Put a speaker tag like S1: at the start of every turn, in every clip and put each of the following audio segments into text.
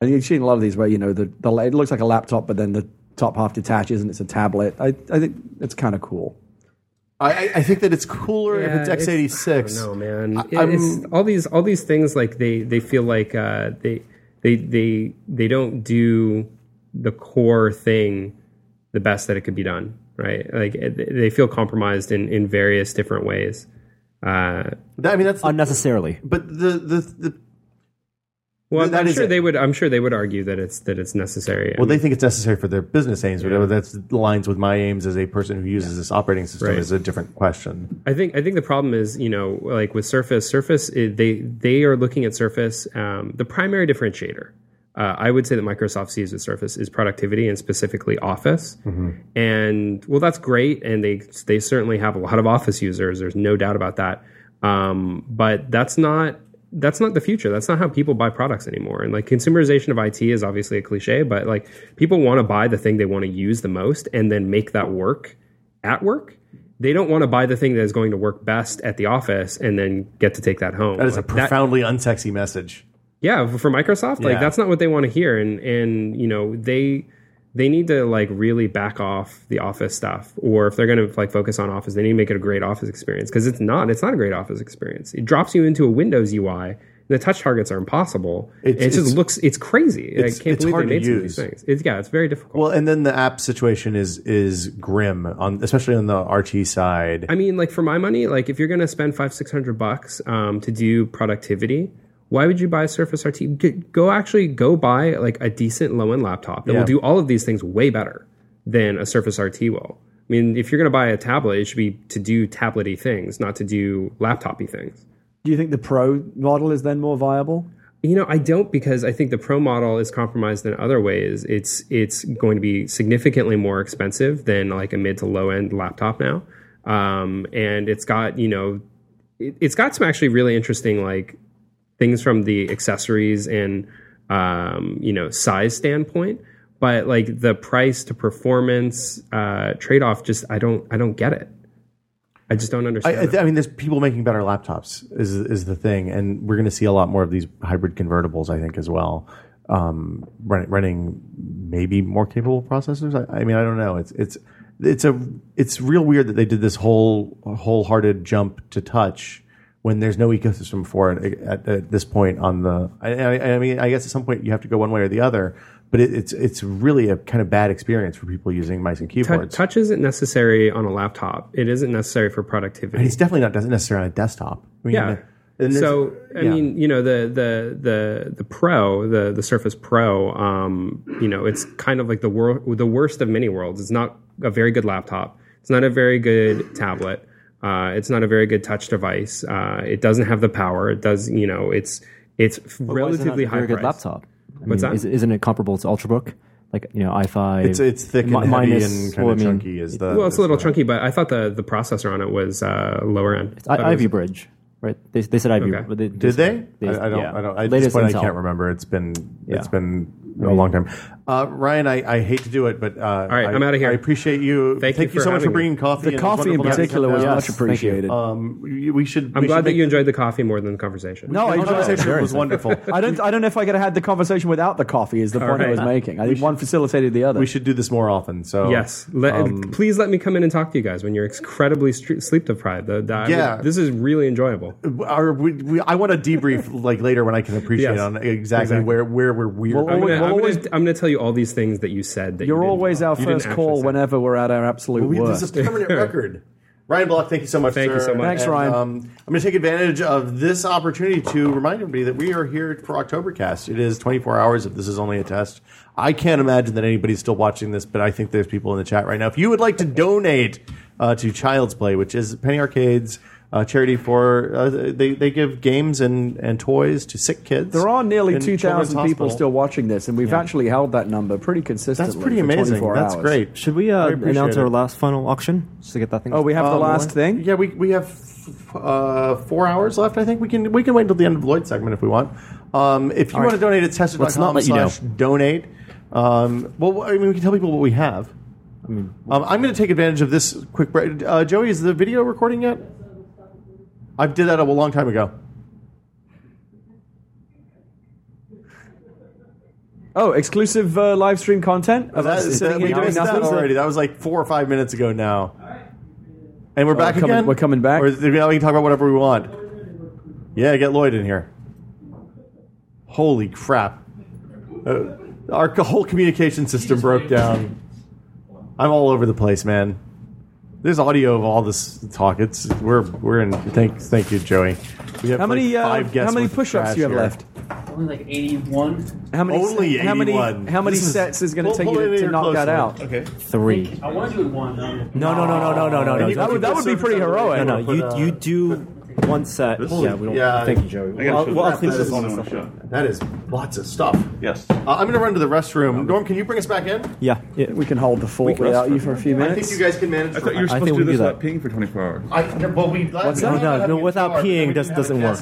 S1: And you've seen a lot of these where you know the, the it looks like a laptop, but then the top half detaches and it's a tablet. I I think it's kind of cool.
S2: I, I- I think that it's cooler
S3: Yeah,
S2: if it's x86.
S3: No man,
S2: I-
S3: It-
S2: I'm-
S3: it's all these all these things like they they feel like uh, they they they they don't do the core thing the best that it could be done, right? Like it- they feel compromised in in various different ways. Uh,
S2: I mean, that's
S4: unnecessarily.
S2: but the the, the
S3: well,
S2: That
S3: I'm
S2: is
S3: sure
S2: it.
S3: they would. I'm sure they would argue that it's that it's necessary. I
S2: well,
S3: mean,
S2: they think it's necessary for their business aims. Whatever that's aligns with my aims as a person who uses this operating system
S3: Right.
S2: is a different question.
S3: I think I think the problem is you know like with Surface, Surface i- they they are looking at Surface. Um, the primary differentiator, uh, I would say that Microsoft sees with Surface is productivity and specifically Office. And well, that's great, and they they certainly have a lot of Office users. There's no doubt about that. Um, but that's not that's not the future. That's not how people buy products anymore. And like consumerization of IT is obviously a cliche, but like people want to buy the thing they want to use the most and then make that work at work. They don't want to buy the thing that is going to work best at the office and then get to take that home.
S2: That is a
S3: Like, that-
S2: profoundly unsexy message.
S3: yeah for microsoft like
S2: Yeah.
S3: that's not what they want to hear and and you know they they need to like really back off the office stuff or if they're going to like focus on office they need to make it a great office experience because it's not it's not a great office experience it drops you into a windows ui and the touch targets are impossible
S2: It's-
S3: it just
S2: it's-
S3: looks it's crazy
S2: it's-
S3: i can't
S2: it's
S3: believe
S2: hard to
S3: they made some of these
S2: use.
S3: things it's yeah it's very difficult
S2: Well, and then the app situation is is grim on especially on the RT side.
S3: I mean, like for my money, like if you're gonna spend five six hundred bucks um, to do productivity, why would you buy a Surface RT? G- Go actually go buy like a decent low end laptop that
S2: Yeah.
S3: will do all of these things way better than a Surface RT will. I mean, if you're gonna buy a tablet, it should be to do tablety things, not to do laptopy things.
S1: Do you think the pro model is then more viable?
S3: You know, I don't because I think the pro model is compromised in other ways. It's it's going to be significantly more expensive than like a mid to low end laptop now, um, and it's got you know, it, it's got some actually really interesting like things from the accessories and um, you know size standpoint. But like the price to performance uh, trade off, just I don't I don't get it. I just don't understand.
S2: I, I,
S3: it.
S2: th- I mean, there's people making better laptops is is the thing, and we're going to see a lot more of these hybrid convertibles, I think, as well. Um, run, running maybe more capable processors. I, I mean, I don't know. It's it's it's a it's real weird that they did this whole wholehearted jump to touch when there's no ecosystem for it at, at this point on the. I, I, I mean, I guess at some point you have to go one way or the other, but it, it's it's really a kind of bad experience for people using mice and
S3: Tou-
S2: keyboards.
S3: touch isn't necessary on a laptop. It isn't necessary for productivity.
S2: and it's definitely not necessarily on a desktop. I mean,
S3: Yeah.
S2: and there's-
S3: so I
S2: yeah.
S3: mean, you know, the the the the Pro, the the Surface Pro, um, you know, it's kind of like the wor- the worst of many worlds. It's not a very good laptop. It's not a very good tablet. Uh, it's not a very good touch device. Uh, it doesn't have the power. It does, you know, it's it's relatively
S4: Why
S3: high
S4: is it not a very
S3: priced.
S4: good laptop. I
S3: What's
S4: mean,
S3: that?
S4: is- isn't it comparable to Ultrabook? Like you know, i5.
S2: It's it's thick and
S4: mi-
S2: heavy
S4: minus-
S2: and kind
S4: well, I
S2: of
S4: mean,
S2: chunky. Is the
S3: Well, it's a little
S2: is
S3: chunky, but I thought the the processor on it was uh, lower end.
S4: I, Ivy Bridge, right? They, they said Ivy.
S3: Okay.
S4: but
S2: the- Did they?
S4: they-
S2: I, I don't.
S4: yeah.
S2: I don't. I, at this
S4: Latest
S2: point, I
S4: Intel.
S2: can't remember. It's been it's
S4: Yeah.
S2: been a long time. Uh, Ryan, I, I hate to do it, but uh, all
S3: right,
S2: I,
S3: I'm outta here.
S2: I appreciate you.
S3: Thank you for
S2: so much
S3: having
S2: for
S3: me.
S2: bringing coffee.
S1: The
S2: and it was
S1: coffee in
S2: wonderful to have you
S1: particular
S2: come
S1: was
S2: down.
S1: much appreciated.
S2: Um, we we should.
S3: I'm
S2: we
S3: glad
S2: should
S3: that
S2: make-
S3: you enjoyed the coffee more than the conversation.
S1: No, I enjoyed
S2: The
S1: it.
S2: conversation was wonderful.
S1: I don't. I don't know if I could have had the conversation without the coffee. Is the point I
S3: right.
S1: was making? I think one facilitated the other.
S2: We should do this more often. So
S3: Yes. Let, please let me come in and talk to you guys when you're incredibly stre- sleep deprived. The- the- I would-
S2: Yeah.
S3: this is really enjoyable.
S2: Our, we, we, I want to debrief like later when I can appreciate
S3: Yes.
S2: on exactly,
S3: Exactly.
S2: where where we're weird.
S1: Well,
S3: I'm
S1: Well,
S3: gonna,
S1: we'll
S3: I'm,
S1: always-
S3: gonna, I'm gonna tell you all these things that you said. That
S1: You're
S3: you didn't-
S1: always our
S3: you didn't
S1: first
S3: actually
S1: call
S3: say.
S1: whenever we're at our absolute
S2: We,
S1: worst.
S2: this is a permanent record. Ryan Block, thank you so much.
S3: Thank you
S2: sir.
S3: so much. Thanks,
S2: And,
S1: Ryan.
S2: Um, I'm going to take advantage of this opportunity to remind everybody that we are here for Octobercast. It is 24 hours. If this is only a test, I can't imagine that anybody's still watching this, but I think there's people in the chat right now. If you would like to donate uh, to Child's Play, which is Penny Arcade's uh, charity for uh, they they give games and, and toys to sick kids.
S1: There are nearly
S2: in
S1: two
S2: Children's
S1: thousand people
S2: Hospital.
S1: still watching this, and we've actually held that number pretty consistently.
S2: That's pretty
S1: for
S2: amazing.
S1: 24
S2: That's
S1: hours.
S2: great.
S4: Should we uh,
S2: I appreciate
S4: announce
S2: it.
S4: our last final auction just to get that thing?
S1: Oh, we have the
S2: Um,
S1: last thing.
S2: Yeah, we, we have f- uh, four hours left. I think we can we can wait until the end of Lloyd's segment if we want. Um, if you want to donate, it's
S4: Let's not
S2: tested.com
S4: let you know.
S2: slash donate. Um, well, I mean, we can tell people what we have. Um, I'm going to take advantage of this quick break. Uh, Joey, is the video recording yet? I did that a long time ago.
S1: Oh, exclusive uh, live stream content of us
S2: That-
S1: sitting
S2: we
S1: here doing
S2: did that
S1: nothing.
S2: already. That was like four or five minutes ago now. And we're back
S1: coming-
S2: again.
S1: we're coming back?
S2: Or is- now we can talk about whatever we want. Yeah, get Lloyd in here. Holy crap! Uh, our co- whole communication system broke down. I'm all over the place, man. There's audio of all this talk. It's we're we're in. Thank thank you, Joey. We have
S1: How
S2: like
S1: many uh,
S2: five guests
S1: how many
S2: worth of
S1: push-ups
S2: trash
S1: do you have
S2: here.
S1: left?
S5: Only like 81.
S1: How many
S2: Only
S1: how many
S2: 81.
S1: how many
S2: This is-
S1: sets is going
S2: Pull-
S1: to take you
S2: pull it
S1: to,
S2: in
S1: to
S2: here
S1: knock that
S2: closer.
S1: out?
S2: Okay.
S4: Three.
S5: I want to do it one. Um,
S4: No, no, no, no, no, no, no, no.
S1: That would, that would be pretty heroic.
S4: No, no, you, you do one set. Yeah, we don't.
S2: uh, Yeah.
S4: Thank you, Joey.
S6: I gotta
S4: Well,
S6: show
S4: well, I'll
S6: that.
S4: clean
S6: This
S4: this
S6: is
S4: all
S6: only
S4: stuff
S6: one
S4: up.
S2: That is lots of stuff.
S6: Yes.
S2: Uh, I'm going to run to the restroom. Norm, can you bring us back in?
S4: Yeah, yeah.
S1: We can hold the fort without you for a few
S2: I
S1: minutes.
S2: think you guys can manage.
S6: I thought you were
S4: I
S6: supposed
S4: think we
S6: to do
S4: do
S6: this
S4: that.
S6: without peeing for 24 hours.
S2: I, well, we, What's
S1: that?
S4: No, no, without peeing doesn't- doesn't work.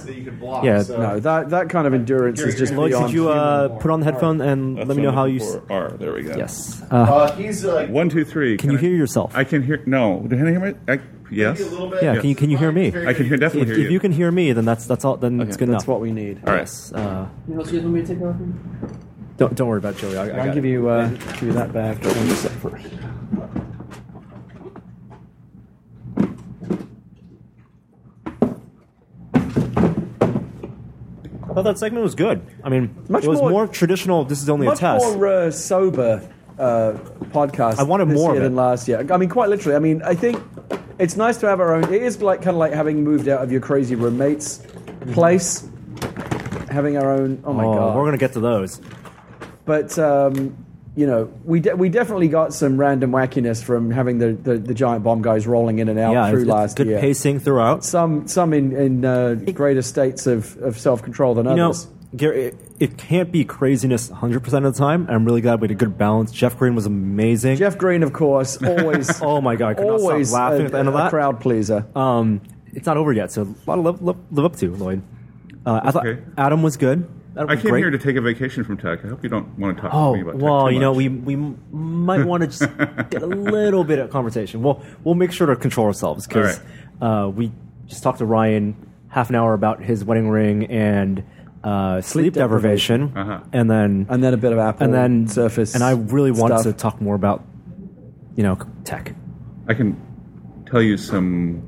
S4: Yeah,
S1: no, that that kind of endurance is just
S4: Lloyd,
S1: beyond.
S4: could you uh, put on the headphone and
S6: That's
S4: let me know
S6: what I'm
S4: how you?
S6: looking
S4: S-
S6: for. R. There we go.
S4: yes. Uh,
S2: Uh, he's like
S6: One, two, three.
S4: can you
S6: I-
S4: hear yourself?
S6: I can hear. No. Can I hear me? I, yes.
S4: yeah. Can you can you hear me?
S6: I can hear. Definitely
S4: If,
S6: hear
S4: if you can hear me, then that's that's all. Then it's
S6: Okay.
S4: good
S1: That's
S4: enough.
S1: what we need.
S6: All right.
S4: Yes. Uh,
S5: you know, so you want me to take over?
S4: don't don't worry about it, Joey. I, I got
S1: I'll
S4: it.
S1: give you uh, give you that back.
S4: I thought that segment was good. I mean,
S1: Much
S4: it was
S1: more-
S4: more, traditional. This is only a
S1: Much
S4: test.
S1: more uh, sober uh, podcast.
S4: I wanted
S1: this
S4: more of
S1: year
S4: it.
S1: than last year. I mean, quite literally. I mean, I think it's nice to have our own. It is like kind of like having moved out of your crazy roommate's place, having our own. Oh my
S4: Mm-hmm. oh,
S1: god,
S4: we're gonna get to those.
S1: but um, you know, we de- we definitely got some random wackiness from having the, the, the giant bomb guys rolling in and out
S4: yeah,
S1: through
S4: it's, it's
S1: last
S4: good
S1: year.
S4: pacing throughout.
S1: Some some in in uh, greater states of, of self control than
S4: You know,
S1: others.
S4: Gary, it, it can't be craziness 100% of the time. I'm really glad we had a good balance. Jeff Green was amazing.
S1: Jeff Green, of course, always
S4: Oh my God, I could not stop
S1: always
S4: laughing
S1: a,
S4: at the end of
S1: a
S4: that.
S1: crowd pleaser.
S4: Um, it's not over yet, so a lot of live, live, live up to, Lloyd. Uh, I thought
S6: Okay.
S4: Adam was good. Adam
S6: I
S4: was
S6: came
S4: great.
S6: here to take a vacation from tech. I hope you don't want to talk
S4: Oh
S6: to me about tech.
S4: well,
S6: too
S4: you know
S6: much.
S4: we we m- might want to just get a little bit of conversation. We'll we'll make sure to control ourselves because uh, we just talked to Ryan half an hour about his wedding ring and uh, sleep, deprivation,
S6: Uh-huh.
S4: and then
S1: and then a bit of Apple,
S4: and then
S1: Surface,
S4: And I really wanted
S1: stuff.
S4: to talk more about you know tech.
S6: I can tell you some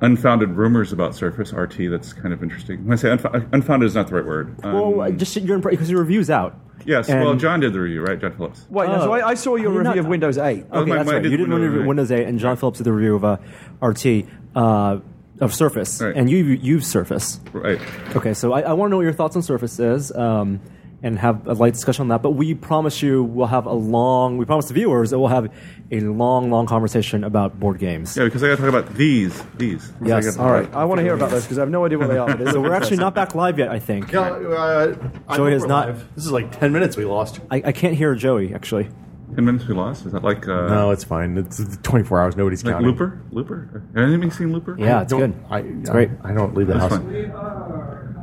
S6: unfounded rumors about Surface RT. That's kind of interesting. When I say unf- unfounded is not the right word. Um,
S4: well, just your because your review's out.
S6: yes.
S4: and-
S6: Well, John did the review, right? John Phillips.
S1: Wait, no, so
S4: Oh.
S1: I, I saw your
S4: I did
S1: review
S4: not
S1: of
S4: know.
S1: Windows 8.
S6: Oh,
S4: Okay,
S6: my-
S4: that's
S6: my
S4: right.
S6: did
S4: You did
S6: Windows
S4: Windows,
S6: 8.
S4: Windows 8, and John Phillips did the review of uh, RT uh, of Surface,
S6: Right.
S4: and you you've Surface.
S6: Right.
S4: Okay, so I, I want to know what your thoughts on Surface is, um, and have a light discussion on that. But we promise you, we'll have a long. We promise the viewers that we'll have a long, long conversation about board games.
S6: Yeah, because I got to talk about these. These.
S4: Yes,
S6: I gotta-
S1: All right, I want to hear about those because I have no idea what they are.
S4: So we're actually not back live yet. I think
S2: No, uh, I
S4: Joey
S2: hope
S4: is
S2: we're
S4: not-
S2: live. This is like ten minutes we lost.
S4: I, I can't hear Joey actually.
S6: Ten minutes we lost. Is that like uh,
S2: No, it's fine. It's it's 24 hours. Nobody's
S6: like
S2: counting.
S6: Looper? Looper? Has anybody seen Looper?
S4: Yeah, it's
S2: Don't-
S4: good.
S2: I, I-
S4: great.
S2: I don't leave the
S6: That's
S2: house.
S6: fine.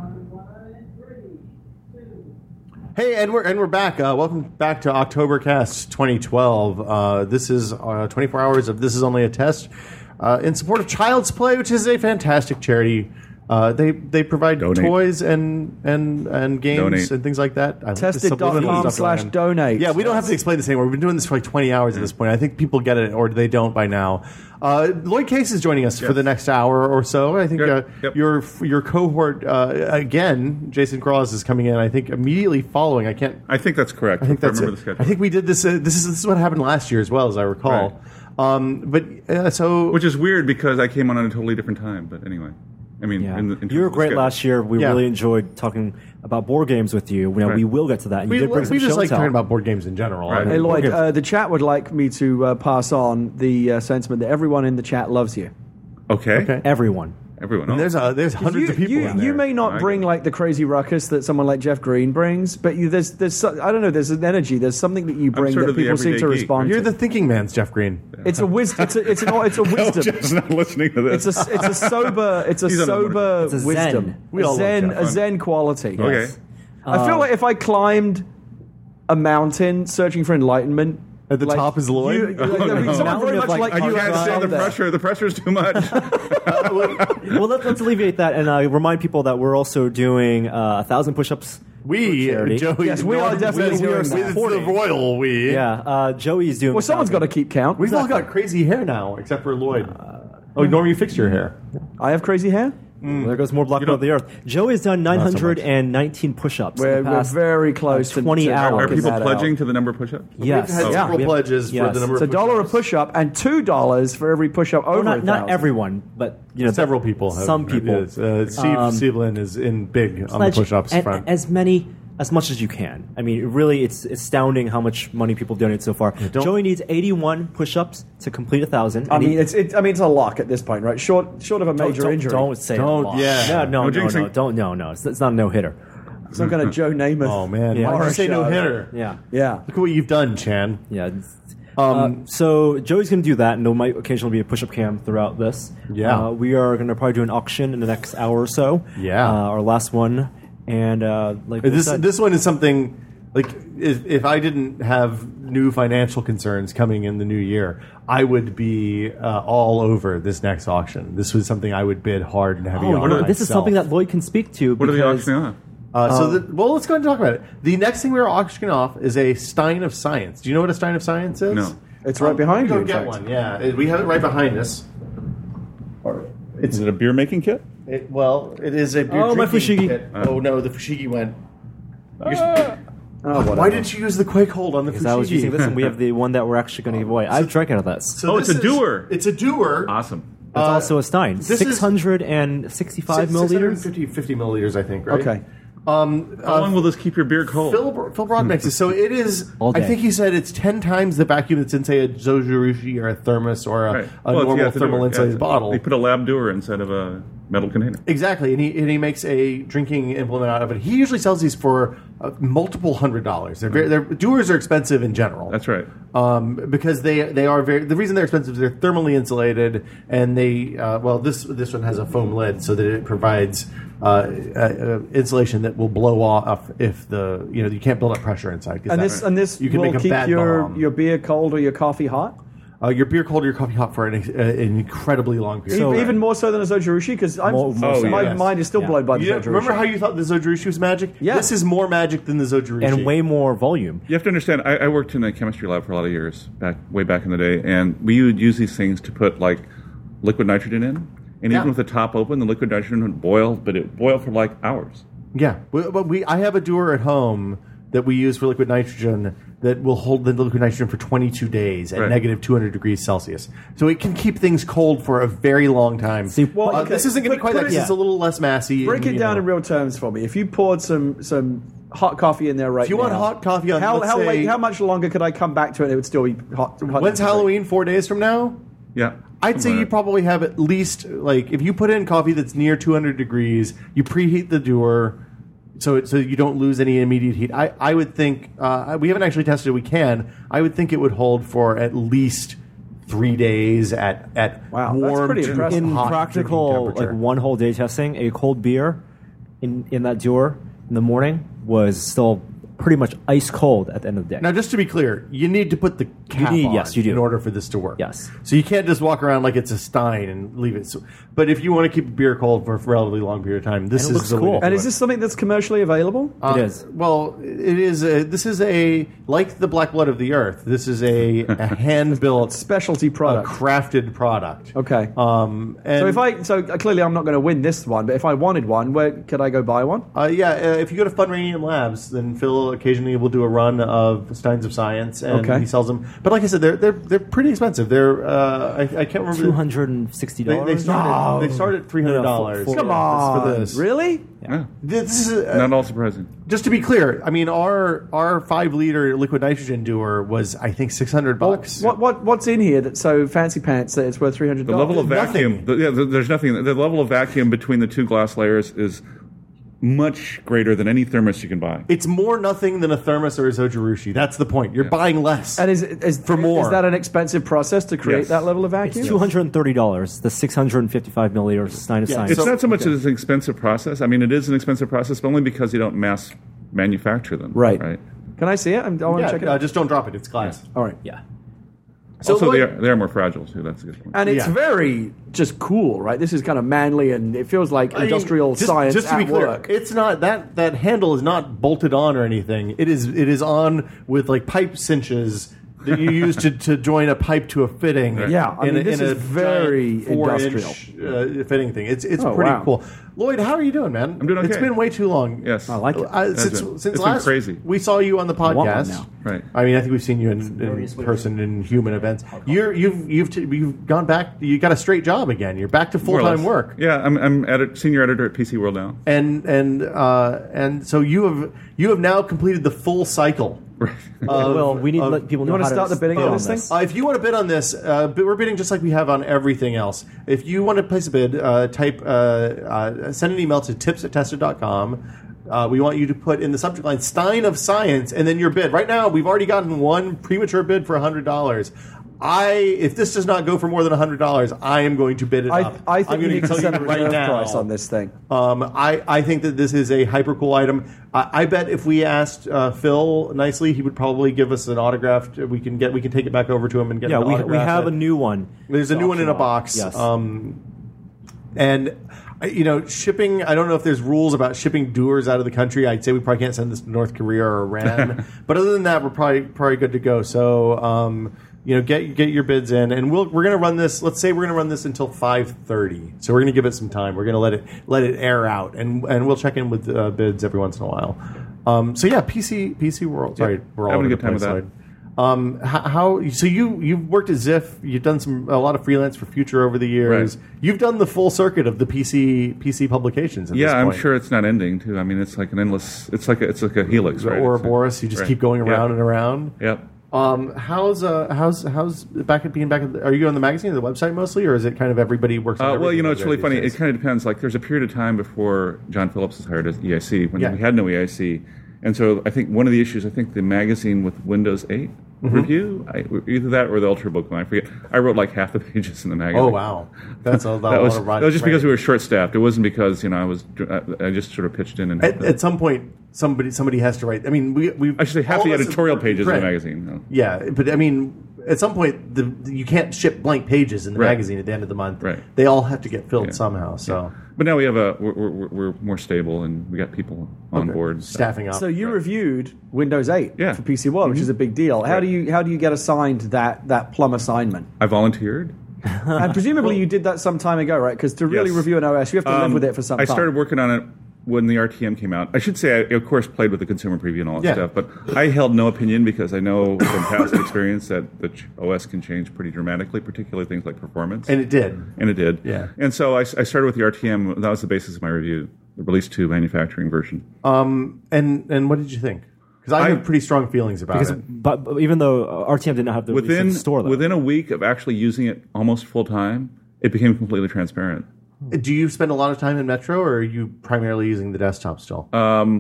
S2: Hey, and we're and we're back. Uh, welcome back to Octobercast 2012. Uh, this is uh, 24 hours of this is only a test uh, in support of Child's Play, which is a fantastic charity. Uh, they they provide
S6: Donate.
S2: toys and and and games
S6: Donate.
S2: and things like that. I like the
S1: Tested.com
S2: subliminal stuff
S1: slash
S2: going on.
S1: donate.
S2: Yeah, we don't have to explain this anymore. We've been doing this for like 20 hours at this point. I think people get it or they don't by now. Uh, Lloyd Case is joining us for
S6: Yes.
S2: the next hour or so. I think
S6: Good.
S2: uh,
S6: Yep.
S2: your your cohort uh, again, Jason Cross is coming in. I think immediately following. I can't.
S6: I think that's correct.
S2: I think that's.
S6: remember the
S2: it.
S6: schedule.
S2: I think we did this. Uh, this is this is what happened last year as well as I recall. Um, but uh, so
S6: Which is weird because I came on at a totally different time. But anyway, I mean,
S4: Yeah.
S6: in the, in
S4: you were great last year. We
S2: Yeah.
S4: really enjoyed talking about board games with you. We,
S6: Right.
S4: we will get to that. And
S2: we,
S4: you did bring
S2: we
S4: some
S2: just
S4: show
S2: like
S4: and tell.
S2: talking about board games in general.
S6: Right.
S2: I mean,
S1: Hey Lloyd,
S4: Okay.
S1: uh, the chat would like me to uh, pass on the uh, sentiment that everyone in the chat loves you.
S6: Okay.
S2: Okay.
S4: everyone.
S6: Everyone else.
S2: there's a, there's hundreds
S1: you,
S2: of people
S1: you,
S2: in there.
S1: you may
S6: I
S1: not bring
S6: get it.
S1: like the crazy ruckus that someone like Jeff Green brings, but you, there's there's so, I don't know there's an energy, there's something that you bring
S6: sort
S1: that
S6: of the
S1: people seem to
S6: everyday geek,
S1: respond
S6: right?
S2: You're
S1: to.
S2: the thinking man's Jeff Green.
S1: it's a wisdom. It's a it's an, it's a
S6: Oh,
S1: wisdom.
S6: Jeff's not listening to
S1: It's
S6: this.
S1: a it's a sober it's a
S6: He's on a
S1: sober
S4: It's a zen.
S1: wisdom.
S2: We all love
S1: zen
S2: Jeff.
S1: a zen quality.
S6: okay.
S4: Yes.
S1: I feel like if I climbed a mountain searching for enlightenment,
S2: At the
S1: like,
S2: top is Lloyd.
S1: you- like, there'd be someone very
S4: Mountain
S1: much like
S4: of, like,
S6: Oh, I
S1: you.
S6: can't
S1: at
S6: stand the
S1: top there.
S6: pressure. The pressure's too much.
S4: well, let's, let's alleviate that and uh, remind people that we're also doing uh, a thousand push-ups
S2: We,
S4: charity.
S2: Joey,
S1: Yes, we are
S2: Norton,
S1: definitely
S2: we are
S1: doing that.
S2: with the royal we.
S4: Yeah, uh, Joey's doing.
S1: Well, someone's got to keep count.
S2: We've all got crazy hair now, except for Lloyd.
S4: Uh,
S2: oh, Norm, you fixed your hair.
S1: I have crazy hair. Hmm.
S4: Well, there goes more blocking of the earth. Joey's done
S2: so
S4: 919 push-ups. in
S1: We're,
S4: the
S1: we're
S4: past.
S1: very close to
S4: 20
S1: to
S4: hours.
S6: Are
S1: knocking
S6: people
S1: that
S6: pledging
S1: out.
S6: to the number Oh. push up?
S4: Yes,
S2: We've had
S4: Oh, yeah.
S2: several
S4: we have-
S2: pledges for
S4: yes.
S2: the number
S4: It's
S1: It's a
S2: of
S1: dollar a
S2: push-ups.
S1: push up and two dollars for every push up over.
S4: Well, not
S1: a
S4: not
S1: thousand.
S4: everyone, but you know,
S2: Several people. Have,
S4: some people.
S2: Yes, uh, Steve
S4: Um,
S2: Sieblin is in big on the
S4: pledge
S2: push-ups
S4: a-
S2: front.
S4: as many as much as you can. I mean, really, it's astounding how much money people donate so far.
S2: don't-
S4: Joey needs 81 push-ups to complete a thousand.
S1: I mean, it's it, I mean it's a lock at this point, right? Short short of a major
S4: don't,
S1: injury.
S4: Don't say
S2: Don't-
S4: It
S2: yeah.
S4: No, no, no,
S6: No
S4: no,
S6: jinxing.
S4: Don't. No, no. It's, it's not a no hitter.
S1: Some kind of Joe Namath.
S2: oh man,
S4: Yeah.
S2: why did you say no
S1: Horror show.
S2: hitter?
S4: Yeah.
S1: Yeah.
S2: Look at what you've done, Chan.
S4: Yeah. Um, so Joey's going to do that, and there might occasionally be a push-up cam throughout this.
S2: Yeah.
S4: Uh, we are going to probably do an auction in the next hour or so.
S2: Yeah.
S4: Uh, our last one, and uh, like we
S2: This
S4: said-
S2: this one is something like if, if I didn't have new financial concerns coming in the new year, I would be uh, all over this next auction. This was something I would bid hard and heavy
S4: Oh,
S2: on.
S4: you know, this is
S2: myself.
S4: something that Lloyd can speak to.
S6: What are they
S4: because-
S6: auctioning off?
S2: Uh, so, the, well, let's go ahead and talk about it. The next thing we are auctioning off is a Stein of Science. Do you know what a Stein of Science is? Um,
S6: No.
S1: It's right behind
S2: Go
S1: you. in
S2: get
S1: fact.
S2: one. Yeah, It- we have it right behind us.
S6: Is it a beer making kit?
S2: It, well, it is a beer
S4: Oh, my
S2: drinking
S4: fushigi.
S2: kit.
S6: Uh.
S2: Oh no, the fushigi went. You're-
S1: Oh, whatever.
S2: Why didn't you use the quake hold on the
S4: Because
S2: fushigi?
S4: I was using this, and we have the one that we're actually going to give away. I've drank out of this.
S2: So
S6: Oh, it's
S2: this
S6: a
S2: is-
S6: doer.
S2: It's a doer.
S6: Awesome.
S4: It's also a Stein.
S2: this is-
S4: 665 milliliters.
S2: 50, 50 milliliters, I think. Right.
S1: Okay.
S2: Um,
S6: How
S2: uh,
S6: long will this keep your beer cold?
S2: Phil, Bro- Phil Brock makes it. So it is.
S4: All
S2: I
S4: day.
S2: think he said it's ten times the vacuum that's in, say, a Zojirushi or a thermos or a, a
S6: Right. Well, it's- yeah,
S2: normal
S6: it's a
S2: thermal
S6: doer.
S2: insulated
S6: Yeah.
S2: bottle.
S6: They put a lab doer instead of a metal container.
S2: Exactly, and he and he makes a drinking implement out of it. He usually sells these for uh, multiple hundred dollars. They're very, they're doers are expensive in general.
S6: That's right.
S2: Um, because they they are very the reason they're expensive is they're thermally insulated and they uh, well this this one has a foam lid so that it provides uh, uh, uh, insulation that will blow off if the you know you can't build up pressure inside. 'cause
S1: And
S2: that-
S1: this and this
S2: you can
S1: will
S2: make a
S1: keep
S2: bad
S1: your
S2: bomb.
S1: your beer cold or your coffee hot.
S2: uh, your beer cold or your coffee hot for an, ex- uh, an incredibly long period.
S4: So-
S2: of time.
S1: E-, Even more so than a Zojirushi because I'm
S4: More- more
S6: Oh, so.
S1: my
S2: yes.
S1: mind is still
S4: Yeah.
S1: blown by the
S2: You know,
S1: Zojirushi.
S2: remember how you thought the Zojirushi was magic?
S1: Yeah.
S2: This is more magic than the Zojirushi.
S4: And way more volume.
S6: You have to understand. I, I worked in a chemistry lab for a lot of years back, way back in the day, and we would use these things to put like liquid nitrogen in, and
S2: Yeah.
S6: even with the top open, the liquid nitrogen would boil, but it boiled for like hours.
S2: Yeah, we, but we I have a doer at home that we use for liquid nitrogen that will hold the liquid nitrogen for 22 days at
S6: Right.
S2: negative 200 degrees Celsius. So it can keep things cold for a very long time.
S4: See,
S2: well,
S1: well,
S2: this isn't going to
S1: put-
S2: be quite that
S1: put
S2: 'cause
S1: it-
S2: it's a little less massy.
S1: Break
S2: and,
S1: it
S2: you
S1: down
S2: know.
S1: in real terms for me. If you poured some some hot coffee in there right now,
S2: If you want hot coffee on,
S1: how
S2: let's
S1: how
S2: say-
S1: late, how much longer could I come back to it? and It would still be hot. hot enough
S2: When's
S1: to drink?
S2: Halloween? Four days from now.
S6: Yeah,
S2: I'd say
S6: Somewhere.
S2: you probably have at least like if you put in coffee that's near 200 degrees, you preheat the doer so it, so you don't lose any immediate heat. I, I would think uh, we haven't actually tested. it, We can. I would think it would hold for at least three days at at
S1: Wow, that's
S2: warm
S1: pretty
S2: to
S1: impressive.
S4: In
S2: hot
S4: practical,
S2: drinking
S4: like
S2: temperature.
S4: one whole day testing, a cold beer in, in that door in the morning was still pretty much ice cold at the end of the day.
S2: Now, just to be clear, you need to put the cap
S4: need-
S2: on
S4: yes, you do.
S2: in order for this to work.
S4: Yes.
S2: So you can't just walk around like it's a stein and leave it. So, but if you want to keep beer cold for a relatively long period of time, this
S4: it
S2: is
S4: looks
S2: the way to
S4: cool.
S2: do
S4: And
S1: And
S2: it.
S1: is this something that's commercially available?
S4: it
S2: Uh,
S4: is.
S2: Well, it is. A, this is a like the black blood of the earth. This is a, a hand built,
S1: Specialty product.
S2: crafted product.
S1: okay.
S2: Oh, Um, and
S1: so if I so clearly I'm not going to win this one, but if I wanted one, where could I go buy one?
S2: uh, yeah, uh, if you go to Funranium Labs, then Phil occasionally will do a run of Steins of Science, and
S1: Okay.
S2: he sells them. But like I said, they're they're they're pretty expensive. They're uh, I, I can't remember.
S4: Two hundred and sixty
S2: They, they
S4: dollars.
S2: start at, they start at three hundred
S4: No,
S2: dollars.
S4: for- for-
S1: Come
S2: Just
S1: on,
S2: for this.
S1: really?
S6: Yeah.
S2: This is uh,
S6: Not at all surprising.
S2: just to be clear. I mean, our our five liter liquid nitrogen doer was I think six hundred bucks.
S1: What what what's in here that's so fancy pants that it's worth three hundred
S6: The level of
S2: nothing.
S6: vacuum. The, yeah, the, there's nothing. The level of vacuum between the two glass layers is much greater than any thermos you can buy.
S2: It's more nothing than a thermos or a zojirushi. That's the point. You're buying less.
S1: and is, is
S2: For more.
S1: Is that an expensive process to create
S6: Yes.
S1: that level of vacuum?
S4: It's two hundred and thirty dollars. The six hundred and fifty-five milliliters Stein of
S2: Yeah,
S4: Science.
S6: It's
S2: So-
S6: not so much as an expensive process. I mean, it is an expensive process, but only because you don't mass manufacture them.
S1: Right.
S6: Right.
S1: Can I see it? I'm, I want
S2: yeah,
S1: to check it
S2: uh,
S1: out.
S2: just don't drop it. It's glass.
S1: All right.
S4: yeah.
S6: also,
S1: what-
S6: they are, they are more fragile too. That's a good point.
S1: And it's
S2: Yeah.
S1: very just cool, right? This is kind of manly, and it feels like industrial
S2: just,
S1: science
S2: Just to
S1: at
S2: be clear,
S1: work.
S2: it's not that that handle is not bolted on or anything. It is it is on with like pipe cinches that you use to, to join a pipe to a fitting.
S1: Yeah, I
S2: in
S1: mean,
S2: a,
S1: this
S2: in
S1: is
S2: a
S1: very
S2: giant four
S1: industrial.
S2: inch, uh, fitting thing. It's it's
S1: Oh,
S2: pretty
S1: wow.
S2: cool. Lloyd, how are you doing, man?
S6: I'm doing
S2: It's
S6: okay.
S2: been way too long.
S6: Yes. I
S1: like it.
S2: Uh,
S6: That's
S2: since
S6: been-
S2: since
S6: it's been
S2: last
S6: crazy.
S2: we saw you on the
S1: want one
S2: podcast.
S1: now.
S6: Right.
S2: I mean, I think we've seen you in, in
S5: Various ways.
S2: person in human events. You're you've you've t- you've gone back. You got a straight job again. You're back to full
S6: More or
S2: time
S6: less.
S2: work.
S6: Yeah, I'm I'm edit, senior editor at PC World now.
S2: and and uh, and so you have you have now completed the full cycle. of-
S4: well, we need to
S2: of-
S4: let people
S1: You
S4: know
S1: want
S4: how
S1: to start the bidding
S4: bid
S1: on
S4: on
S1: this thing?
S2: Uh, if you want to bid on this, uh, but we're bidding just like we have on everything else. If you want to place a bid, uh, type uh, uh, send an email to tips at tester.com. Uh, we want you to put in the subject line Stein of Science and then your bid. Right now, we've already gotten one premature bid for $100. I if this does not go for more than $100, I am going to bid it
S1: I,
S2: up.
S1: I think
S2: I'm
S1: you
S2: going
S1: need to
S2: tell you
S1: set a
S2: right
S1: reserve
S2: now.
S1: price on this thing.
S2: Um, I, I think that this is a hyper cool item. I, I bet if we asked uh, Phil nicely, he would probably give us an autograph. We can get we can take it back over to him and get.
S4: Yeah,
S2: him to
S4: we, we
S2: autograph
S4: have
S2: it.
S4: a new one.
S2: There's a new one in a
S4: Optional.
S2: box.
S4: Yes.
S2: Um, and I- you know, shipping. I don't know if there's rules about shipping doers out of the country. I'd say we probably can't send this to North Korea or Iran. but other than that, we're probably probably good to go. So um, you know, get get your bids in, and we'll we're gonna run this. Let's say we're gonna run this until five thirty. So we're gonna give it some time. We're gonna let it let it air out, and and we'll check in with uh, bids every once in a while. Um, so yeah, PC PC world. Sorry, we're all
S6: having a
S2: over
S6: good
S2: the
S6: time with
S2: place,
S6: that.
S2: Lloyd. Um, how, how so you you've worked as if you've done some a lot of freelance for Future over the years.
S6: Right.
S2: You've done the full circuit of the PC PC publications. At
S6: Yeah,
S2: this
S6: I'm
S2: point.
S6: sure it's not ending too. I mean, it's like an endless. It's like a, it's like a helix, right?
S2: Or
S6: It's like-
S2: Boris, you just
S6: right.
S2: keep going
S6: Yeah.
S2: around and around.
S6: Yep.
S2: Um, how's uh, how's how's back at being back? At the, are you on the magazine or the website mostly, or is it kind of everybody works? on
S6: Uh, well,
S2: everything
S6: you know,
S2: over
S6: it's
S2: there
S6: really
S2: these
S6: funny.
S2: days?
S6: It kind of depends. Like, there's a period of time before John Phillips was hired as EIC when
S2: Yeah.
S6: we had no EIC, and so I think one of the issues. I think the magazine with Windows 8
S2: Mm-hmm.
S6: review, I, either that or the Ultrabook one. I forget. I wrote like half the pages in the magazine.
S2: oh wow, that's a, lot
S6: That
S2: of
S6: was,
S2: writing.
S6: that was just because we were short staffed. It wasn't because you know I was I, I just sort of pitched in and
S2: at, at some point somebody somebody has to write. I mean, we we
S6: actually half
S2: all
S6: the
S2: of us-
S6: editorial pages in
S2: Right.
S6: the magazine. no.
S2: Yeah, but I mean, at some point, the, you can't ship blank pages in the
S6: Right.
S2: magazine at the end of the month.
S6: Right.
S2: They all have to get filled
S6: Yeah.
S2: somehow. So
S6: But now we have a we're, we're, we're more stable and we got people on board. so-
S2: staffing up. Mm-hmm.
S1: So you reviewed Windows 8
S6: Yeah.
S1: for PC World, which is a big deal. How do you how do you get assigned that that plum assignment?
S6: I volunteered.
S1: and presumably you did that some time ago, right? Because to really
S6: Yes.
S1: review an OS, you have to
S6: Um,
S1: live with it for some
S6: I
S1: time.
S6: started working on it when the RTM came out. I should say, I of course played with the consumer preview and all that
S2: Yeah.
S6: stuff, but I held no opinion because I know from past experience that the ch- OS can change pretty dramatically, particularly things like performance.
S2: and it did.
S6: And it did.
S2: Yeah.
S6: And so I, s- I started with the RTM. That was the basis of my review, the release two manufacturing version.
S2: And and what did you think? Because I,
S6: I-
S2: have pretty strong feelings about
S4: Because,
S2: it.
S4: but, but even though uh, RTM didn't have the release in
S6: within
S4: the store, though.
S6: within a week of actually using it almost full time, it became completely transparent.
S2: Do you spend a lot of time in Metro, or are you primarily using the desktop still?
S6: Uh,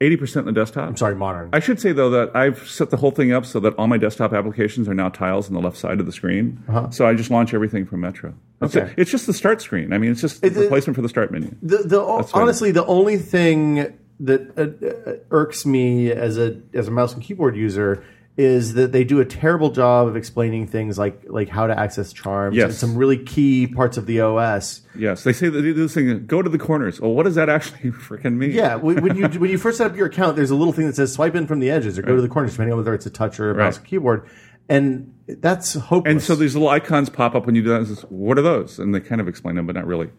S6: Eighty percent on the desktop.
S2: I'm sorry, modern.
S6: I should say though that I've set the whole thing up so that all my desktop applications are now tiles on the left side of the screen. So I just launch everything from Metro. That's
S2: Uh-huh. Okay.
S6: it. It's just the start screen. I mean, it's just the
S2: Is it-
S6: replacement for the start menu.
S2: the, the
S6: fine.
S2: honestly, the only thing that uh, uh, irks me as a as a mouse and keyboard user is that they do a terrible job of explaining things like like how to access charms
S6: Yes.
S2: and some really key parts of the OS.
S6: Yes, they say that they do this thing. Go to the corners. Well, what does that actually freaking mean?
S2: Yeah, when when you when you first set up your account, there's a little thing that says swipe in from the edges or go to the corners, depending on whether it's a touch or a mouse
S6: Right.
S2: or keyboard, and that's hopeless.
S6: And so these little icons pop up when you do that. It's just, what are those? And they kind of explain them, but not really.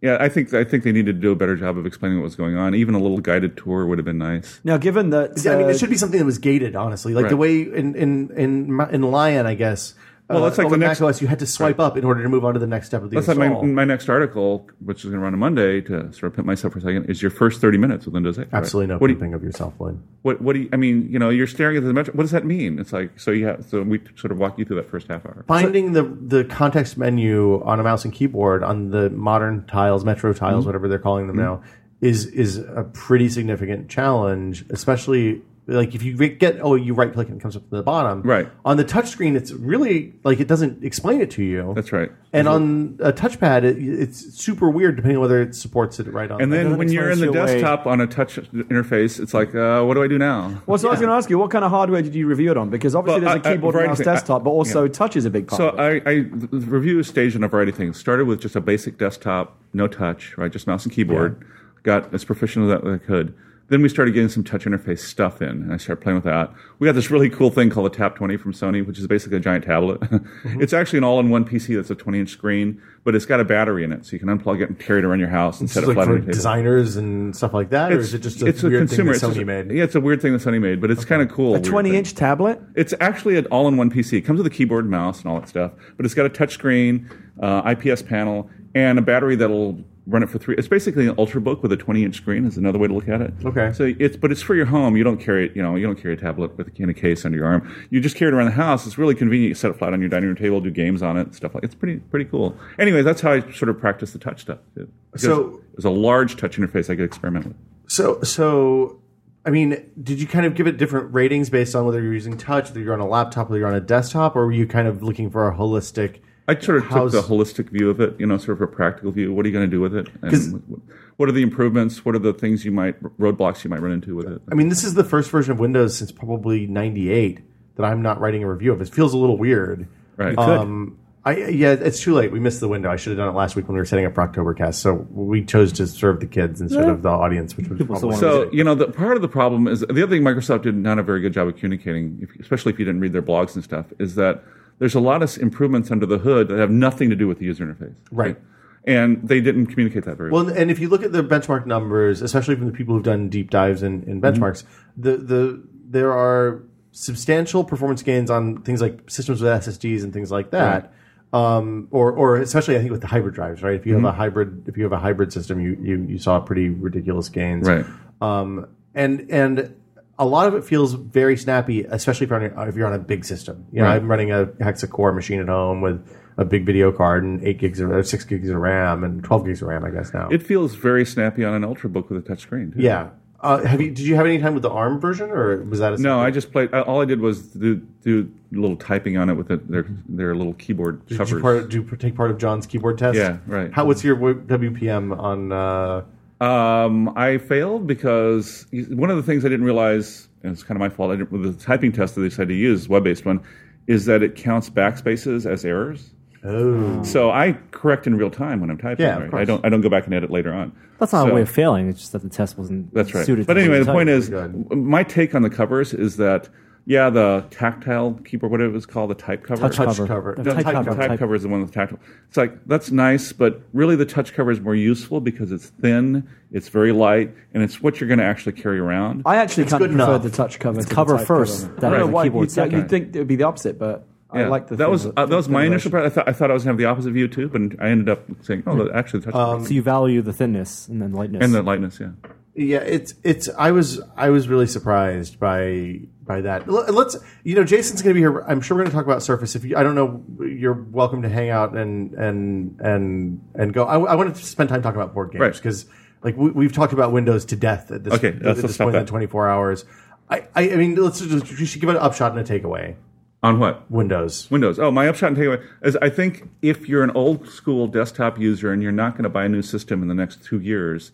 S6: Yeah, I think I think they needed to do a better job of explaining what was going on. Even a little guided tour would have been nice.
S1: now, given that
S2: I mean,
S1: uh,
S2: it should be something that was gated, honestly, like the
S6: Right.
S2: way in in in Ma- in Lion, I guess. uh,
S6: Well, that's like
S2: on
S6: the next-
S2: Mac OS. You had to swipe up in order to move on to the next step of the
S6: That's like my,
S2: install.
S6: my next article, which is going to run on Monday, to sort of pimp myself for a second, is your first 30 minutes with Windows 8. right?
S2: Absolutely no
S6: What do you-
S2: pimping of yourself, Lloyd.
S6: what what do you, I mean? You know, you're staring at the metro. What does that mean? It's like so. Yeah, so we sort of walk you through that first half hour.
S2: Finding the the context menu on a mouse and keyboard on the modern tiles, Metro
S6: Mm-hmm.
S2: tiles, whatever they're calling them now, is is a pretty significant challenge, especially Like if you re- get oh you right click and it comes up to the bottom.
S6: Right.
S2: On the touch screen, it's really like it doesn't explain it to you.
S6: That's right.
S2: And on a touchpad, it, it's super weird depending on whether it supports it right on.
S6: And
S2: the-
S6: then
S4: doesn't
S6: when you're in
S4: explain
S6: the
S4: it to you away.
S6: desktop on a touch interface, it's like, uh, what do I do now?
S1: Well, so I was going to ask you, what kind of hardware did you review it on? Because obviously
S6: Well,
S1: there's a
S6: I- I-
S1: keyboard,
S6: for
S1: mouse,
S6: anything, I-
S1: desktop, but also
S6: yeah.
S1: touch is a big part.
S6: So uh,
S1: of it.
S6: I, I the review is staged on a variety of things. Started with just a basic desktop, no touch, right? Just mouse and keyboard. Got as proficient as that I could. Then we started getting some touch interface stuff in, and I started playing with that. We got this really cool thing called the Tap 20 from Sony, which is basically a giant tablet.
S2: Mm-hmm.
S6: It's actually an all-in-one PC that's a 20-inch screen, but it's got a battery in it, so you can unplug it and carry it around your house and
S2: Is
S6: set
S2: it
S6: it
S2: like
S6: flat on
S2: for
S6: your table.
S2: designers and stuff like that, or is it just a weird thing that Sony
S6: it's just-
S2: made?
S6: Yeah, it's a weird thing that Sony made, but it's kind of cool.
S1: a
S6: weird thing.
S1: 20 inch tablet?
S6: It's actually an all-in-one PC. It comes with a keyboard, mouse, and all that stuff. But it's got a touchscreen, uh, IPS panel, and a battery that'll run it for three. It's basically an ultrabook with a 20-inch screen. Is another way to look at it.
S2: Okay.
S6: So it's but it's for your home. You don't carry it. You know, you don't carry a tablet with a, in a case under your arm. You just carry it around the house. It's really convenient. You set it flat on your dining room table, do games on it, stuff like. It's pretty pretty cool. Anyway, that's how I sort of practice the touch stuff. It- because
S2: So-
S6: there's a large touch interface I could experiment with.
S2: So, so I mean, did you kind of give it different ratings based on whether you're using touch, whether you're on a laptop, whether you're on a desktop, or were you kind of looking for a holistic?
S6: I sort of
S2: How's-
S6: took the holistic view of it, you know, sort of a practical view. What are you going to do with it?
S2: 'Cause-
S6: And wh- what are the improvements? What are the things you might roadblocks you might run into with it?
S2: I mean, this is the first version of Windows since probably '98 that I'm not writing a review of. It feels a little weird.
S6: Right.
S2: Um, I yeah, it's too late. We missed the window. I should have done it last week when we were setting up for Oktobercast. So we chose to serve the kids instead of the audience, which was
S4: still
S2: probably
S4: want
S6: so you know, the part of the problem is the other thing Microsoft did not a very good job of communicating, if, especially if you didn't read their blogs and stuff, is that there's a lot of s- improvements under the hood that have nothing to do with the user interface.
S2: Right.
S6: And they didn't communicate that very well.
S2: Well, and if you look at the benchmark numbers, especially from the people who've done deep dives in, in benchmarks, the the there are substantial performance gains on things like systems with SSDs and things like that. Um, or, or especially I think with the hybrid drives, right? If you have a hybrid, if you have a hybrid system, you you, you saw pretty ridiculous gains,
S6: Right.
S2: Um, and and a lot of it feels very snappy, especially if you're on, a- if you're on a big system. You know,
S6: Right.
S2: I'm running a hexa core machine at home with a big video card and eight gigs of or six gigs of RAM and twelve gigs of RAM, I guess now.
S6: It feels very snappy on an ultrabook with a touch screen. too.
S2: Yeah. Uh, have you? Did you have any time with the ARM version, or was that a
S6: No, I just played. All I did was do, do little typing on it with the, their their little keyboard
S2: Did
S6: covers.
S2: you part, do you take part of John's keyboard test?
S6: Yeah, right.
S2: How? What's your w- WPM on? Uh,
S6: Um, I failed because one of the things I didn't realize, and it's kind of my fault, I didn't, with the typing test that they decided to use, web based one, is that it counts backspaces as errors.
S2: oh,
S6: So I correct in real time when I'm typing.
S2: Yeah, of
S6: right? I
S2: course.
S6: don't. I don't go back and edit later on.
S4: That's not
S6: So-
S4: a way of failing. It's just that the test wasn't
S6: That's right.
S4: suited.
S6: but
S4: to
S6: anyway, the
S4: type.
S6: point is,
S2: Good.
S6: my take on the covers is that yeah, the tactile keyboard, whatever it's called, the type cover,
S4: Touch
S2: touch
S4: cover.
S2: cover.
S4: No,
S6: The
S4: type
S6: type,
S4: cover,
S6: type
S4: type-
S6: cover is the one with tactile. It's like that's nice, but really the touch cover is more useful because it's thin, it's very light, and it's what you're going to actually carry around.
S1: I actually kind of
S2: good
S1: prefer
S2: enough.
S1: the touch cover. to the
S4: cover
S1: type
S4: first,
S1: cover.
S4: that
S1: I don't
S4: is
S1: know
S4: the
S1: why
S4: keyboard
S1: you'd, say-
S4: second.
S1: you'd think it would be the opposite, but I
S6: Yeah.
S1: like the
S6: that
S1: thin-
S6: was uh, that was my
S1: thin
S6: initial.
S1: version.
S6: part. I thought I thought I was going to have the opposite view too, but I ended up saying, oh, the- actually, the touch cover
S4: so you value the thinness and then lightness.
S6: and the lightness. Yeah,
S2: yeah. It's it's. I was I was really surprised by by that. L- Let's you know, Jason's going to be here. I'm sure we're going to talk about Surface. If you, I don't know, you're welcome to hang out and and and and go. I, I wanted to spend time talking about board games
S6: Right.
S2: because like we, we've talked about Windows to death at this,
S6: Okay,
S2: at
S6: let's
S2: this
S6: stop
S2: point in
S6: that.
S2: the 24 hours. I, I, I mean, let's just, we should give it an upshot and a takeaway.
S6: on what?
S2: Windows.
S6: Windows. Oh, my upshot and takeaway is I think if you're an old school desktop user and you're not going to buy a new system in the next two years,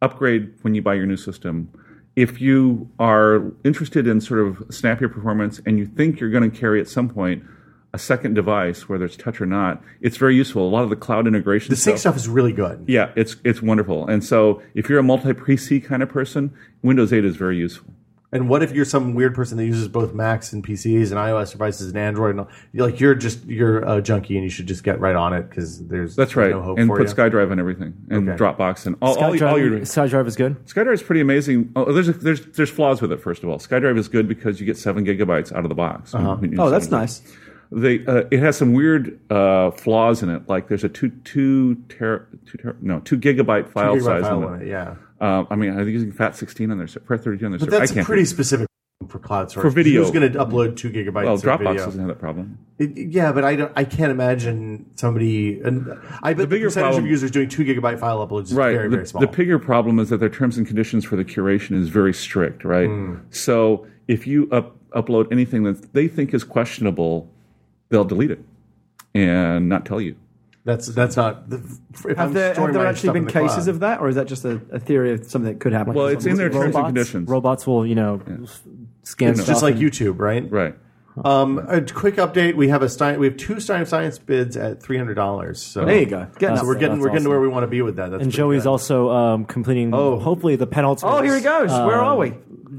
S6: upgrade when you buy your new system. If you are interested in sort of snappier performance and you think you're going to carry at some point a second device, whether it's touch or not, it's very useful. A lot of the cloud integration
S2: The sync
S6: stuff.
S2: stuff is really good.
S6: Yeah, it's it's wonderful. And so if you're a multi PC kind of person, Windows 8 is very useful.
S2: And what if you're some weird person that uses both Macs and PCs and iOS devices and Android? And all, you're like you're just you're a junkie and you should just get right on it because there's
S6: That's
S2: there's
S6: right.
S2: no hope
S6: and
S2: for
S6: put
S2: you.
S6: SkyDrive and everything and
S2: Okay.
S6: Dropbox and all, all,
S4: SkyDrive,
S6: all your
S4: SkyDrive is good.
S6: SkyDrive is pretty amazing. Oh, there's, a, there's there's flaws with it. First of all, SkyDrive is good because you get seven gigabytes out of the box.
S2: Uh-huh.
S6: When you
S1: Oh,
S6: use
S1: that's
S6: seven gig.
S1: nice.
S6: They uh, it has some weird uh, flaws in it. Like there's a two two ter, two ter, no two gigabyte file
S2: Figure out
S6: size.
S2: file
S6: in
S2: on it, yeah.
S6: Uh, I mean, I think using FAT 16 on their ser- FAT 32 on their
S2: But
S6: server. I
S2: that's
S6: can't.
S2: pretty specific for cloud storage.
S6: For video.
S2: who's going to upload two gigabytes?
S6: well,
S2: of
S6: Dropbox
S2: video?
S6: doesn't have that problem.
S2: It- yeah, but I don't. I can't imagine somebody. And I bet the,
S6: bigger
S2: percentage
S6: problem-
S2: of users doing two gigabyte file uploads is
S6: right.
S2: very
S6: the,
S2: very small. Hmm.
S6: the bigger problem is that their terms and conditions for the curation is very strict, right? So if you up, upload anything that they think is questionable, they'll delete it and not tell you.
S2: That's that's not. The, if I'm
S1: Have there,
S2: storing
S1: have there
S2: my
S1: actually
S2: stuff in
S1: been
S2: the
S1: cases
S2: cloud-
S1: of that, or is that just a, a theory of something that could happen?
S6: Well, it's in their terms and conditions,
S4: Robots will, you know, s- scan
S6: It's
S4: stuff.
S6: just
S2: Just like
S4: and-
S2: YouTube, right?
S6: right?
S2: Um, a quick update: we have a Stein, we have two Stein of Science bids at three hundred dollars. So
S1: There you go. Getting
S2: So we're
S1: up
S2: getting
S4: That's
S2: we're getting to where
S4: awesome.
S2: we want to be with that. That's
S4: And
S2: pretty
S4: Joey's
S2: good.
S4: also um, completing,
S2: Oh.
S4: hopefully, the penultimate.
S1: Oh, here he goes. Where are we?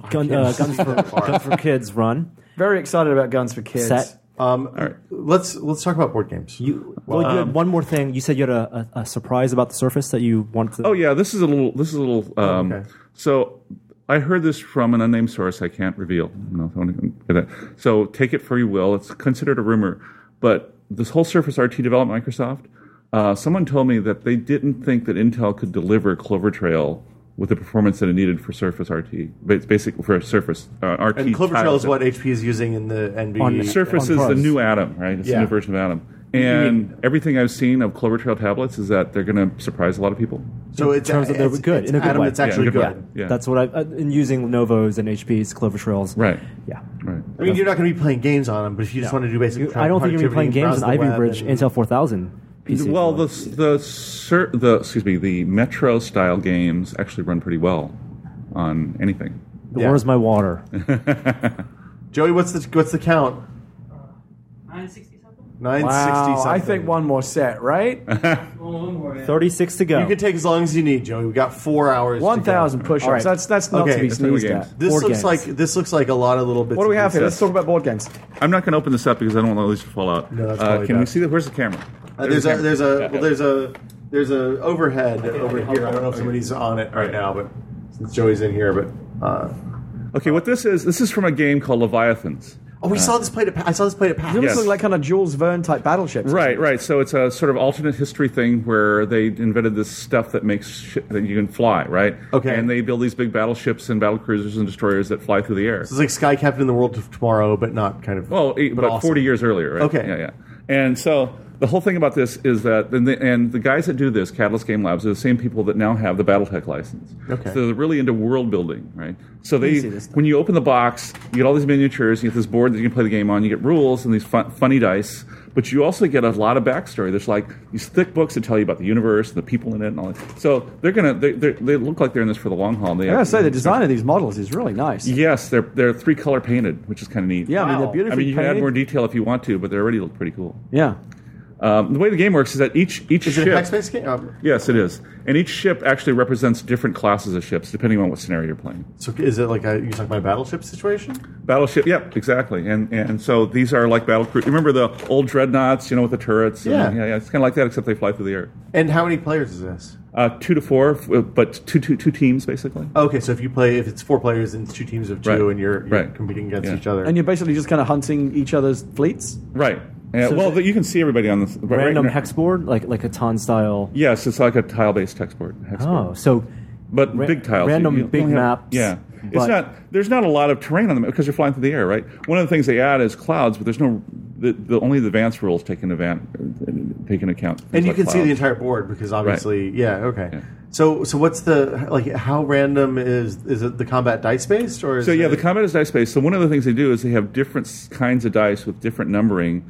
S4: Gun, uh, guns, for, guns for Kids run.
S1: Very excited about guns for kids.
S4: Set.
S2: Um, Let's let's talk about board games.
S4: You, well, you
S6: Um,
S4: had one more thing. You said you had a, a, a surprise about the Surface that you wanted to.
S6: Oh yeah, this is a little. This is a little. Um,
S2: Oh, okay.
S6: So I heard this from an unnamed source. I can't reveal. No, I don't get that. So take it for you will. It's considered a rumor, but this whole Surface RT development, Microsoft. Uh, someone told me that they didn't think that Intel could deliver Clover Trail with the performance that it needed for Surface RT. Ba- It's basically for Surface uh, RT.
S2: And Clover Trail
S6: tiles.
S2: is what HP is using in the NB.
S4: On
S6: Surface
S4: on
S6: is the
S4: Pros.
S6: new Atom, right? It's the
S2: Yeah.
S6: new version of Atom. And everything I've seen of Clover Trail tablets is that they're going to surprise a lot of people.
S2: so it's
S4: terms of they're
S2: it's,
S4: good,
S2: It's
S4: in a good
S2: Atom
S4: way.
S2: that's actually
S6: Yeah, in a
S2: good.
S6: good Yeah.
S4: That's what I. uh, In using Lenovo's and HP's Clover Trails.
S6: Right.
S4: Yeah.
S6: Right.
S2: I mean, you're not going to be playing games on them, but if you just want to do basic,
S4: I don't think you're going to be
S2: productivity,
S4: playing games
S2: browse
S4: in
S2: the
S4: Ivy
S2: web
S4: Bridge
S2: and-
S4: Intel 4000 PCs.
S6: well, the the cer- the excuse me, the Metro style games actually run pretty well on anything.
S2: yeah.
S4: Where's my water?
S2: Joey, what's the what's the count?
S5: 960 something?
S2: Nine sixty.
S1: Wow, I think one more set, right?
S5: Oh, one more. Yeah.
S4: 36 to go.
S2: You can take as long as you need, Joey. We got four hours. to go.
S1: 1,000 push ups.
S4: All right.
S1: That's, that's not
S2: Okay,
S1: to be
S2: that's
S1: sneezed
S6: games.
S1: at.
S2: This
S4: Board
S2: looks
S4: games.
S2: like this looks like a lot of little bits.
S1: What do we
S2: and
S1: have here?
S2: pieces.
S1: Let's talk about board games.
S6: I'm not going to open this up because I don't want all these to fall out.
S2: No, that's
S6: uh,
S2: probably
S6: can we
S2: bad.
S6: see the Where's the camera?
S2: Uh, there's a
S6: camera.
S2: there's a
S6: Yeah.
S2: well, there's a there's a overhead over here. I don't know if somebody's on it right now, but since Joey's in here, but uh,
S6: Okay, what this is? This is from a game called Leviathans.
S2: oh, we saw this played at Pa- I saw this played at PAX.
S1: They
S6: Yes.
S1: look like kind of Jules Verne type battleships.
S6: Right, right. So it's a sort of alternate history thing where they invented this stuff that makes shit that you can fly, right?
S2: Okay.
S6: And they build these big battleships and battle cruisers and destroyers that fly through the air.
S2: This is like Sky Captain in the World of Tomorrow, but not kind of.
S6: Well, eight, about
S2: awesome.
S6: forty years earlier, right?
S2: Okay.
S6: Yeah, yeah. And so the whole thing about this is that, and the, and the guys that do this, Catalyst Game Labs, are the same people that now have the BattleTech license.
S2: Okay.
S6: So they're really into world building, right? So they,
S1: see this thing.
S6: when you open the box, you get all these miniatures, you get this board that you can play the game on, you get rules and these fun, funny dice, but you also get a lot of backstory. There's like these thick books that tell you about the universe and the people in it and all that. So they're gonna, they, they, they look like they're in this for the long haul. and They
S1: I gotta say, the design of these models is really nice. Yeah,
S6: Yes, they're they're three color painted, which is kind of neat.
S1: I mean, they're
S6: I
S1: beautifully
S6: mean, you can add
S1: painted.
S6: more detail if you want to, but they already look pretty cool.
S1: yeah.
S6: Um, the way the game works is that each each
S2: Is
S6: ship,
S2: it a text-based game? Um,
S6: yes, it is, and each ship actually represents different classes of ships depending on what scenario you're playing.
S2: so is it like a you talking about a battleship situation?
S6: Battleship, yep, exactly, and and so these are like battle crew. Remember the old dreadnoughts, you know, with the turrets? and-
S2: Yeah.
S6: yeah, yeah. It's kind of like that, except they fly through the air.
S2: And how many players is this?
S6: Uh, two to four, f- uh, but two two two teams basically.
S2: Okay, so if you play, if it's four players and it's two teams of two,
S6: Right.
S2: and you're, you're
S6: Right.
S2: competing against
S6: Yeah.
S2: each other,
S1: And you're basically just kind of hunting each other's fleets.
S6: Right. Uh,
S4: So
S6: well,
S4: the-
S6: you can see everybody on this right- right
S4: Random
S6: now-
S4: hexboard, like like a ton style.
S6: Yes, it's like a tile-based text board. hex board.
S4: Oh, so
S6: but
S4: Ra-
S6: big tiles,
S4: random
S6: don't
S4: big
S6: have-
S4: maps,
S6: Yeah, it's
S4: but-
S6: not. There's not a lot of terrain on them because you're flying through the air, right? One of the things they add is clouds, but there's no. The, the only the advanced rules take into van, take into account. things
S2: and you
S6: like
S2: can see the
S6: clouds.
S2: entire board because obviously, yeah, okay.
S6: Yeah.
S2: So, so what's the like? How random is is it the combat dice based or is
S6: So yeah,
S2: it,
S6: the combat is dice based. So one of the things they do is they have different s- kinds of dice with different numbering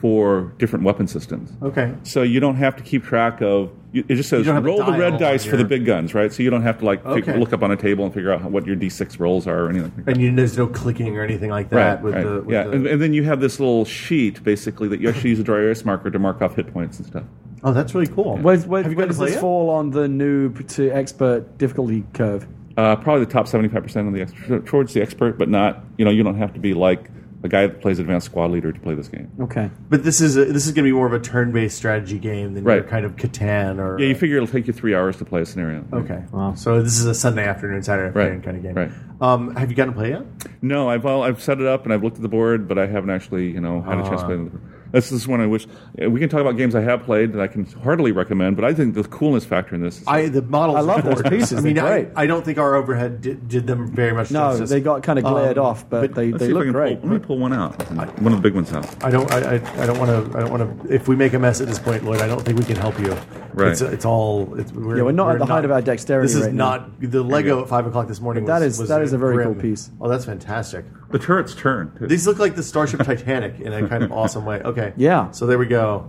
S6: for different weapon systems.
S2: okay.
S6: So you don't have to keep track of. you- It just says
S2: don't have a
S6: roll the
S2: dial
S6: red
S2: on
S6: dice for the
S2: your-
S6: big guns, right? So you don't have to like pick-
S2: Okay.
S6: look up on a table and figure out how- what your d6 rolls are or anything. Like that.
S2: And you, there's no clicking or anything like that with the with
S6: yeah,
S2: the-
S6: and, and then you have this little sheet basically that you actually use a dry erase marker to mark off hit points and stuff.
S2: oh, that's really cool.
S1: Where, where,
S2: Have you
S1: where
S2: got
S1: does
S2: to play
S1: this
S2: it?
S1: fall on the noob to expert difficulty curve?
S6: Uh, probably the top seventy-five percent of the ex- towards the expert, but not you know you don't have to be like a guy that plays advanced squad leader to play this game.
S1: Okay.
S2: But this is a, this is going to be more of a turn based strategy game than your
S6: Right.
S2: kind of Catan or
S6: Yeah, you figure it'll take you three hours to play a scenario.
S2: okay. So this is a Sunday afternoon, Saturday
S6: Right,
S2: afternoon kind of game.
S6: right.
S2: Um, have you gotten to play yet?
S6: No, I've all, I've set it up and I've looked at the board, but I haven't actually you know had a chance to play. it. This is one I wish uh, we can talk about games I have played that I can heartily recommend. But I think the coolness factor in this, is,
S2: I the models.
S1: I love those
S2: were-
S1: pieces.
S2: I mean,
S1: They're
S2: I,
S1: great.
S2: I don't think our overhead did, did them very much
S1: No,
S2: justice.
S1: they got kind of glared
S2: Um,
S1: off, but, they,
S6: Let's
S1: they
S6: see if I
S1: look
S6: can
S1: great.
S6: Pull, let me pull one out. One of the big ones out.
S2: I don't. I, I, I don't want to. I don't want to. If we make a mess at this point, Lloyd, I don't think we can help you.
S6: Right.
S2: It's, it's all. It's, we're,
S1: Yeah, we're not at the height of our dexterity
S2: This is
S1: right now.
S2: not the Lego at five o'clock this morning.
S1: But that
S2: was-
S1: is-
S2: was
S1: that is a very cool
S2: grim.
S1: piece.
S2: Oh, that's fantastic.
S6: The turrets turn. Too.
S2: These look like the Starship Titanic in a kind of awesome way. Okay.
S1: Yeah.
S2: So there we go.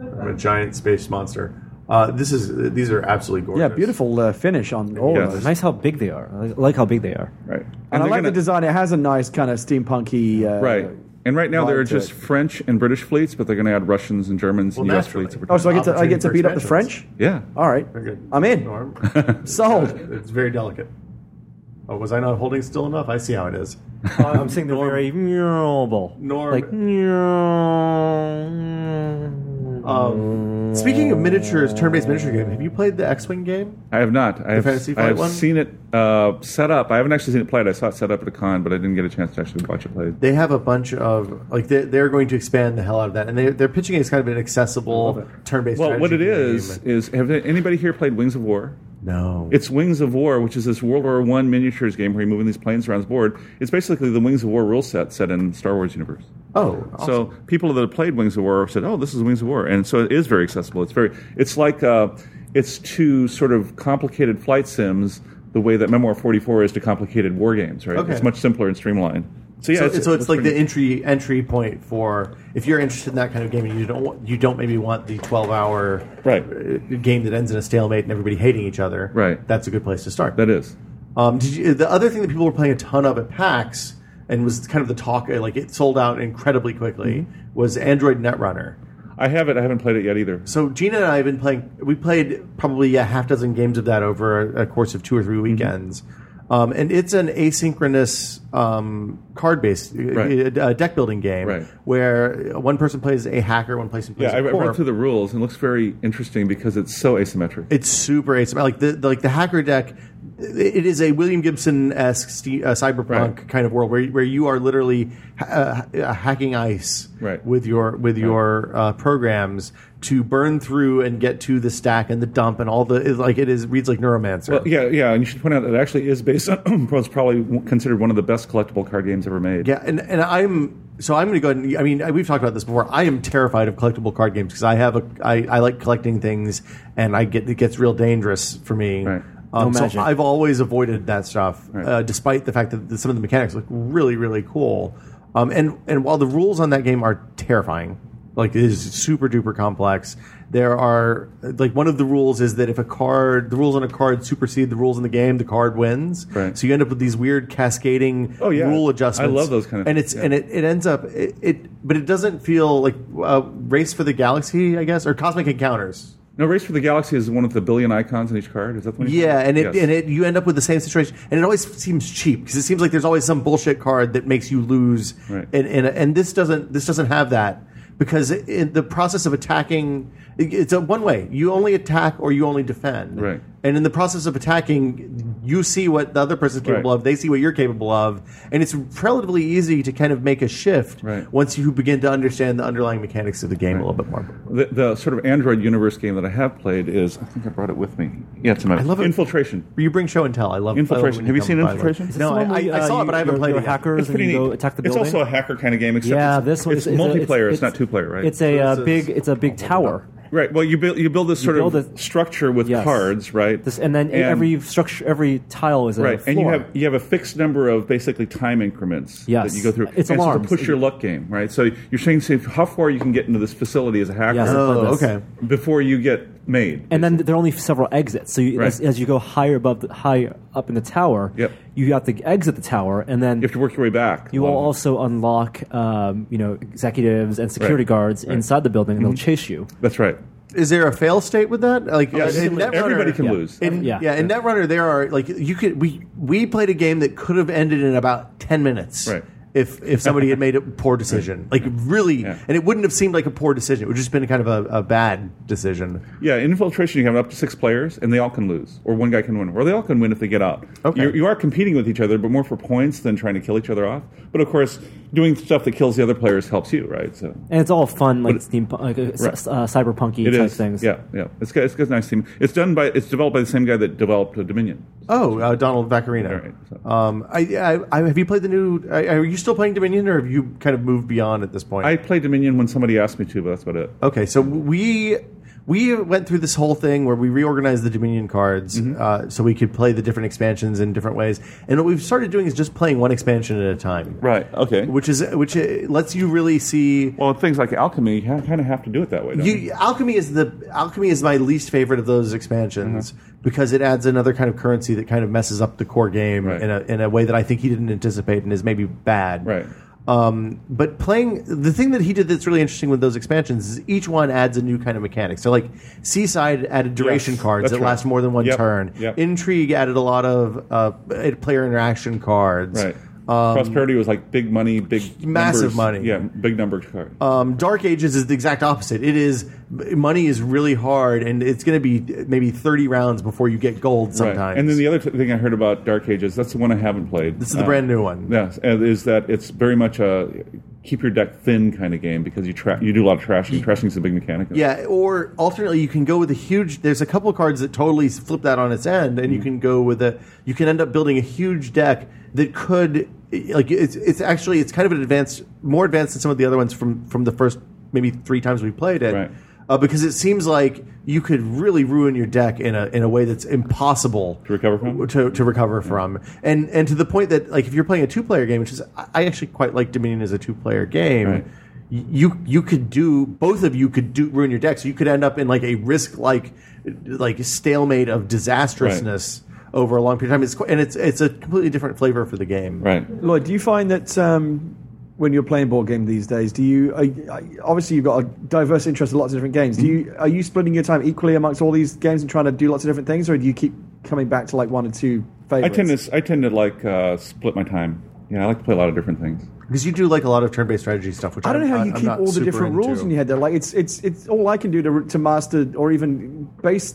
S2: I'm a giant space monster. Uh, this is. These are absolutely
S1: Yeah,
S2: gorgeous.
S1: beautiful uh, finish on all
S6: Yes.
S1: of those.
S4: Nice how big they are. I like how big they are.
S6: right. And,
S1: And, I
S6: they're
S1: like
S6: gonna-
S1: the design. It has a nice kind of steampunky. Uh,
S6: Right. And right now there
S1: vibe
S6: are
S1: to
S6: just
S1: it.
S6: French and British fleets, but they're going to add Russians and Germans
S2: Well,
S6: and U.S.
S2: naturally.
S6: fleets. over
S1: Oh, so I get to I
S2: Opportunity
S1: get to
S2: for
S1: beat up the
S2: expansions.
S1: French.
S6: yeah.
S1: All right,
S2: Very good.
S1: I'm in.
S2: Norm.
S1: Sold.
S2: It's very delicate. Oh, was I not holding still enough? I see how it is.
S4: I'm saying they're very murable.
S2: Norm.
S4: Like
S2: Um, speaking of miniatures, turn-based miniature game, have you played the X-wing game?
S6: I have not. I have,
S2: Fantasy
S6: I
S2: Flight
S6: have
S2: one?
S6: seen it uh, set up. I haven't actually seen it played. I saw it set up at a con, but I didn't get a chance to actually watch it played.
S2: They have a bunch of like they, they're going to expand the hell out of that, and they, they're pitching it as kind of an accessible turn-based.
S6: Well, what it
S2: strategy
S6: is
S2: game.
S6: is have anybody here played Wings of War?
S2: no,
S6: It's Wings of War, which is this World War One miniatures game where you're moving these planes around the board. It's basically the Wings of War rule set set in Star Wars universe.
S2: oh,
S6: So people that have played Wings of War said, "Oh, this is Wings of War," and so it is very accessible. It's very, it's like, uh, it's to sort of complicated flight sims the way that Memoir 44 is to complicated war games, right?
S2: Okay.
S6: It's much simpler and streamlined. So yeah,
S2: so, it's, so it's, like
S6: pretty-
S2: the entry entry point for if you're interested in that kind of game and you don't want, you don't maybe want the 12 hour
S6: Right.
S2: game that ends in a stalemate and everybody hating each other
S6: Right.
S2: that's a good place to start
S6: that is.
S2: um, did you, the other thing that people were playing a ton of at PAX and was kind of the talk uh, like it sold out incredibly quickly
S6: Mm-hmm.
S2: was Android Netrunner
S6: I have it. I haven't played it yet either.
S2: so Gina and I have been playing. We played probably a half dozen games of that over a, a course of two or
S6: Mm-hmm.
S2: three weekends, um, and it's an asynchronous um, card-based uh,
S6: Right.
S2: uh, deck building game
S6: Right.
S2: where one person plays a hacker, one person plays
S6: Yeah, I, I
S2: a corp.
S6: read through the rules and it looks very interesting because it's so asymmetric.
S2: It's super asymmetric. Like the, the like the hacker deck, it is a William Gibson esque uh, cyberpunk
S6: Right.
S2: kind of world where where you are literally uh, uh, hacking ice
S6: Right.
S2: with your with your uh, programs to burn through and get to the stack and the dump and all the it- like it is reads like Neuromancer.
S6: Well, yeah, yeah, and you should point out that it actually is based on well, it's probably considered one of the best collectible card games ever made.
S2: Yeah, and, and I'm so I'm going to go ahead and I mean we've talked about this before. I am terrified of collectible card games because I have a I, I like collecting things and I get it gets real dangerous for me.
S6: Right.
S2: Um,
S4: No
S2: so
S4: magic.
S2: I've always avoided that stuff, uh, despite the fact that some of the mechanics look really really cool. Um, and and while the rules on that game are terrifying, like it is super duper complex. There are like one of the rules is that if a card, the rules on a card supersede the rules in the game, the card wins.
S6: Right.
S2: So you end up with these weird cascading
S6: Oh, yeah.
S2: rule
S6: I
S2: adjustments.
S6: love those kind of
S2: and
S6: things,
S2: it's
S6: yeah.
S2: and it, it ends up it, it but it doesn't feel like uh, race for the galaxy, I guess, or cosmic encounters.
S6: No, Race for the Galaxy is one of the billion icons in each card. Is that the one? you're
S2: Yeah,
S6: talking
S2: and it
S6: about? Yes.
S2: and it you end up with the same situation, and it always seems cheap because it seems like there's always some bullshit card that makes you lose,
S6: Right.
S2: and and and this doesn't this doesn't have that because it, it- the process of attacking it- it's a one way you only attack or you only defend,
S6: Right.
S2: And in the process of attacking, you see what the other person's capable
S6: Right.
S2: of, they see what you're capable of, and it's relatively easy to kind of make a shift
S6: Right.
S2: once you begin to understand the underlying mechanics of the game a little bit more.
S6: The, the sort of Android universe game that I have played is I think I brought it with me. Yeah, it's in my I
S2: love it.
S6: Infiltration.
S2: You bring show and tell. I love I love
S6: Infiltration.
S2: when
S6: Have you
S2: come
S6: seen
S2: by, like-
S6: Infiltration? Is
S4: Is this
S2: No,
S4: the
S2: I,
S4: one where,
S2: I, I
S4: uh,
S2: saw it, but I haven't
S4: you're-
S2: played
S4: you're
S2: it. Yet.
S4: hackers and you go attack the building.
S6: It's also a hacker kind of game, except
S4: yeah,
S6: it's,
S4: this one
S6: it's
S4: is
S6: multiplayer. It's, not two player, right?
S4: It's a uh,
S2: It's a-
S4: big. It's a big tower.
S6: right. Well, you build you build this sort
S4: build
S6: of
S4: a-
S6: structure with
S4: Yes.
S6: cards, right?
S4: This, and then every structure, every tile is a
S6: right,
S4: floor.
S6: and you have you have a fixed number of basically time increments
S4: Yes.
S6: that you go through.
S4: It's
S6: and
S4: alarms.
S6: It's a push your luck game, right? So you're saying see how far you can get into this facility as a hacker
S4: Yes,
S2: Oh,
S4: Purpose.
S2: okay.
S6: before you get made.
S4: and then there are only several exits. So you,
S6: Right.
S4: as, as you go higher above, the, higher up in the tower,
S6: Yep.
S4: you have to exit the tower, and then
S6: you have to work your way back.
S4: you will
S6: Well,
S4: also unlock, um, you know, executives and security
S6: Right. Mm-hmm.
S4: guards inside the building, and they'll chase you.
S6: That's right.
S2: Is there a fail state with that? Like
S6: Yes.
S2: in Netrunner-
S6: Everybody can lose.
S2: In, yeah.
S4: Yeah.
S2: in Netrunner, there are like you could we we played a game that could have ended in about ten minutes.
S6: Right.
S2: If if somebody had made a poor decision, like really,
S6: Yeah.
S2: and it wouldn't have seemed like a poor decision. It would have just been kind of a, a bad decision.
S6: Yeah, in infiltration, you have up to six players, and they all can lose, or one guy can win, or they all can win if they get out.
S2: Okay.
S6: You're, you are competing with each other, but more for points than trying to kill each other off. But of course, doing stuff that kills the other players helps you, right? So
S4: and it's all fun, like steampunk, like uh, s- uh, cyberpunky
S6: it
S4: type
S6: is.
S4: things.
S6: Yeah, yeah. It's got, it's got a nice theme. It's done by it's developed by the same guy that developed uh, Dominion.
S2: Oh, uh, Donald Vaccarino.
S6: All right, so-
S2: Um, I, I, I, have you played the new? I, are you still playing Dominion, or have you kind of moved beyond at this point?
S6: I played Dominion when somebody asked me to, but that's about it.
S2: Okay, so we we went through this whole thing where we reorganized the Dominion cards uh, so we could play the different expansions in different ways. And what we've started doing is just playing one expansion at a time,
S6: Right. Okay.
S2: Which is which uh, lets you really see.
S6: well, things like alchemy, you kind of have to do it that way. Don't you?
S2: You, alchemy is the alchemy is my least favorite of those expansions
S6: Mm-hmm.
S2: because it adds another kind of currency that kind of messes up the core game
S6: Right.
S2: in a in a way that I think he didn't anticipate and is maybe bad.
S6: Right.
S2: Um, but playing the thing that he did that's really interesting with those expansions is each one adds a new kind of mechanic. So like Seaside added duration
S6: Yes,
S2: cards
S6: that's
S2: that
S6: right.
S2: last more than one
S6: Yep,
S2: turn.
S6: yep.
S2: Intrigue added a lot of uh, player interaction cards.
S6: Right. Prosperity was like big money, big
S2: Um, Massive
S6: numbers.
S2: money.
S6: Yeah, big number card.
S2: Um, Dark Ages is the exact opposite. It is money is really hard, and it's going to be maybe thirty rounds before you get gold
S6: Right.
S2: sometimes.
S6: And then the other t- thing I heard about Dark Ages, that's the one I haven't played. Uh,
S2: this is the brand new one.
S6: Yes, and is that it's very much a keep your deck thin kind of game because you tra- you do a lot of trashing. Trashing is a big mechanic.
S2: Yeah, or alternately, you can go with a huge. There's a couple of cards that totally flip that on its end,
S6: Mm.
S2: and you can go with a. You can end up building a huge deck that could, like, it's it's actually it's kind of an advanced, more advanced than some of the other ones from from the first maybe three times we played it,
S6: Right.
S2: uh, because it seems like you could really ruin your deck in a in a way that's impossible
S6: To recover from?
S2: to, to recover from, and and to the point that like if you're playing a two player game, which is I- I actually quite like Dominion as a two player game
S6: Right.
S2: you you could do both of you could do ruin your deck, so you could end up in like a risk like like stalemate of disastrousness over a long period of time. It's qu- and it's it's a completely different flavor for the game.
S6: Right.
S1: Lloyd, do you find that um, when you're playing board game these days, do you are, are- obviously you've got a diverse interest in lots of different games? Do you are you splitting your time equally amongst all these games and trying to do lots of different things, or do you keep coming back to like one or two
S6: I
S1: favorites?
S6: tend to I tend to like uh, split my time. Yeah, I like to play a lot of different things.
S2: Because you do like a lot of turn based strategy stuff, which
S1: I don't know how
S2: I'm-
S1: you
S2: I'm
S1: keep
S2: not
S1: all the
S2: super
S1: different rules
S2: into.
S1: in your head. Though, like it's it's it's all I can do to to master or even base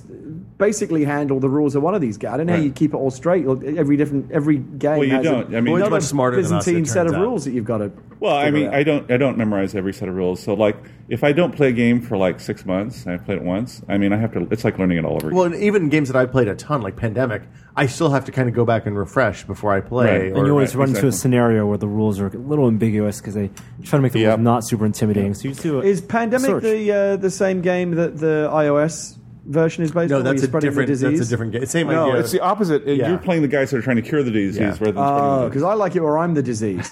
S1: basically handle the rules of one of these guys. I don't know how
S6: Right.
S1: you keep it all straight. Like, Every different every game.
S6: Well, you
S1: has
S6: don't.
S1: A,
S6: I mean- Well, you're
S1: another
S2: much smarter than us, it
S1: Byzantine set of
S2: turns out.
S1: rules that you've got to.
S6: Well, I
S1: figure
S6: mean,
S1: out.
S6: I don't I don't memorize every set of rules. So like, if I don't play a game for like six months and I played it once, I mean, I have to. It's like learning it all over.
S2: Well,
S6: again.
S2: and even games that I played a ton, like Pandemic, I still have to kind of go back and refresh before I play.
S6: Right.
S2: Or,
S4: And you always
S6: Right,
S4: run into a
S6: exactly.
S4: scenario where the rules are a little ambiguous because they try to make the
S6: Yep.
S4: rules not super intimidating. So you just do a
S1: Is Pandemic
S4: search.
S1: the uh, the same game that the iOS version is based
S2: no,
S1: on? where
S2: that's
S1: you're
S2: a
S1: spreading the
S2: different.
S1: disease?
S2: That's a different game. Same
S6: no,
S2: idea.
S6: it's the opposite. It-
S2: Yeah.
S6: You're playing the guys that are trying to cure the disease
S2: Yeah.
S6: rather than.
S1: Oh,
S6: spreading the
S1: because I like it where I'm the disease.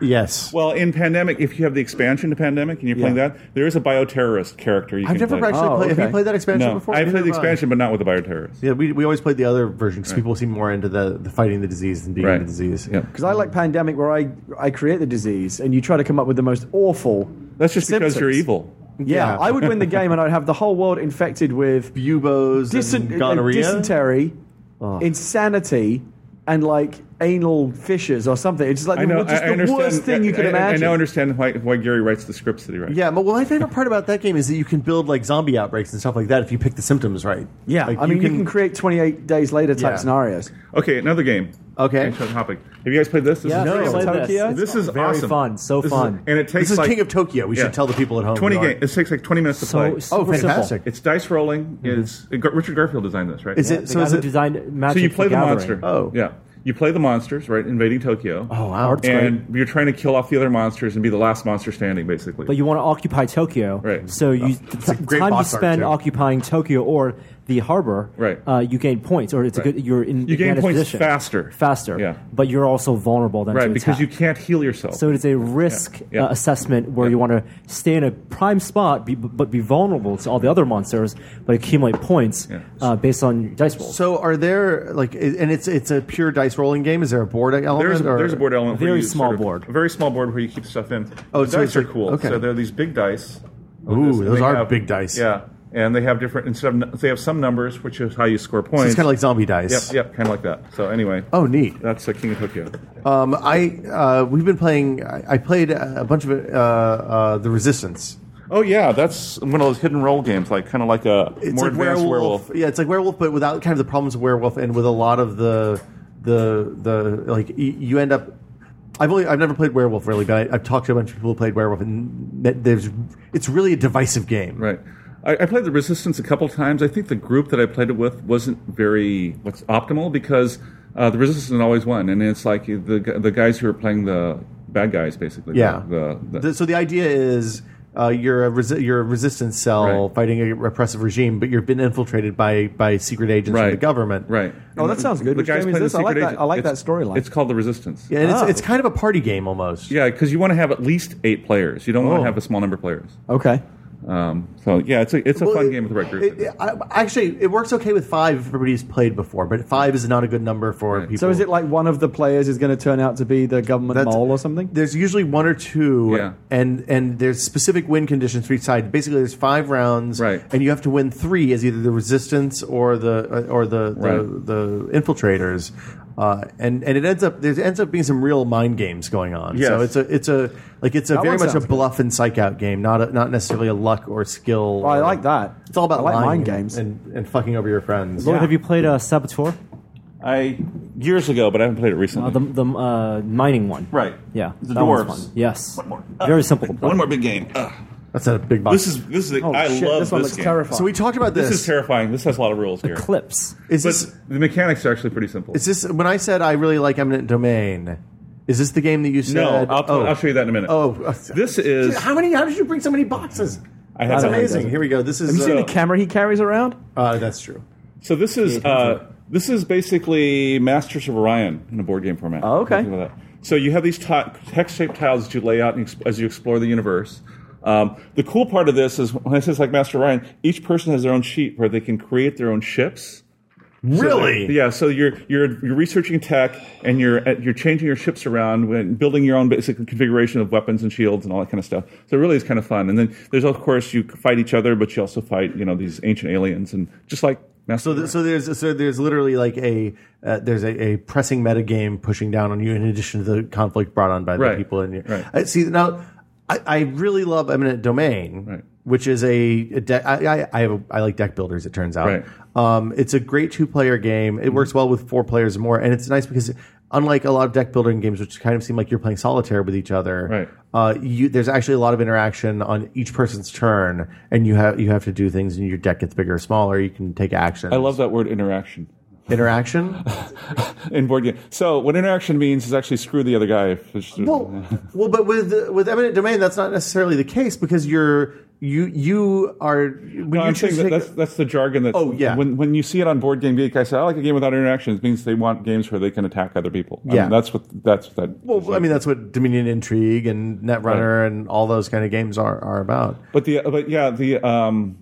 S2: yes.
S6: well, in pandemic, if you have the expansion to pandemic and you're playing
S1: Yeah.
S6: that, there is a bioterrorist character. You
S2: I've
S6: can
S2: never
S6: play.
S2: actually
S1: Oh,
S2: played. Have you
S1: okay.
S2: played that expansion
S6: no,
S2: before?
S6: I've played
S2: Neither
S6: the
S2: have I.
S6: expansion, but not with the bioterrorist.
S2: Yeah, we, we always played the other version because people seem more into the, the fighting the disease than being
S6: Right.
S2: the disease.
S6: Yeah.
S1: Because I like Pandemic where I I create the disease and you try to come up with the most awful.
S6: That's just because you're
S1: symptoms.
S6: evil.
S1: Yeah,
S2: Yeah.
S1: I would win the game and I'd have the whole world infected with
S2: Buboes,
S1: dysen- uh,
S2: and gonorrhea.
S1: dysentery, insanity, and like anal fissures or something. It's just like
S6: I know.
S1: the, just
S6: I, I
S1: the
S6: understand.
S1: worst thing you can
S6: I- I- I,
S1: imagine.
S6: now understand why, why Gary writes the scripts that he writes.
S2: Yeah, but well, my favorite part about that game is that you can build like zombie outbreaks and stuff like that if you pick the symptoms right.
S1: yeah,
S2: Like,
S1: I mean, you can, create 28 days later type
S2: Yeah.
S1: scenarios.
S6: Okay, another game.
S2: Okay.
S6: Change topic. Have you guys played this? This
S4: Yeah,
S6: is
S4: I've
S6: great.
S4: played this.
S1: Tokyo?
S4: It's
S6: This is
S4: very
S6: awesome.
S4: fun, so
S6: This is-
S4: fun.
S6: and it takes
S2: This is
S6: like,
S2: King of Tokyo. We
S6: Yeah.
S2: should tell the people at home.
S6: Twenty
S2: who
S6: game.
S2: aren't.
S6: It takes like twenty minutes to
S4: So-
S6: play.
S4: so-
S2: Oh,
S4: Super simple.
S2: fantastic!
S6: It's dice rolling. It's Gar- Richard Garfield designed this, right?
S2: Is
S4: the
S2: it so?
S4: guy
S2: Is
S4: who
S2: it
S4: designed Magic
S6: So you play
S4: the
S6: the
S4: Gathering.
S6: monster.
S2: Oh.
S6: yeah. You play the monsters, right? Invading Tokyo.
S2: Oh, wow. That's
S6: And you're trying to kill off the other monsters and be the last monster standing, basically.
S4: But you want to occupy Tokyo,
S6: Right.
S4: so you the t-
S2: great
S4: time you
S2: boss art,
S4: spend
S2: too.
S4: occupying Tokyo or the harbor,
S6: Right.
S4: Uh, you gain points, or it's a
S6: Right.
S4: good you're in
S6: You gain
S4: advantage
S6: points
S4: position.
S6: faster.
S4: faster,
S6: Yeah.
S4: But you're also vulnerable then
S6: right
S4: to
S6: because
S4: attack.
S6: you can't heal yourself.
S4: So it is a risk
S6: Yeah.
S4: Uh, assessment where
S6: Yeah.
S4: you want to stay in a prime spot, be, but be vulnerable to all the other monsters, but accumulate points
S6: Yeah.
S4: uh, based on your dice rolls.
S2: so are there like? i- And it's it's a pure dice rolling game. Is there a board element?
S6: there's,
S2: or-
S6: there's a board element. where
S4: Very
S6: you
S4: small
S6: sort of-
S4: board.
S6: A very small board where you keep stuff in.
S2: Oh,
S6: the
S2: so
S6: dice
S2: it's
S6: are
S2: like-
S6: cool.
S2: okay.
S6: So they're these big dice.
S2: Ooh,
S6: And
S2: those
S6: they
S2: are
S6: have-
S2: big dice.
S6: Yeah, and they have different instead of nu- they have some numbers, which is how you score points.
S2: So it's kind of like zombie dice.
S6: Yep, yep, kind of like that. So anyway,
S2: Oh, neat.
S6: that's uh, King of Tokyo.
S2: Um, I uh, we've been playing. I I played a bunch of uh, uh, the Resistance.
S6: Oh yeah, that's one of those hidden role games, like kind of like a more advanced werewolf.
S2: Yeah, it's like werewolf, but without kind of the problems of werewolf, and with a lot of the the the like y- you end up. I've only I've never played Werewolf really, but I, I've talked to a bunch of people who played Werewolf, and that there's it's really a divisive game.
S6: Right. I, I played the Resistance a couple times. I think the group that I played it with wasn't very what's optimal because uh, the Resistance always won, and it's like the gu- the guys who are playing the bad guys basically.
S2: Yeah.
S6: The, the,
S2: The- so the idea is uh, you're a resi- you're a resistance cell
S6: Right.
S2: fighting a repressive regime, but you've been infiltrated by by secret agents
S6: right.
S2: of the government.
S6: Right.
S1: Oh, that sounds good.
S6: The
S1: Which
S6: guys
S1: game is
S6: play the
S1: this? I like
S6: secret
S1: that-
S6: agent.
S1: I like
S6: It's-
S1: that storyline.
S6: It's called the Resistance.
S2: Yeah, and it's,
S1: Oh.
S2: it's kind of a party game almost.
S6: Yeah, because you want to have at least eight players. You don't want
S2: Oh.
S6: to have a small number of players.
S1: Okay.
S6: Um, so yeah, it's a it's a
S2: Well,
S6: fun
S2: it-
S6: game with the right group.
S2: it- it- I- actually, it works okay with five if everybody's played before, but five is not a good number for people.
S1: So is it like one of the players is going to turn out to be the government
S2: That's-
S1: mole or something?
S2: There's usually one or two,
S6: Yeah.
S2: and and there's specific win conditions for each side. Basically, there's five rounds,
S6: Right.
S2: And you have to win three as either the resistance or the uh, or the
S6: Right.
S2: the, the infiltrators, uh, and and it ends up there ends up being some real mind games going on. So it's
S6: Yes.
S2: a it's a like it's a
S1: That
S2: very
S1: one
S2: much a
S1: sounds good.
S2: bluff and psych out game, not a, not necessarily a luck or skill.
S1: Oh, I
S2: or-
S1: like that.
S2: It's all about
S1: I like
S2: lying
S1: mind games.
S2: and, and fucking over your friends.
S4: Lloyd, have you played uh, Saboteur?
S6: I years ago, but I haven't played it recently.
S4: Uh, the the uh, mining one.
S6: right.
S4: Yeah.
S6: The
S4: that one's
S6: dwarves.
S4: fun. Yes. Very simple to play.
S6: One more big game. Ugh.
S2: That's a big box.
S6: This is this is.
S1: Uh, Oh,
S6: I
S1: shit,
S6: love
S1: this one looks
S6: game.
S1: terrifying.
S2: so we talked about this.
S6: This is terrifying. This has a lot of rules here.
S4: Clips.
S2: Is
S6: But
S2: this-
S6: the mechanics are actually pretty simple.
S2: Is this when I said I really like Eminent Domain? Is this the game that you said?
S6: no, I'll,
S2: oh,
S6: I'll show you that in a minute.
S2: Oh,
S6: This is-
S2: how many? How did you bring so many boxes?
S6: I
S2: That's
S6: have that.
S2: amazing. Here we go. This is.
S1: Have you seen
S2: uh,
S1: the camera he carries around?
S2: uh, that's true.
S6: So this is uh, this is basically Masters of Orion in a board game format.
S1: Oh, okay.
S6: Something like that. So you have these ti- hex-shaped tiles that you lay out and ex- as you explore the universe. Um, the cool part of this is when I say it's like Master of Orion, each person has their own sheet where they can create their own ships.
S2: Really?
S6: Yeah. So you're you're you're researching tech and you're at, you're changing your ships around when building your own basic configuration of weapons and shields and all that kind of stuff. So it really is kind of fun. And then there's of course you fight each other, but you also fight you know these ancient aliens and just like Master
S2: So,
S6: of Orion.
S2: th- so there's so there's literally like a uh, there's a, a pressing meta game pushing down on you in addition to the conflict brought on by the
S6: Right.
S2: people in your.
S6: Right.
S2: I see now, I, I really love Eminent Domain,
S6: Right.
S2: which is a, a deck. I I, I, have a, I like deck builders. It turns out,
S6: Right. Mm-hmm.
S2: um, it's a great two player game. It works well with four players or more, and it's nice because unlike a lot of deck building games, which kind of seem like you're playing solitaire with each other,
S6: Right.
S2: uh, you, there's actually a lot of interaction on each person's turn, and you have you have to do things, and your deck gets bigger or smaller. You can take action.
S6: I love that word interaction
S2: interaction.
S6: in board game. So what interaction means is actually screw the other guy. If it's-
S2: well, well, but with with eminent domain, that's not necessarily the case because you're you you are when you
S6: No, I'm
S2: choose
S6: saying
S2: to take-
S6: that that's, that's the jargon that.
S2: Oh, yeah.
S6: When when you see it on board game geek, I say I like a game without interaction. It means they want games where they can attack other people. I mean,
S2: Yeah.
S6: that's what that's what that.
S2: well, I mean that's what Dominion Intrigue and Netrunner and all those kind of games are are about.
S6: but the but yeah the um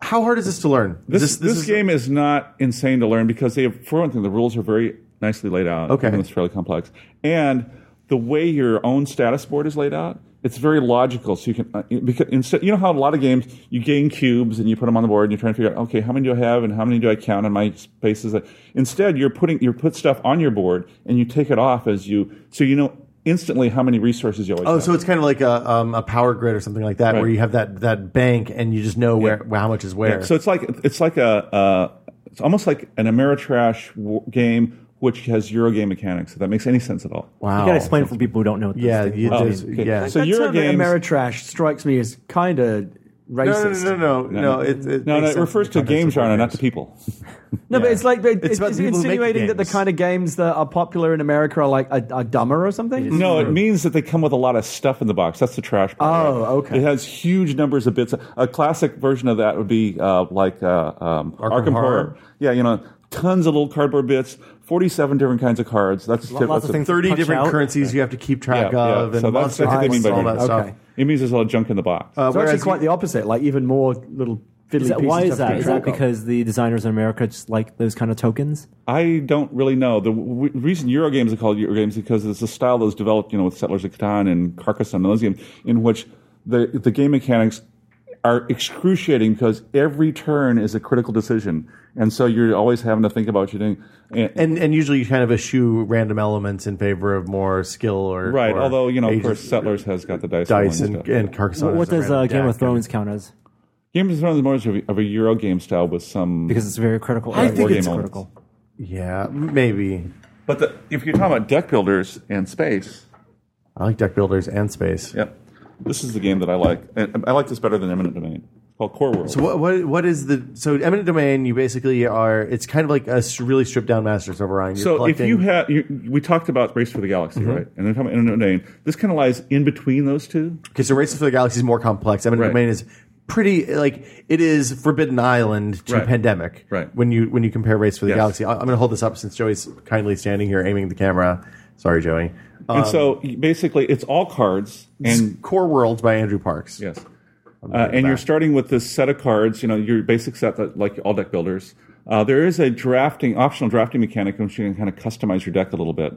S2: How hard is this to learn?
S6: this this,
S2: is-
S6: game is not insane to learn because they have, for one thing the rules are very nicely laid out.
S2: Okay.
S6: even though it's fairly complex, and the way your own status board is laid out. It's very logical, so you can uh, because instead you know how a lot of games you gain cubes and you put them on the board and you're trying to figure out okay how many do I have and how many do I count in my spaces. Instead, you're putting you put stuff on your board and you take it off as you so you know instantly how many resources you always
S2: Oh,
S6: have.
S2: so it's kind of like a um, a power grid or something like that, where
S6: Right.
S2: you have that, that bank and you just know where,
S6: Yeah.
S2: where how much is where.
S6: So it's like it's like a uh, it's almost like an Ameritrash w- game which has Eurogame mechanics. If that makes any sense at all. Oh,
S2: wow,
S4: You gotta explain it for people who don't know what this
S2: Yeah,
S4: thing
S2: you,
S4: was.
S2: there's-
S6: okay.
S2: yeah.
S6: So
S1: that term
S6: Eurogames-
S1: Ameritrash strikes me as kind of
S2: no,
S1: racist.
S2: no, no, no, no, no. It, it
S6: No,
S2: makes
S6: no,
S2: sense
S6: it
S2: in
S6: refers
S2: the
S6: to
S2: context
S6: game
S2: of board
S6: genre, not
S2: games.
S6: to people.
S1: No, but
S2: Yeah.
S1: it's like it,
S2: It's
S1: it's
S2: about
S1: is it
S2: people who make the
S1: insinuating that the
S2: games.
S1: kind of games that are popular in America are like are, are dumber or something.
S6: No, it means that they come with a lot of stuff in the box. That's the trash. Part,
S1: Oh, okay.
S6: It has huge numbers of bits. A classic version of that would be uh, like uh, um, Arkham,
S2: Arkham
S6: Horror.
S2: Horror.
S6: Yeah, you know, tons of little cardboard bits, forty-seven different kinds of cards. That's
S4: Lots
S6: that's
S4: of
S6: a-
S4: things to
S2: Thirty
S4: punch
S2: different
S4: out.
S2: currencies you have to keep track
S6: Yeah, yeah.
S2: of, and
S6: So that's-
S2: monster
S6: that's what they mean
S2: hunts
S6: by
S2: and all
S6: game.
S2: that stuff.
S1: Okay.
S6: It means there's a lot of junk in the box.
S2: Uh,
S1: It's actually
S2: whereas
S1: quite
S2: you-
S1: the opposite. Like even more little fiddly
S4: Is that,
S1: pieces.
S4: why is
S1: to have to
S4: that? Is
S1: keep
S4: that
S1: track of.
S4: because the designers in America just like those kind of tokens?
S6: I don't really know. The w- reason Eurogames are called Eurogames is because it's a style that was developed, you know, with Settlers of Catan and Carcassonne and those games, in which the the game mechanics are excruciating because every turn is a critical decision, and so you're always having to think about what you're doing. And,
S2: and and usually you kind of eschew random elements in favor of more skill or
S6: right,
S2: or
S6: although you know, of
S2: agents-
S6: course, Settlers has got the dice,
S2: dice
S6: roll and
S2: and,
S6: stuff.
S2: and Carcassonne.
S4: What,
S2: is a
S4: does uh,
S2: random
S4: Game of
S2: deck.
S4: Thrones count as?
S6: Game of Thrones is more of a, of a Eurogame style with some
S4: Because it's very critical.
S2: I think
S4: War game
S6: it's-
S4: critical.
S2: Yeah, maybe.
S6: But the, if you're talking about deck builders and space,
S2: I like deck builders and space.
S6: Yep. This is the game that I like. And I like this better than Eminent Domain. It's called Core World.
S2: So what, what what is the so eminent domain? You basically are. It's kind of like a s- really stripped down Masters of Orion. You're
S6: So if
S2: collecting- Mm-hmm.
S6: you had, you, we talked about Race for the Galaxy, right? And then talking about Eminent Domain. This kind of lies in between those two.
S2: Okay, so Races for the Galaxy is more complex. Eminent
S6: Right.
S2: Domain is pretty like it is Forbidden Island to
S6: Right.
S2: Pandemic.
S6: Right.
S2: When you when you compare Race for the
S6: Yes.
S2: Galaxy, I, am going to hold this up since Joey's kindly standing here aiming the camera. Sorry, Joey. Uh,
S6: and so basically, it's all cards and
S2: Core Worlds by Andrew Parks.
S6: Yes. Uh, and you're starting with this set of cards, you know, your basic set that, like all deck builders. Uh, there is a drafting, optional drafting mechanic in which you can kind of customize your deck a little bit.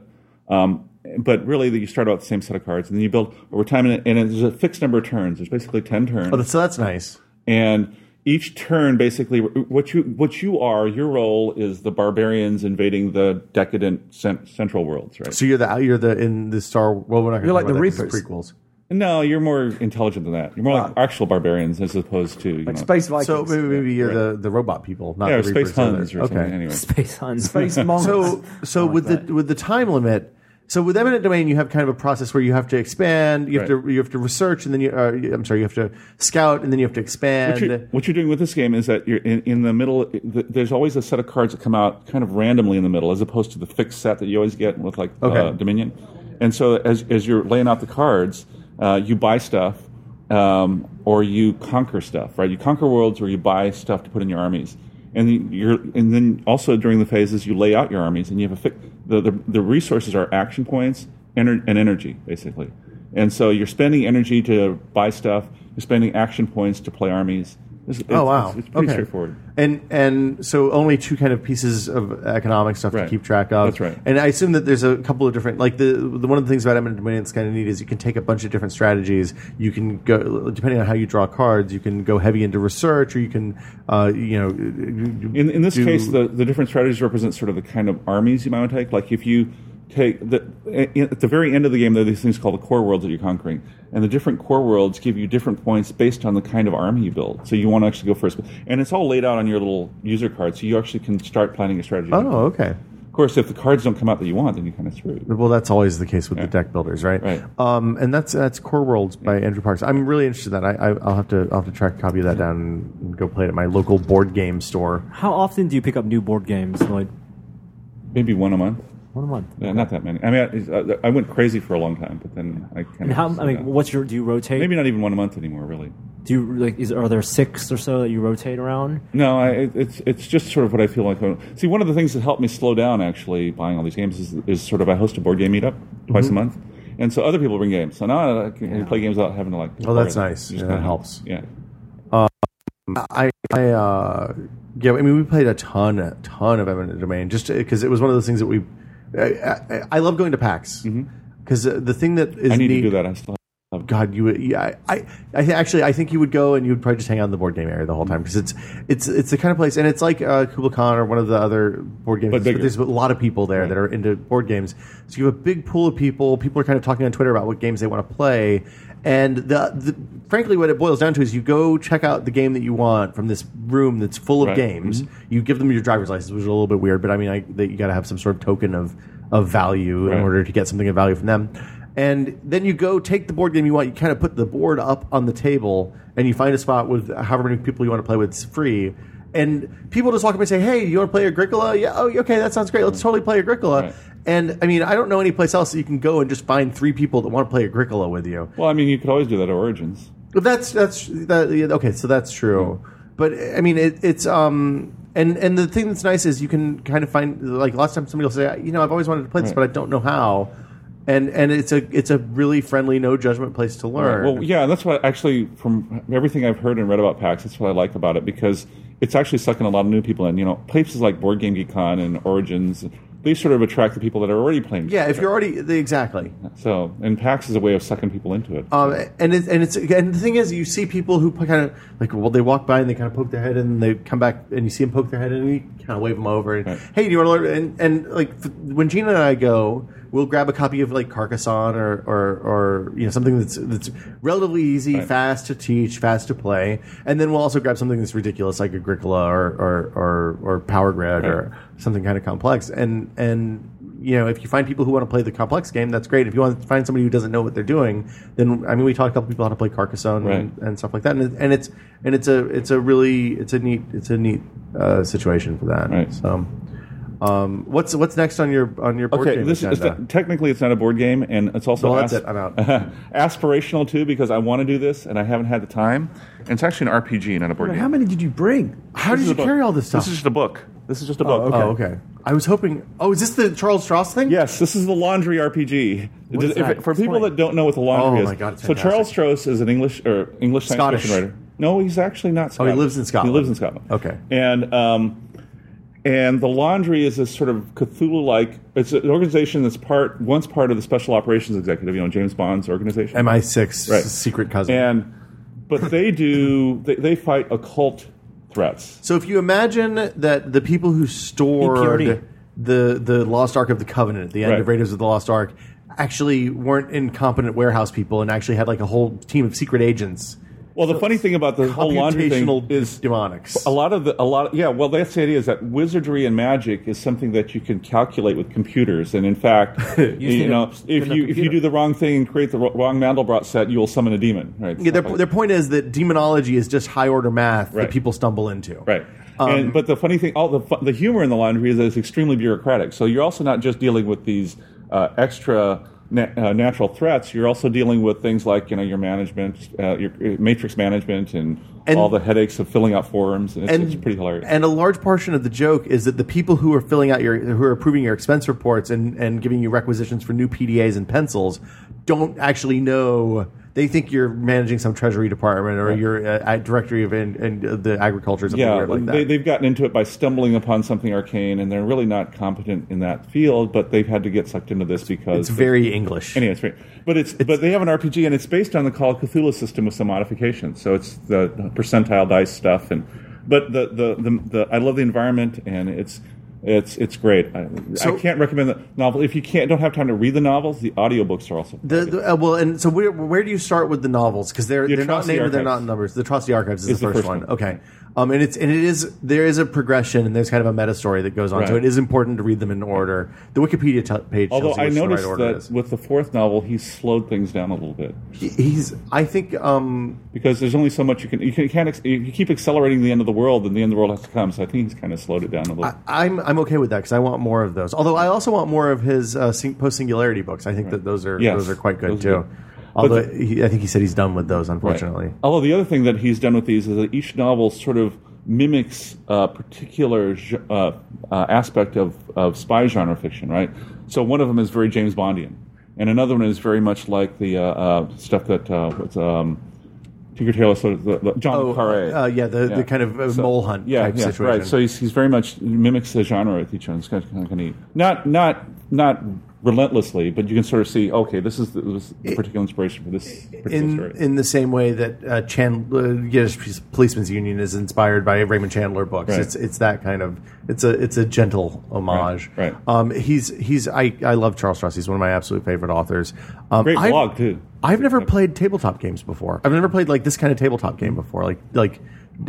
S6: Um, but really, you start out with the same set of cards, and then you build over time, and, and there's a fixed number of turns. There's basically 10 turns
S2: Oh, that's- so that's nice.
S6: and each turn basically what you what you are your role is the barbarians invading the decadent cent- central worlds right
S2: So you're the you're the in the Star. Well, we're not.
S1: You're
S2: Gonna talk
S1: like the
S2: about that 'cause it's
S1: Reapers.
S2: prequels.
S6: no you're more intelligent than that you're more like actual barbarians as opposed to you know,
S1: Space Vikings.
S2: So maybe, maybe you're the, the robot people, not
S6: yeah, or
S2: the Reapers.
S6: space huns or
S2: okay.
S6: something anyway
S4: Space on
S1: Space Mongols.
S2: So so with the with the time limit. So with eminent domain, you have kind of a process where you have to expand, you have
S6: Right.
S2: to you have to research, and then you uh, I'm sorry, you have to scout, and then you have to expand.
S6: what you're, what you're doing with this game is that you're in, in the middle. th- There's always a set of cards that come out kind of randomly in the middle, as opposed to the fixed set that you always get with like uh,
S2: Okay.
S6: Dominion. And so as as you're laying out the cards, uh, you buy stuff um, or you conquer stuff, right? You conquer worlds or you buy stuff to put in your armies. And you- you're, and then also during the phases you lay out your armies and you have a fi- the, the the resources are action points ener- and energy basically, and so you're spending energy to buy stuff, you're spending action points to play armies, it's,
S2: oh
S6: it's-
S2: wow,
S6: it's, it's pretty
S2: Okay.
S6: straightforward.
S2: And and so only two kind of pieces of economic stuff
S6: Right.
S2: to keep track of.
S6: That's right.
S2: And I assume that there's a couple of different like the, the one of the things about eminent domain that's kind of neat is you can take a bunch of different strategies. You can go depending on how you draw cards. You can go heavy into research, or you can uh, you know
S6: In in this
S2: do-
S6: case, the the different strategies represent sort of the kind of armies you might want to take. Like if you take the in- at the very end of the game, there are these things called the core worlds that you're conquering, and the different core worlds give you different points based on the kind of army you build. So you want to actually go first, and it's all laid out on your little user card, so you actually can start planning a strategy.
S2: oh okay.
S6: Of course, if the cards don't come out that you want, then you are kind of screwed.
S2: Well, that's always the case with the
S6: Yeah.
S2: deck builders, right?
S6: Right.
S2: Um, and that's that's Core Worlds by Andrew Parks. I'm really interested in that. I, I, I'll have to I'll have to track a copy of that down and, and go play it at my local board game store.
S4: How often do you pick up new board games? Like
S6: Maybe one a month.
S4: one a month.
S6: Yeah, Not that many. I mean, I, I- I went crazy for a long time, but then I kind
S4: And
S6: of
S4: how? I mean, what's your? Do you rotate?
S6: maybe not even one a month anymore, really.
S4: Do you like? Is are there six or so that you rotate around?
S6: No, I, it- it's it's just sort of what I feel like. uh, See, one of the things that helped me slow down actually buying all these games is, is sort of I host a board game meetup twice
S4: Mm-hmm.
S6: a month, and so other people bring games. So now I can play games without having to like.
S2: Oh, that's
S6: worry.
S2: nice.
S6: It just
S2: Yeah,
S6: kinda
S2: that helps.
S6: Yeah,
S2: I I uh, yeah. I mean, we played a ton a ton of Eminent Domain just because it was one of those things that we. I, I, I love going to PAX because the thing that is
S6: Mm-hmm. I need
S2: neat,
S6: to do that. I still.
S2: Oh, God, you would. Yeah, I, I, I th- actually, I think you would go and you would probably just hang out in the board game area the whole time because it's, it's, it's the kind of place, and it's like uh, Kubla Khan or one of the other board games.
S6: But bigger.
S2: there's a lot of people there that are into board games, so you have a big pool of people. People are kind of talking on Twitter about what games they want to play, and the, the frankly, what it boils down to is you go check out the game that you want from this room that's full of
S6: Right.
S2: games. You give them your driver's license, which is a little bit weird, but I mean, I, that you got to have some sort of token of of value
S6: Right.
S2: in order to get something of value from them. And then you go take the board game you want. You kind of put the board up on the table, and you find a spot with however many people you want to play with. It's free, and people just walk up and say, "Hey, you want to play Agricola? Yeah, oh, okay, that sounds great. Let's totally play Agricola."
S6: Right.
S2: And I mean, I don't know any place else that you can go and just find three people that want to play Agricola with you.
S6: Well, I mean, you could always do that at Origins.
S2: But that's that's that, yeah, okay. So that's true. But I mean, it, it's um. And, and the thing that's nice is you can kind of find like last time somebody will say you know I've always wanted to play this
S6: Right.
S2: but I don't know how, and and it's a it's a really friendly no judgment place to learn.
S6: Well, yeah, and that's what actually from everything I've heard and read about PAX, that's what I like about it because it's actually sucking a lot of new people in. You know, places like Board Game Geek Con and Origins, they sort of attract the people that are already playing.
S2: Yeah, if you're already the, exactly,
S6: So, and PAX is a way of sucking people into it.
S2: um, and it's and it's and the thing is, you see people who kind of like well, they walk by and they kind of poke their head in, and they come back and you see them poke their head in, and you kind of wave them over and
S6: Right.
S2: hey, do you want to learn? And and like f- when Gina and I go, we'll grab a copy of like Carcassonne or or, or you know something that's that's relatively easy,
S6: Right.
S2: fast to teach, fast to play, and then we'll also grab something that's ridiculous like Agricola or or or, or Power Grid or something kind of complex, and and you know, if you find people who want to play the complex game, that's great. If you want to find somebody who doesn't know what they're doing, then I mean, we taught a couple people how to play Carcassonne and,
S6: Right.
S2: and stuff like that, and, it, and it's and it's a it's a really it's a neat it's a neat uh, situation for that.
S6: Right.
S2: So, um, what's what's next on your on your board
S6: Okay,
S2: game
S6: this is
S2: agenda?
S6: technically it's not a board game, and it's also
S2: Well, that's
S6: asp-
S2: it. I'm out.
S6: aspirational too because I want to do this and I haven't had the time. And it's actually an RPG, not a board game.
S1: How many did you bring?
S2: how did
S6: This is
S2: you
S6: a book.
S2: carry all this stuff?
S6: This is just a book. This is just a book.
S1: okay.
S2: oh, okay. I was hoping. Oh, is this the Charles Strauss thing?
S6: Yes, this is the laundry RPG.
S2: What is
S6: Does- if
S2: that?
S6: it- for people
S2: Explain.
S6: that don't know what the laundry
S2: Oh
S6: is,
S2: my God, it's
S6: so Charles Strauss is an English or English science
S2: Scottish. Oh,
S6: fiction writer. No, he's actually not. Scottish.
S2: lives in Scotland.
S6: He lives in Scotland.
S2: Okay.
S6: and um, and the laundry is this sort of Cthulhu-like. It's an organization that's part once part of the Special Operations Executive, you know, James Bond's organization.
S2: MI6
S6: Right.
S2: secret cousin.
S6: and but they do they, they fight occult threats.
S2: So if you imagine that the people who
S4: Impurity.
S6: E
S2: stored the the Lost Ark of the Covenant at the end
S6: Right.
S2: of Raiders of the Lost Ark actually weren't incompetent warehouse people and actually had like a whole team of secret agents,
S6: Well, the funny thing about the whole laundry thing
S2: computational
S6: is
S2: demonics.
S6: A lot of the, a lot, yeah. Well, that's the idea is that wizardry and magic is something that you can calculate with computers, and in fact, you,
S4: need
S6: know,
S4: a-
S6: if
S4: spin a
S6: you if you
S4: computer.
S6: do the wrong thing and create the wr- wrong Mandelbrot set, you will summon a demon. Right?
S2: Yeah, their,
S6: Stuff like-
S2: their point is that demonology is just high order math
S6: Right.
S2: that people stumble into.
S6: right.
S2: Um,
S6: and, but the funny thing, all the fu- the humor in the laundry is that it's extremely bureaucratic. So you're also not just dealing with these uh, extra. Na- uh, natural threats. You're also dealing with things like you know your management, uh, your uh, matrix management, and,
S2: And-
S6: all the headaches of filling out forms. And it's,
S2: And,
S6: it's pretty hilarious.
S2: and a large portion of the joke is that the people who are filling out your, who are approving your expense reports and, and giving you requisitions for new PDAs and pencils, don't actually know. They think you're managing some treasury department or you're uh, at directory of in, and uh, the agriculture or something
S6: yeah,
S2: weird like that.
S6: They, they've gotten into it by stumbling upon something arcane, and they're really not competent in that field. But they've had to get sucked into this because
S2: it's very English.
S6: Anyway, it's very, but it's, but they have an RPG, and it's based on the Call of Cthulhu system with some modifications. So it's the percentile dice stuff, and but the the, the, the I love the environment, and it's. It's it's great. I, I can't recommend the novel if you can't don't have time to read the novels. The audiobooks are also
S2: The, the, uh, well, and so where, where do you start with the novels? Because they're
S6: The
S2: they're not
S6: Atrocity
S2: named, or they're
S6: Archives.
S2: not in numbers. The Atrocity Archives is, the, first one. Okay, um, and it's and it is there is a progression and there's kind of a meta story that goes on. So
S6: Right.
S2: it is important to read them in order. The Wikipedia t- page.
S6: Although
S2: tells you
S6: I
S2: which the right
S6: noticed
S2: order
S6: that
S2: is.
S6: with the fourth novel, he slowed things down a little bit.
S2: He- he's I think um,
S6: because there's only so much you can you, can, you can't ex- if you keep accelerating the end of the world then the end of the world has to come so i think he's kind of slowed it down a little
S2: I, I'm I'm okay with that because I want more of those. Although I also want more of his uh, post singularity books. I think that those are
S6: Yes.
S2: those are quite good
S6: Those are
S2: too.
S6: good.
S2: Although
S6: the-
S2: he, I think he said he's done with those,
S6: Right.
S2: unfortunately.
S6: although the other thing that he's done with these is that each novel sort of mimics a particular ge- uh, uh, aspect of, of spy genre fiction right so one of them is very james bondian and another one is very much like the uh, uh, stuff that uh, what's um, Tinker Tailor, sort of the, the John
S2: Oh,
S6: le Carré.
S2: uh, yeah, the- the kind of, uh, mole hunt
S6: yeah,
S2: type
S6: yeah,
S2: situation.
S6: Right. So he's, he's very much mimics the genre with each one. It's kind of, kind of neat. Not not not relentlessly, but you can sort of see. Okay, this is the, this is the particular inspiration for this particular
S2: in
S6: story.
S2: in the same way that uh, Chandler, uh, Yiddish Policeman's Union is inspired by Raymond Chandler books.
S6: Right.
S2: It's it's that kind of it's a it's a gentle homage.
S6: Right, right.
S2: Um, he's he's I, I love Charles Strauss. He's one of my absolute favorite authors. Um,
S6: Great
S2: I've-
S6: blog, too.
S2: I've never played tabletop games before. I've never played like this kind of tabletop game before, like like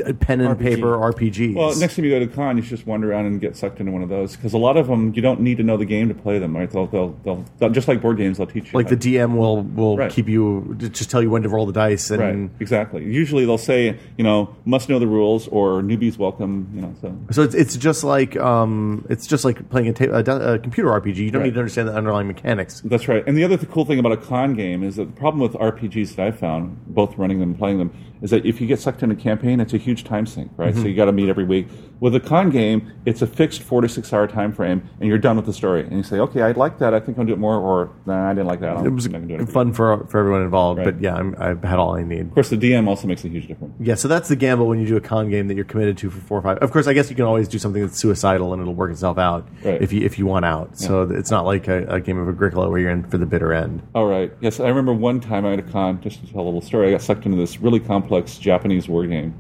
S2: uh, pen and paper RPGs.
S6: well, next time you go to con, you should just wander around and get sucked into one of those because a lot of them you don't need to know the game to play them. Right? They'll, they'll, they'll, they'll- just like board games, they'll teach you.
S2: like the DM will will
S6: Right.
S2: keep you just tell you when to roll the dice and.
S6: right, exactly. Usually they'll say you know must know the rules or newbies welcome. You know, so
S2: So it's, it's just like um, it's just like playing a, ta- a, da- a computer RPG. You don't
S6: Right.
S2: need to understand the underlying mechanics.
S6: That's right. And the other th- cool thing about a con game is that the problem with RPGs that I've found, both running them and playing them, is that if you get sucked in a campaign, it's a huge time sink, right?
S2: Mm-hmm.
S6: So you got to meet every week. With a con game, it's a fixed four to six hour time frame, and you're done with the story. And you say, okay, I like that. I think I'll do it more, or nah, I didn't like that. I'm
S2: It was
S6: not gonna do it.
S2: fun for for everyone involved.
S6: Right.
S2: But yeah, I'm, I've had all I need.
S6: Of course, the DM also makes a huge difference.
S2: Yeah, so that's the gamble when you do a con game that you're committed to for four or five. Of course, I guess you can always do something that's suicidal and it'll work itself out
S6: Right.
S2: if you if you want out. So it's not like a, a game of Agricola where you're in for the bitter end.
S6: All right. Yes, I remember one time I had a con, just to tell a little story, I got sucked into this really complex Japanese war game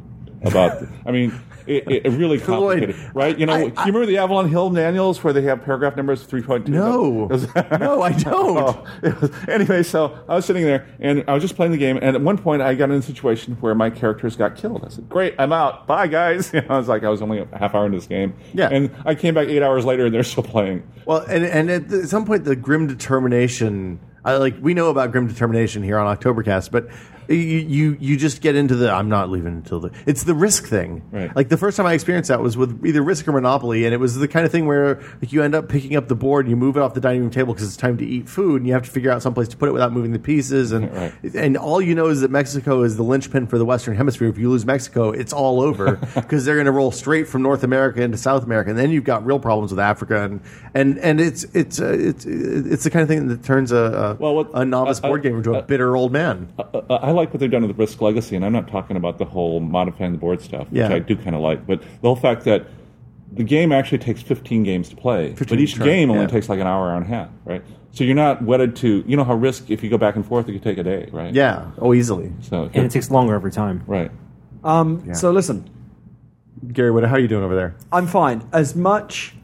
S6: about, I mean, it, it, it really
S2: Lloyd,
S6: complicated, right? You know,
S2: I-
S6: do you remember the Avalon Hill manuals where they have paragraph numbers three point two? Oh.
S2: No. No, I don't.
S6: anyway, so I was sitting there and I was just playing the game, and at one point I got in a situation where my characters got killed. I said, "Great, I'm out. Bye, guys." You know, I was like, I was only a half hour into this game,
S2: Yeah.
S6: and I came back eight hours later and they're still playing.
S2: Well, and and at, the, some point, the grim determination. I like we know about grim determination here on Octobercast, but you you you just get into the I'm not leaving until the it's the risk thing.
S6: Right.
S2: Like the first time I experienced that was with either Risk or Monopoly, and it was the kind of thing where like you end up picking up the board and you move it off the dining room table because it's time to eat food, and you have to figure out someplace to put it without moving the pieces, and
S6: Right.
S2: and all you know is that Mexico is the linchpin for the Western Hemisphere. If you lose Mexico, it's all over because they're going to roll straight from North America into South America, and then you've got real problems with Africa, and and, and it's it's uh, it's it's the kind of thing that turns a a,
S6: Well, what-
S2: a novice
S6: I- uh, I-
S2: board gamer into a bitter old man.
S6: I, I I like what they've done with the Risk Legacy, and I'm not talking about the whole modifying the board stuff, which
S2: Yeah.
S6: I do kind of like, but the whole fact that the game actually takes 15 games to play,
S2: 15
S6: but each
S2: turns,
S6: game only
S2: yeah.
S6: takes like an hour, hour and a half, right? So you're not wedded to, you know how Risk, if you go back and forth, it could take a day, right?
S2: yeah, oh, easily.
S6: So if
S4: and
S6: you're-
S4: it takes longer every time.
S6: right.
S1: Um, So listen,
S2: Gary, what how are you doing over there?
S1: I'm fine. As much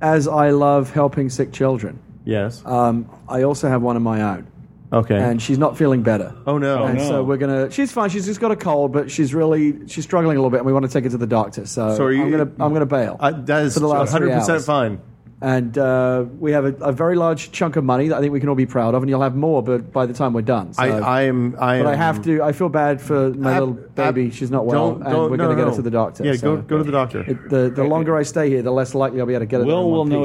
S1: as I love helping sick children,
S2: Yes.
S1: um, I also have one of my own,
S2: okay.
S1: and she's not feeling better.
S2: oh no.
S1: and
S6: no.
S1: so we're gonna. She's fine. She's just got a cold, but she's really she's struggling a little bit, and we want to take her to the doctor. So,
S2: So are you-
S1: I'm gonna I'm gonna bail.
S2: I, Uh, that is
S1: for the last three
S2: 100 percent
S1: hours.
S2: fine.
S1: And uh, we have a, a very large chunk of money that I think we can all be proud of, and you'll have more, but by the time we're done. So.
S2: I I am I.
S1: but I
S2: am-
S1: have to. I feel bad for my
S2: Ab-
S1: little baby.
S2: ab-
S1: she's not well,
S2: don't-
S1: and
S2: don't-
S1: we're
S2: no,
S1: going to
S2: no,
S1: get
S2: no.
S1: her to the doctor.
S2: Yeah,
S1: so-
S2: go go to the doctor.
S1: It, the the longer I stay here, the less likely I'll be able to get it.
S6: Will will know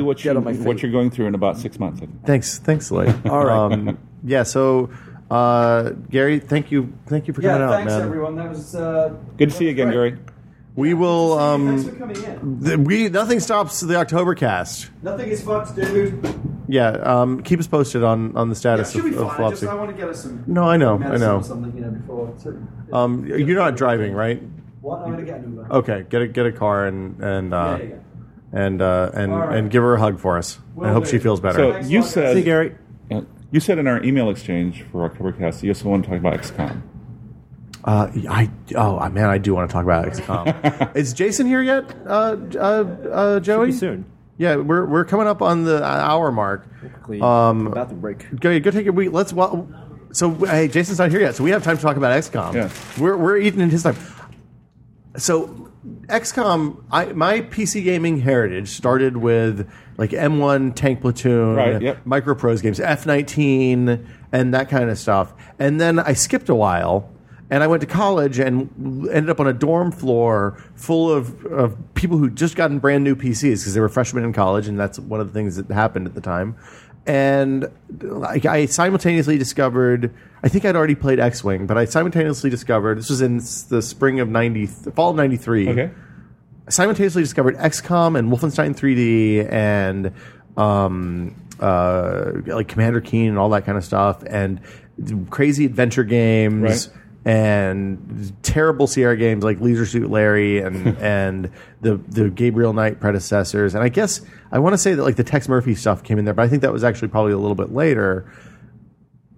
S2: Yeah.
S6: what,
S1: Get
S6: you,
S1: on my feet.
S6: what you're going through in about six months. I think.
S2: Thanks, thanks, Lloyd.
S1: All right.
S2: Um, yeah. So, uh, Gary, thank you, thank you for coming out, man.
S1: That was uh,
S6: Good to see you again,
S1: Great.
S6: Gary.
S2: We will. Um,
S1: coming in.
S2: th- we nothing stops the October cast.
S1: Nothing is fucked, dude.
S2: Yeah. Um, keep us posted on on the status of, of Flopsy.
S1: want to get us some.
S2: No, I know, I medicine know. or
S1: something, you know, before.
S4: Uh,
S2: Um, you're not driving, right?
S1: what? I'm going to get an Uber.
S2: Okay. Get a get a car and and uh,
S1: Yeah, yeah,
S2: and uh, and
S1: All right.
S2: and give her a hug for us. I
S1: Will
S2: hope
S1: do.
S2: she feels better.
S6: So you
S4: See,
S6: said,
S4: Gary.
S6: uh, you said in our email exchange for Octobercast, you also want to talk about XCOM.
S2: Uh, I oh uh, man, I do want to talk about XCOM. Is Jason here yet? Uh, uh, uh, Joey
S4: Pretty soon.
S2: Yeah, we're we're coming up on the uh, hour mark.
S4: Um, about to break.
S2: Go go take a week. Let's well. So hey, Jason's not here yet, so we have time to talk about XCOM.
S6: Yeah.
S2: We're we're eating in his time. So XCOM, I, my PC gaming heritage started with like M1 Tank Platoon,
S6: Right, yep.
S2: microprose games, F19, and that kind of stuff. And then I skipped a while. And I went to college and ended up on a dorm floor full of, of people who just gotten brand new PCs because they were freshmen in college, and that's one of the things that happened at the time. And like I simultaneously discovered, I think I'd already played X Wing, but I simultaneously discovered this was in s- the spring of ninety, fall of ninety three.
S6: Okay.
S2: I simultaneously discovered XCOM and Wolfenstein 3D and um, uh, like Commander Keen and all that kind of stuff and crazy adventure games
S6: Right.
S2: and terrible CR games like Leisure Suit Larry and and the the Gabriel Knight predecessors. And I guess I want to say that like the Tex Murphy stuff came in there, but I think that was actually probably a little bit later.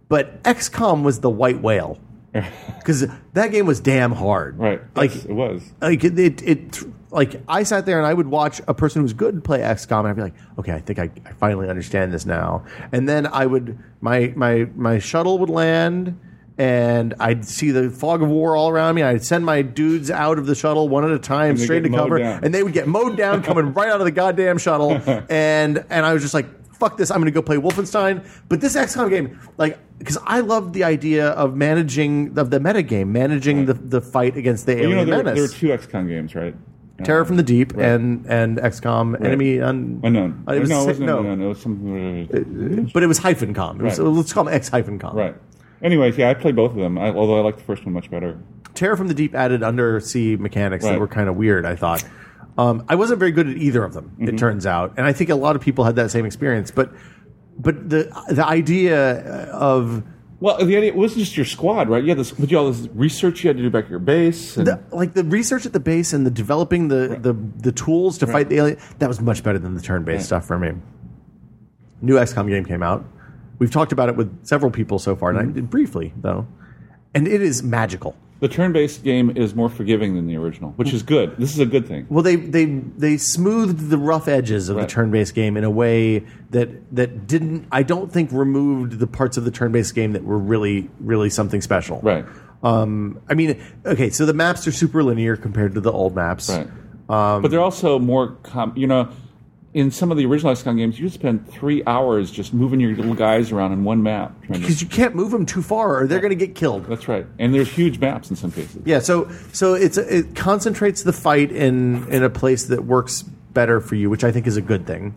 S2: But XCOM was the white whale because that game was damn hard.
S6: Right.
S2: Like
S6: Yes, it was.
S2: like it, it, it like I sat there and I would watch a person who's good play XCOM and I'd be like, okay, I think I, I finally understand this now. And then I would my my my shuttle would land and I'd see the fog of war all around me. I'd send my dudes out of the shuttle one at a time,
S6: they'd
S2: straight to
S6: get mowed
S2: cover,
S6: down.
S2: and they would get mowed down coming right out of the goddamn shuttle. And and I was just like, fuck this, I'm gonna go play Wolfenstein. But this XCOM game, like because I loved the idea of managing of the metagame, managing the, the fight against the
S6: You
S2: alien
S6: know, there, were-
S2: menace.
S6: there were two XCOM games, right? Uh,
S2: Terror
S6: Um,
S2: from the Deep and and XCOM Enemy Un-
S6: Unknown.
S2: Uh, It was
S6: oh, no, it
S2: si-
S6: wasn't
S2: no,
S6: unknown. It was something.
S2: but it was hyphen com. It was,
S6: Right.
S2: Let's call them X hyphen com.
S6: Right. Anyways, yeah, I played both of them. I, although I like the first one much better.
S2: Terror from the Deep added undersea mechanics that
S6: Right.
S2: were kind of weird. I thought. Um, I wasn't very good at either of them.
S6: Mm-hmm.
S2: It turns out, and I think a lot of people had that same experience. But but the the idea of
S6: Well, the idea it wasn't just your squad, right? You had this, but you all this research you had to do back at your base. And,
S2: the, like the research at the base and the developing the the, the tools to fight the alien that was much better than the turn based stuff for me. New XCOM game came out. Mm-hmm. We've talked about it with several people so far, and I did briefly though, and it is magical.
S6: the turn-based game is more forgiving than the original, which is good. This is a good thing.
S2: Well, they they they smoothed the rough edges of
S6: Right.
S2: the turn-based game in a way that that didn't. I don't think removed the parts of the turn-based game that were really really something special.
S6: Right.
S2: Um, I mean, okay, so the maps are super linear compared to the old maps. Um,
S6: Right. but they're also more, com- you know, in some of the original XCOM games, you spend three hours just moving your little guys around in one map. trying to-
S2: Because you can't move them too far, or they're going to get killed.
S6: That's right. And there's huge maps in some cases.
S2: Yeah, so so it's it concentrates the fight in in a place that works better for you, which I think is a good thing.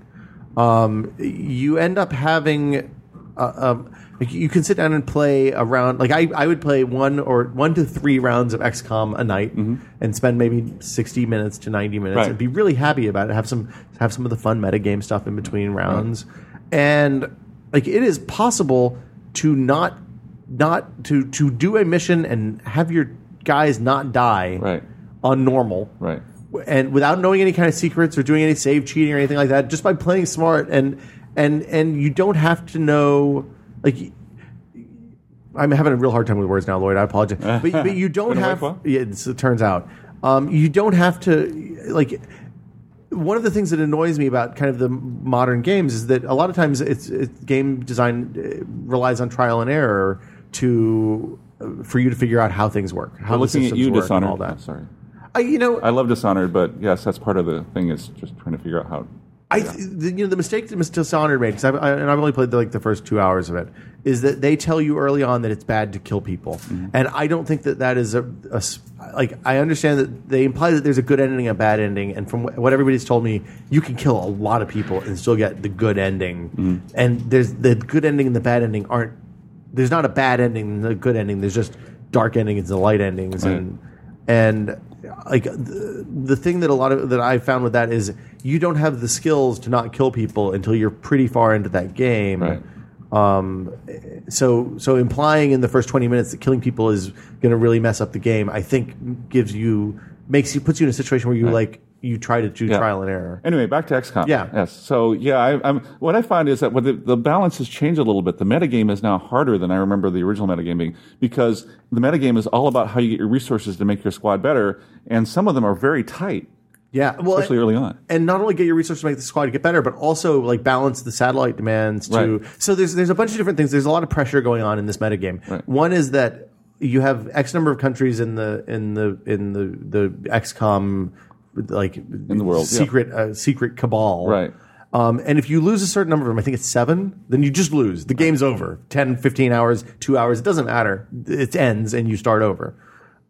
S2: Um, you end up having. Uh, um, like you can sit down and play a round. Like I, I would play one or one to three rounds of XCOM a night, and spend maybe sixty minutes to ninety minutes,
S6: Right.
S2: and be really happy about it. Have some have some of the fun metagame stuff in between rounds, and like it is possible to not not to to do a mission and have your guys not die
S6: Right.
S2: on normal
S6: Right.
S2: and without knowing any kind of secrets or doing any save cheating or anything like that just by playing smart and and and you don't have to know like I'm having a real hard time with words now, Lloyd. I apologize, but, but you don't
S6: Been awake
S2: have.
S6: long?
S2: Yeah, it's, it turns out um, you don't have to like. One of the things that annoys me about kind of the modern games is that a lot of times it's, it's game design uh, relies on trial and error to uh, for you to figure out how things work, how
S6: We're
S2: the
S6: looking at
S2: systems
S6: you,
S2: work, and
S6: Dishonored. Oh,
S2: all that.
S6: Sorry.
S2: I, you know,
S6: I love Dishonored, but yes, that's part of the thing is just trying to figure out how.
S2: I th- the, you know the mistake that Miss Dishonored made, 'cause I've, I, and I've only played the, like the first two hours of it, is that they tell you early on that it's bad to kill people, and I don't think that that is a, a s- like I understand that they imply that there's a good ending, and a bad ending, and from wh- what everybody's told me, you can kill a lot of people and still get the good ending, and there's the good ending and the bad ending aren't there's not a bad ending and a good ending. There's just dark endings and light endings
S6: Right.
S2: and and like the, the thing that a lot of that I found with that is you don't have the skills to not kill people until you're pretty far into that game.
S6: Right.
S2: Um, so so implying in the first 20 minutes that killing people is going to really mess up the game, I think gives you makes you puts you in a situation where you like you try to do
S6: Yeah.
S2: trial and error.
S6: Anyway, back to XCOM.
S2: Yeah.
S6: Yes. So yeah, I, I'm. What I find is that what the, the balance has changed a little bit. The metagame is now harder than I remember the original metagame being because the metagame is all about how you get your resources to make your squad better, and some of them are very tight,
S2: Yeah, well,
S6: especially early on.
S2: and not only get your resources to make the squad get better, but also like balance the satellite demands to.
S6: Right.
S2: So there's there's a bunch of different things. There's a lot of pressure going on in this metagame.
S6: Right.
S2: One is that you have X number of countries in the in the in the the XCOM like in
S6: the world, yeah.
S2: secret uh, secret cabal
S6: Right.
S2: um, and if you lose a certain number of them, I think it's seven, then you just lose. The game's over. 10, 15 hours, two hours, it doesn't matter. It ends and you start over.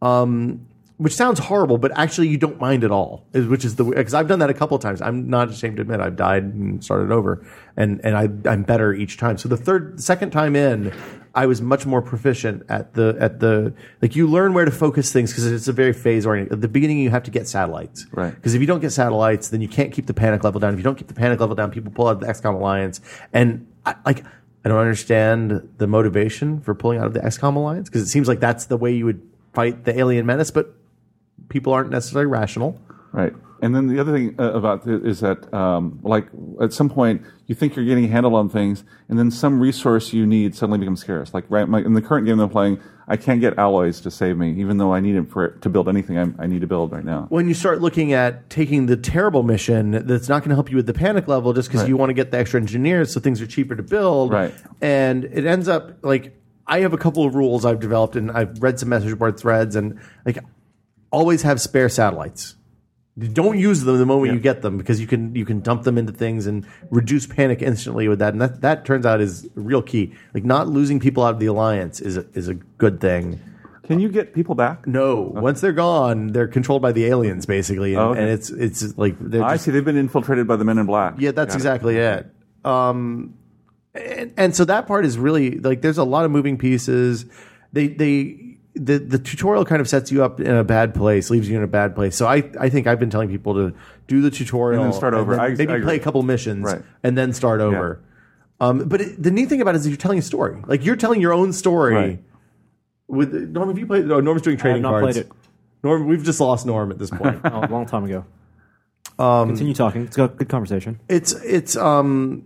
S2: Um, which sounds horrible, but actually you don't mind at all. is- Which is the because I've done that a couple of times. I'm not ashamed to admit I've died and started over, and and I, I'm better each time. So the third, second time in, I was much more proficient at the at the like you learn where to focus things because it's a very phase oriented. At the beginning, you have to get satellites,
S6: Right.
S2: Because if you don't get satellites, then you can't keep the panic level down. If you don't keep the panic level down, people pull out of the XCOM alliance, and I, like I don't understand the motivation for pulling out of the XCOM alliance because it seems like that's the way you would fight the alien menace, but people aren't necessarily rational.
S6: Right. And then the other thing uh, about it is that, um, like, at some point, you think you're getting a handle on things, and then some resource you need suddenly becomes scarce. Like, right, my, in the current game that I'm playing, I can't get alloys to save me, even though I need them for to build anything I'm, I need to build right now.
S2: When you start looking at taking the terrible mission that's not going to help you with the panic level just because
S6: Right.
S2: you want to get the extra engineers so things are cheaper to build.
S6: Right.
S2: And it ends up like I have a couple of rules I've developed and I've read some message board threads and like always have spare satellites. Don't use them the moment you get them because you can you can dump them into things and reduce panic instantly with that and that that turns out is a real key. Like not losing people out of the alliance is a, is a good thing.
S6: Can you get people back?
S2: No, once they're gone, they're controlled by the aliens basically, and,
S6: Oh, okay.
S2: and it's it's like they're
S6: I
S2: just,
S6: see. They've been infiltrated by the men in black.
S2: yeah, that's
S6: Got it.
S2: exactly it. Um, and, and so that part is really like there's a lot of moving pieces. They they the the tutorial kind of sets you up in a bad place, leaves you in a bad place. So I I think I've been telling people to do the tutorial
S6: And then start over. I-
S2: maybe
S6: I agree.
S2: play a couple missions
S6: Right.
S2: and then start over. Um, but it, the neat thing about it is you're telling a story. Like you're telling your own story.
S6: Right.
S2: With Norm, have you played? Oh, Norm's doing trading
S4: not
S2: cards.
S4: played it.
S2: Norm, we've just lost Norm at this point.
S4: Oh, a long time ago.
S2: Um,
S4: Continue talking. It's got a good conversation.
S2: it's it's um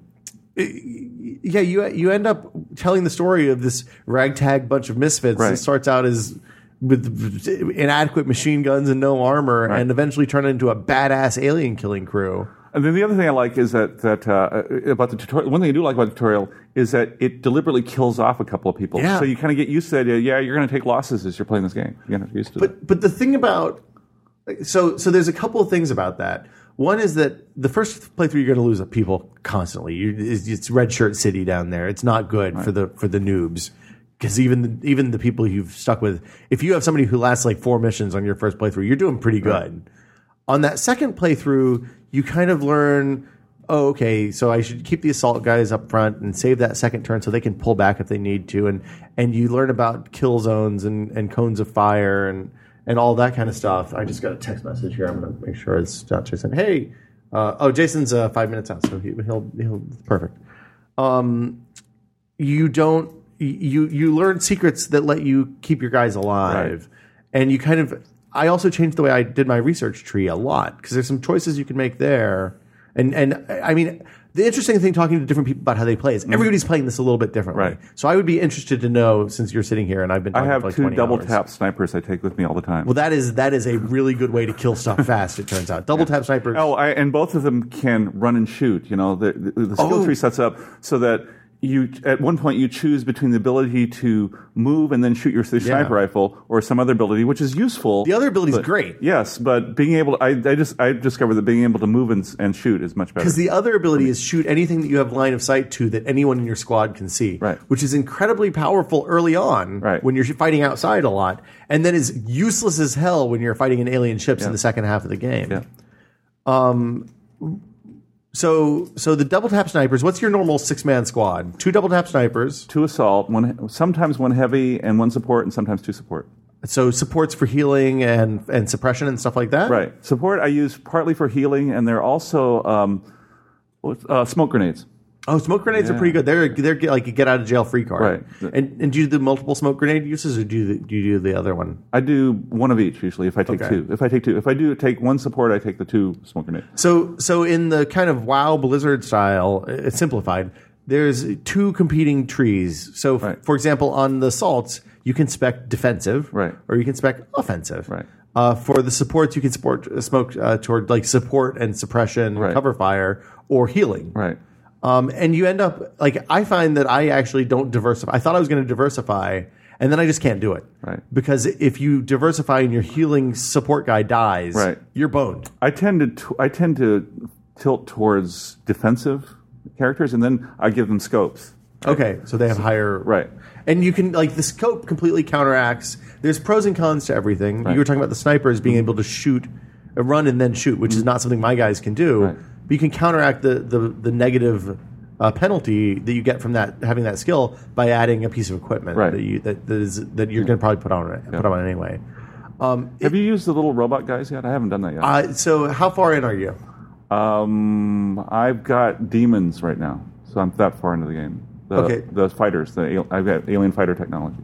S2: it- yeah you you end up telling the story of this ragtag bunch of misfits
S6: Right.
S2: that starts out as with inadequate machine guns and no armor, and eventually turn into a badass alien killing crew.
S6: And then the other thing I like is that that uh, about the tutorial. One thing I do like about the tutorial is that it deliberately kills off a couple of people,
S2: Yeah.
S6: so you kind of get used to the idea. Yeah, you're going to take losses as you're playing this game. You're going to get used to that.
S2: But but the thing about so so there's a couple of things about that. One is that the first playthrough you're going to lose people constantly. You, it's, it's red shirt city down there. It's not good for the for the noobs because even the, even the people you've stuck with, if you have somebody who lasts like four missions on your first playthrough, you're doing pretty good. On that second playthrough, you kind of learn. Oh, okay. So I should keep the assault guys up front and save that second turn so they can pull back if they need to, and and you learn about kill zones and, and cones of fire and and all that kind of stuff. I just got a text message here. I'm going to make sure it's not Jason. Hey, uh, oh, Jason's uh, five minutes out, so he, he'll he'll perfect. Um, you don't you you learn secrets that let you keep your guys alive, and you kind of. I also changed the way I did my research tree a lot because there's some choices you can make there, and and I mean. The interesting thing talking to different people about how they play is everybody's playing this a little bit differently.
S6: Mm-hmm. Right.
S2: So I would be interested to know since you're sitting here and I've been
S6: I
S2: talking
S6: have
S2: for like
S6: two
S2: 20
S6: double
S2: hours.
S6: tap snipers I take with me all the time.
S2: Well, that is that is a really good way to kill stuff fast. It turns out double tap sniper.
S6: Oh, I, and both of them can run and shoot. You know, the, the, the skill
S2: Oh.
S6: tree sets up so that you at one point you choose between the ability to move and then shoot your sniper
S2: Yeah.
S6: rifle or some other ability, which is useful.
S2: the other ability's
S6: but-
S2: great
S6: Yes, but being able, to, I, I just I discovered that being able to move and, s- and shoot is much better.
S2: because the other ability is shoot anything that you have line of sight to that anyone in your squad can see.
S6: Right.
S2: which is incredibly powerful early on
S6: Right.
S2: when you're fighting outside a lot, and then is useless as hell when you're fighting in alien ships in the second half of the game.
S6: Yeah.
S2: So so the double tap snipers. What's your normal six man squad? Two double tap snipers.
S6: two assault, one sometimes one heavy and one support, and sometimes two support.
S2: So supports for healing and and suppression and stuff like that.
S6: Right, support I use partly for healing, and they're also um, what's- uh, smoke grenades.
S2: Oh, smoke grenades are
S6: Yeah.
S2: pretty good. They're they're get- like a get out of jail free card.
S6: Right.
S2: And and do you do multiple smoke grenade uses or do you, do you do the other one?
S6: I do one of each usually. If I take
S2: Okay.
S6: two, if I take two, if I do take one support, I take the two smoke grenades.
S2: So so in the kind of WoW Blizzard style, uh, it's simplified. There's two competing trees. So f-
S6: Right.
S2: for example, on the salts, you can spec defensive,
S6: Right.
S2: or you can spec offensive,
S6: Right.
S2: Uh, for the supports, you can support uh, smoke uh, toward like support and suppression,
S6: Right.
S2: cover fire, or healing,
S6: Right.
S2: Um, and you end up like I find that I actually don't diversify. I thought I was going to diversify, and then I just can't do it.
S6: Right.
S2: Because if you diversify and your healing support guy dies,
S6: Right.
S2: you're boned.
S6: I tend to t- I tend to tilt towards defensive characters, and then I give them scopes.
S2: Okay, so they have higher
S6: Right.
S2: and you can like the scope completely counteracts. There's pros and cons to everything. You were talking about the snipers being able to shoot, uh, run and then shoot, which is not something my guys can do.
S6: Mm-hmm. Right.
S2: But you can counteract the the, the negative uh, penalty that you get from that having that skill by adding a piece of equipment
S6: Right.
S2: that you that, that is that you're going to probably put on it, put on anyway. Um,
S6: Have you used the little robot guys yet? I haven't done that yet.
S2: uh, so how far in are you?
S6: um, I've got demons right now, so I'm that far into the game. The,
S2: Okay.
S6: The fighters. The al- I've got alien fighter technology.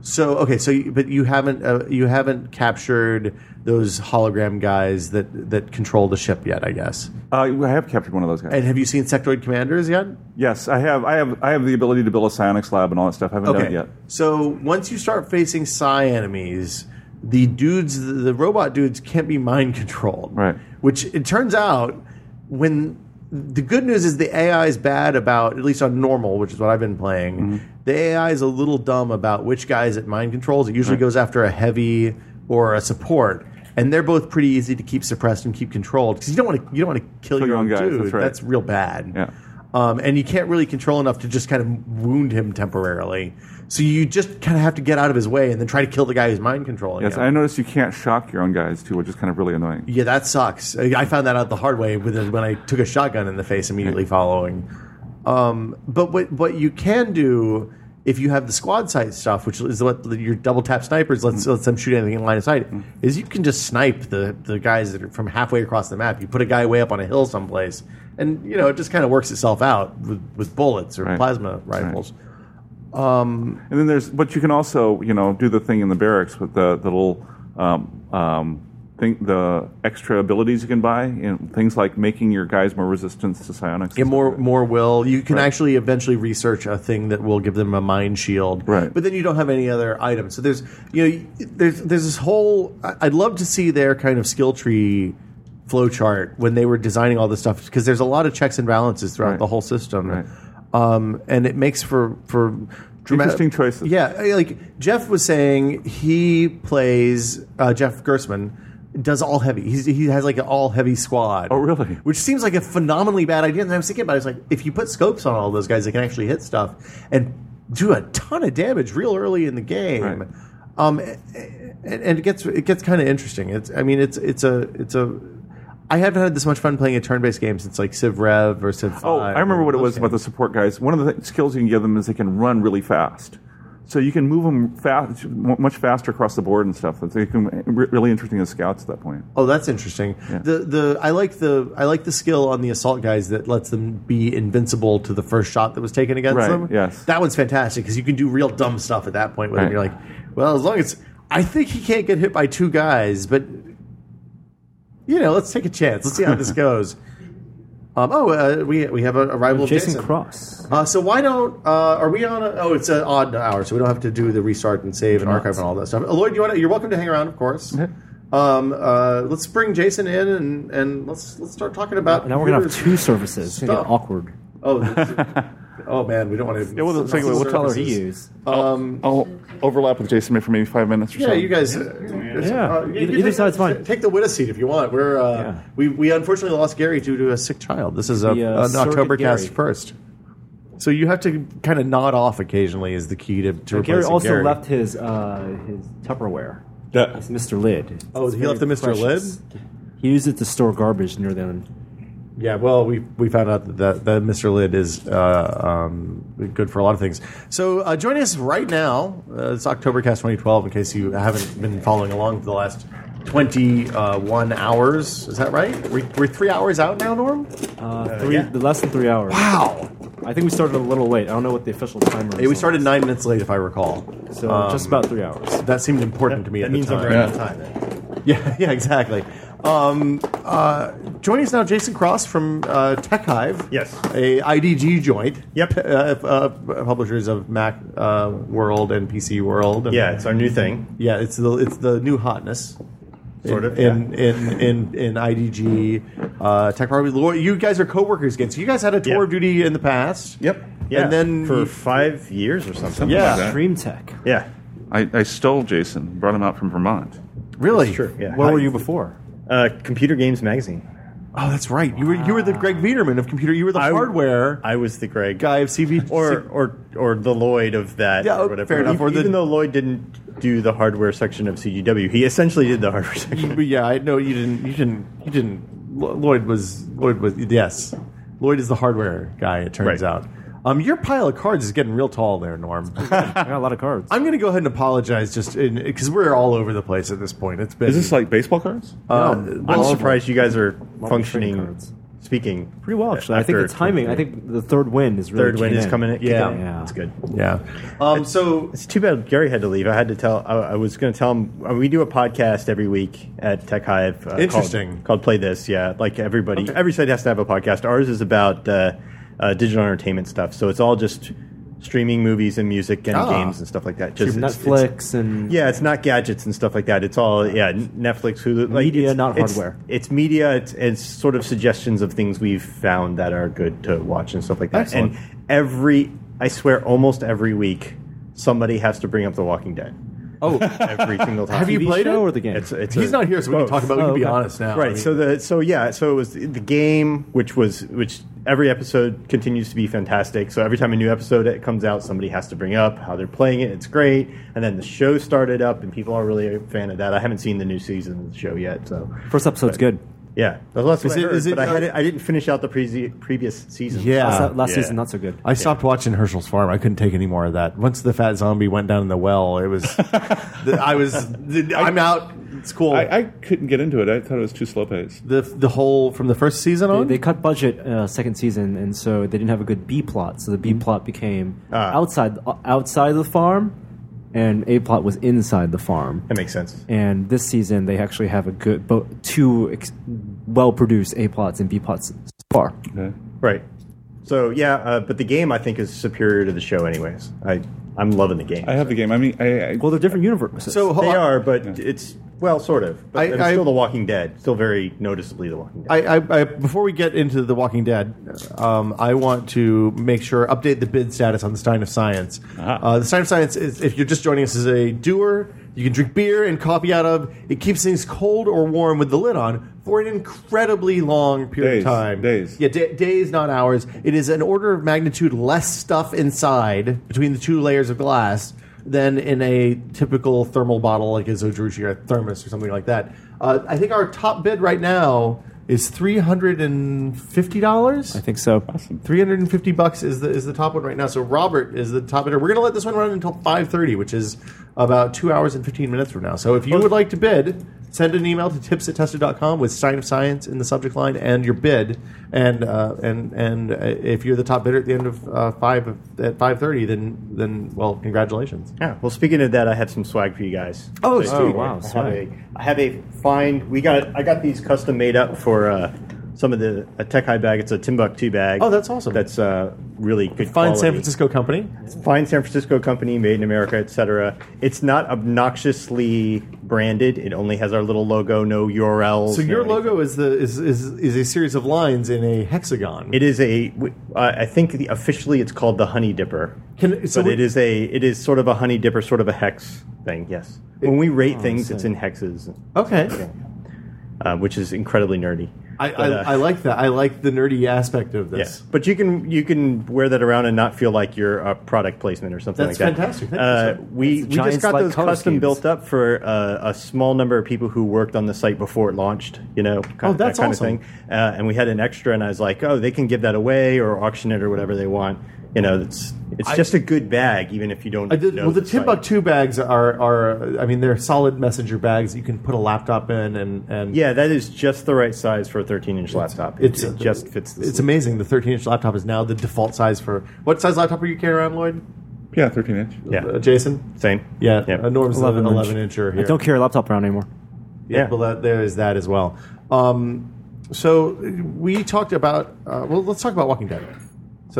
S2: So okay, so you, but you haven't uh, you haven't captured those hologram guys that that control the ship yet, I guess.
S6: Uh, I have captured one of those guys.
S2: And have you seen Sectoid Commanders yet?
S6: yes, I have. I have. I have the ability to build a psionics lab and all that stuff. I haven't done it yet.
S2: So once you start facing psi enemies, the dudes, the, the robot dudes, can't be mind controlled.
S6: Right.
S2: Which it turns out, when the good news is the AI is bad about at least on normal, which is what I've been playing.
S6: Mm-hmm.
S2: The AI is a little dumb about which guys it mind controls. It usually goes after a heavy or a support. And they're both pretty easy to keep suppressed and keep controlled because you don't want to you don't want to kill, your own
S6: guys,
S2: dude.
S6: that's right.
S2: real bad.
S6: Yeah.
S2: Um, and you can't really control enough to just kind of wound him temporarily. So you just kind of have to get out of his way and then try to kill the guy who's mind controlling
S6: Yes,
S2: him.
S6: I noticed you can't shock your own guys too, which is kind of really annoying.
S2: Yeah, that sucks. I I found that out the hard way with when I took a shotgun in the face immediately following. Um, but what what you can do if you have the squad sight stuff, which is what the- your double tap snipers
S6: Mm-hmm.
S2: lets lets them shoot anything in line of sight, is you can just snipe the the guys that are from halfway across the map. You put a guy way up on a hill someplace, and you know it just kind of works itself out with, with bullets or
S6: Right.
S2: plasma rifles.
S6: And then there's, but you can also, you know, do the thing in the barracks with the, the little um, um, thing, the extra abilities you can buy, you know, things like making your guys more resistant to psionics.
S2: Get
S6: and
S2: more
S6: stuff like
S2: more will. You can actually eventually research a thing that will give them a mind shield.
S6: Right.
S2: But then you don't have any other items. So there's you know there's there's this whole. I- I'd love to see their kind of skill tree flow chart when they were designing all this stuff because there's a lot of checks and balances throughout
S6: Right.
S2: the whole system.
S6: Right.
S2: Um, and it makes for for dramatic,
S6: Interesting choices.
S2: Yeah, I- like Jeff was saying, he plays uh, Jeff Gersman. Does all heavy? He's, he has like an all heavy squad.
S6: Oh, really?
S2: Which seems like a phenomenally bad idea. And I was thinking about it. It's like if you put scopes on all those guys, they can actually hit stuff and do a ton of damage real early in the game.
S6: Right.
S2: Um, and, and it gets it gets kind of interesting. It's I mean it's it's a it's a I haven't had this much fun playing a turn-based game since like Civ Rev or Civ.
S6: Oh,
S2: five
S6: I remember
S2: or
S6: what it
S2: those
S6: was about the
S2: games.
S6: support guys. One of the th- skills you can give them is they can run really fast. So you can move them fast, much faster across the board and stuff. That's they can, re- really interesting as scouts at that point.
S2: Oh, that's interesting. The the I like the I like the skill on the assault guys that lets them be invincible to the first shot that was taken against
S6: Right,
S2: them.
S6: yes.
S2: that one's fantastic because you can do real dumb stuff at that point. Where
S6: Right.
S2: you're like, well, as long as I think he can't get hit by two guys, but you know, let's take a chance. Let's see how this goes. Um, oh, uh, we we have a, a rival, of
S4: Jason
S2: Jason
S4: Cross.
S2: Uh, so why don't uh, are we on? A, oh, it's an odd hour, so we don't have to do the restart and save and archive and all that stuff. Uh, Lloyd, you want? You're welcome to hang around, of course. Um, uh, let's bring Jason in and, and let's let's start talking about.
S4: Now we're gonna have
S2: computers.
S4: two services. It's gonna get
S2: Stop.
S4: awkward.
S2: Oh, this- oh man, we don't want to.
S6: Yeah, well, the thing is, what
S4: Color
S6: color
S4: he use?
S2: Um,
S6: I'll overlap with Jason for maybe five minutes or
S2: yeah,
S6: something.
S2: you guys. uh,
S4: Yeah.
S2: you- you
S4: Either-
S2: can
S4: either
S2: take-
S4: side's fine.
S2: Take the widow seat if you want. We're uh,
S4: Yeah.
S2: we we unfortunately lost Gary due to a sick child. This is a,
S4: The, uh,
S2: an October
S4: surrogate Gary.
S2: cast first. So you have to kind of nod off occasionally is the key to, to
S4: Gary
S2: replacing
S4: also
S2: Gary.
S4: left his uh, his Tupperware.
S6: Yeah.
S4: It's Mr. Lid.
S2: Oh,
S4: It's
S2: he left
S4: very
S2: the Mr. Lid?
S4: precious. He used it to store garbage near the end.
S2: Yeah, well, we we found out that that, that Mr. Lid is uh, um, good for a lot of things. So uh, join us right now. Uh, it's Octobercast 2012. In case you haven't been following along for the last 21 hours, is that right? We're, we're three hours out now, Norm.
S4: Uh, three,
S2: yeah.
S4: less than three hours.
S2: Wow.
S4: I think we started a little late. I don't know what the official timer is.
S2: Hey, we
S4: on
S2: started
S4: this.
S2: nine minutes late, if I recall. Um,
S4: so just about three
S7: um,
S4: hours.
S2: That seemed important to me at the
S4: means I'm
S2: time.
S4: right
S6: on
S2: time. Yeah, yeah, exactly. Um, uh, joining us now, Jason Cross from uh, Tech Hive.
S7: Yes.
S2: a IDG joint.
S7: Yep.
S2: uh, uh, publishers of Mac uh, World and PC World.
S7: Yeah, it's our new thing.
S2: yeah. It's the it's the new hotness.
S7: Sort
S2: in,
S7: of,
S2: in, in in in IDG uh, Tech Party. Lord, You guys are co-workers again. So you guys had a tour
S7: Yeah.
S2: of duty in the past.
S7: Yeah.
S2: And then
S7: for
S2: you-
S7: five years or something.
S2: Yeah.
S6: Like that.
S4: Dream Tech. That's
S7: Yeah.
S6: I, I stole Jason, brought him out from Vermont.
S2: really
S7: True. Yeah.
S4: Where were you before?
S7: Uh, Computer Games Magazine.
S2: Oh, that's right. You were you were the Greg Viederman of computer. You were the
S7: I-
S2: hardware
S7: I was the Greg
S2: guy of CV
S7: or or or the Lloyd of that.
S2: Yeah, oh,
S7: or whatever.
S2: fair enough.
S7: E-
S2: Or the-
S7: Even though Lloyd didn't do the hardware section of CGW, he essentially did the hardware section.
S2: But yeah, I know you didn't. You didn't. You didn't. Lo- Lloyd was. Lloyd was. Yes, Lloyd is the hardware guy. It turns
S7: Right.
S2: out. Um, your pile of cards is getting real tall there, Norm.
S4: I got a lot of cards.
S2: I'm going to go ahead and apologize, just because we're all over the place at this point. It's been.
S6: Is this like baseball cards?
S2: Uh,
S7: I'm
S2: well,
S7: surprised you guys are
S4: trading
S7: functioning,
S4: cards.
S7: speaking
S4: Pretty well, actually. I think
S7: after
S4: the timing. I think the third win is really
S7: Third win
S4: kicking
S7: is
S4: in.
S7: coming in.
S2: Yeah.
S4: Yeah.
S7: it's good.
S2: Yeah. Um. So
S7: It's too bad Gary had to leave. I had to tell. I, I was going to tell him. uh, We do a podcast every week at Tech Hive. uh, called-
S2: Interesting.
S7: Called, Play This. Yeah, like everybody, every site has to have a podcast. Ours is about uh, uh, digital entertainment stuff. So it's all just streaming movies and music and
S2: Ah.
S7: games and stuff like that. Just it's- it's-
S4: Netflix and
S7: yeah, it's not gadgets and stuff like that. It's all yeah, n- Netflix, Hulu, like,
S4: Media,
S7: it's-
S4: not
S7: it's-
S4: hardware.
S7: It's, media. It's, it's sort of suggestions of things we've found that are good to watch and stuff like that.
S2: Excellent.
S7: And every, I swear, almost every week, somebody has to bring up The Walking Dead. Oh, every single time.
S2: Have you
S4: TV
S2: played
S4: show
S2: it?
S4: or the game?
S7: It's, it's
S2: he's
S7: a-
S2: not here, so we can
S7: both.
S2: talk about. We
S4: Oh,
S2: can be
S4: okay.
S2: honest now. I
S7: Right.
S2: mean,
S7: so the so yeah. So it was the game, which was which every episode continues to be fantastic. So every time a new episode that comes out, somebody has to bring up how they're playing it. It's great. And then the show started up, and people are really a fan of that. I haven't seen the new season of the show yet, so
S4: First episode's good.
S7: yeah, that's lots of
S2: Is it- is it-
S7: but I had it, I didn't finish out the pre- previous season.
S2: Ah, Yeah.
S4: last last
S7: yeah.
S4: season, not so good. Uh,
S2: I stopped watching Herschel's Farm. I couldn't take any more of that. Once the fat zombie went down in the well, it was. the, I was. The, I'm out. It's cool.
S6: I, I couldn't get into it. I thought it was too slow paced.
S2: the the whole from the first season
S4: They,
S2: on.
S4: they cut budget uh, second season, and so uh, they didn't have a good B plot. So the B plot became outside outside the farm, and A Plot was inside the farm.
S7: That makes sense.
S4: And this season, they actually have a good, bo- two ex- well produced A plots and B plots so far.
S6: Okay.
S7: Right. So yeah, uh, but the game I think is superior to the show, anyways. I I'm loving the game.
S6: I have the game. I mean, I, I,
S4: Well, they're different universes.
S2: So
S7: they are, but it's well, sort of. But
S2: I-
S7: it's
S2: I-
S7: still The Walking Dead. Still very noticeably The Walking Dead.
S2: I, I, I, before we get into The Walking Dead, um, I want to make sure update the bid status on the Stein of Science. Uh, the Stein of Science is if you're just joining us as a doer, you can drink beer and coffee out of. It keeps things cold or warm with the lid on for an incredibly long period
S6: Days.
S2: of time.
S6: Days.
S2: Yeah, da- days, not hours. It is an order of magnitude less stuff inside between the two layers of glass than in a typical thermal bottle like a Zodrushi or a thermos or something like that. Uh, I think our top bid right now is three hundred and fifty dollars.
S4: I think so.
S2: Three hundred and fifty bucks is the is the top one right now. So Robert is the top bidder. We're gonna let this one run until five thirty, which is about two hours and fifteen minutes from now. So
S7: Oh.
S2: if you would like to bid, send an email to tips at tested.com with sign of science in the subject line and your bid. And uh, and and uh, if you're the top bidder at the end of uh, five at five thirty, then then well, congratulations.
S7: Yeah. Well, speaking of that, I have some swag for you guys.
S2: Oh, it's
S4: Oh, wow,
S7: I have a, I have a find. We got. I got these custom made up for uh, some of the a Tech High bag. It's a Timbuktu bag.
S2: Oh, that's awesome.
S7: That's uh, really good.
S2: Fine San
S7: quality.
S2: Francisco company.
S7: Fine San Francisco company, made in America, etc. It's not obnoxiously branded. It only has our little logo, no URLs.
S2: So
S7: no
S2: your
S7: anything.
S2: logo is the is, is is a series of lines in a hexagon.
S7: It is a. w- Uh, I think the, officially it's called the Honey Dipper.
S2: Can- so
S7: but it
S2: we-
S7: is a. It is sort of a Honey Dipper, sort of a hex thing. Yes. when we
S2: Oh,
S7: rate things, it's in hexes,
S2: okay.
S7: uh, which is incredibly nerdy.
S2: I,
S7: But,
S2: I,
S7: uh,
S2: I like that. I like the nerdy aspect of this.
S7: Yes, but you can you can wear that around and not feel like you're a product placement or something
S2: That's
S7: like that.
S2: fantastic. Thank you,
S7: Uh,
S2: sir.
S7: we
S4: That's
S7: we just
S4: Giants
S7: got
S4: like
S7: those
S4: color
S7: custom
S4: schemes.
S7: built up for uh, a small number of people who worked on the site before it launched. You know, kind
S2: Oh,
S7: of that
S2: that's
S7: kind
S2: awesome.
S7: of thing. Uh, and we had an extra, and I was like, oh, they can give that away or auction it or whatever they want. You know, it's it's just a good bag, even if you don't.
S2: I did,
S7: know
S2: well, the
S7: site.
S2: Timbuktu bags are, are, I mean, they're solid messenger bags that you can put a laptop in and, and
S7: Yeah, that is just the right size for a 13 inch laptop. It, it just fits. The
S2: It's
S7: sleeve.
S2: amazing. The 13 inch laptop is now the default size for what size laptop are you carrying around, Lloyd?
S6: yeah, 13 inch.
S7: Yeah.
S2: Uh, Jason.
S7: Same.
S2: Yeah,
S7: Yeah.
S2: a Norm's 11,
S4: 11 inch.
S2: 11 incher here.
S4: I don't carry a laptop around anymore.
S2: Yeah,
S7: Yeah.
S2: well, that, there is that as well. Um, so we talked about. Uh, well, let's talk about Walking Dead.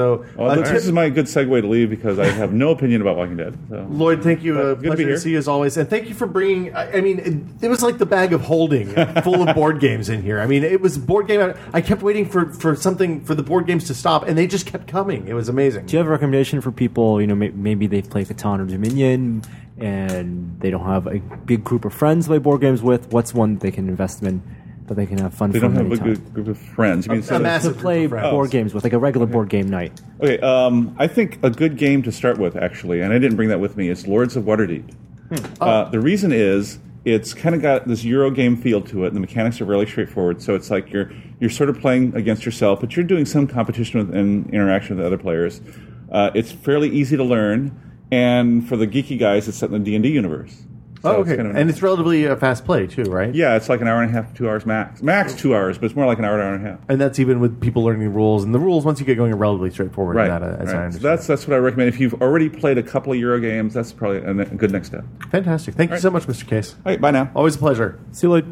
S2: So
S6: Well,
S2: uh,
S6: this
S2: tip-
S6: is my good segue to leave because I have no opinion about Walking Dead. So.
S2: Lloyd, thank you. Uh,
S6: Good to be
S2: pleasure to,
S6: here.
S2: see you as always, and thank you for bringing. I, I mean, it, it was like the bag of holding full of board games in here. I mean, it was board game. I kept waiting for for something for the board games to stop, and they just kept coming. It was amazing.
S4: Do you have a recommendation for people? You know, may- maybe they play Catan or Dominion, and they don't have a big group of friends to play board games with. What's one they can invest in that they can have fun?
S6: They
S4: from
S6: don't have a
S4: many times?
S6: good group of friends. I mean, so-
S2: a
S4: to
S2: massive
S4: play
S2: group of friends.
S4: board games with, like a regular board game night.
S6: Okay, um, I think a good game to start with, actually, and I didn't bring that with me, is Lords of Waterdeep.
S2: Hmm. Oh.
S6: Uh, the reason is it's kind of got this Euro game feel to it, and the mechanics are really straightforward. So it's like you're you're sort of playing against yourself, but you're doing some competition with, and interaction with other players. Uh, it's fairly easy to learn, and for the geeky guys, it's set in the D and D universe. So
S2: Oh,
S6: it's
S2: okay,
S6: kind of-
S2: and it's relatively uh, fast play too, right?
S6: yeah, it's like an hour and a half, two hours max, max two hours, but it's more like an hour, hour and a half.
S2: and that's even with people learning the rules. And the rules, once you get going, are relatively straightforward. in
S6: Right.
S2: that, uh, as I
S6: right. So
S2: understand.
S6: that's that's what I recommend. If you've already played a couple of Euro games, that's probably a, ne- a good next step.
S2: fantastic. Thank you
S6: All right.
S2: so much, Mr. Case.
S6: All right, bye now.
S2: Always a pleasure. Um,
S4: See, like,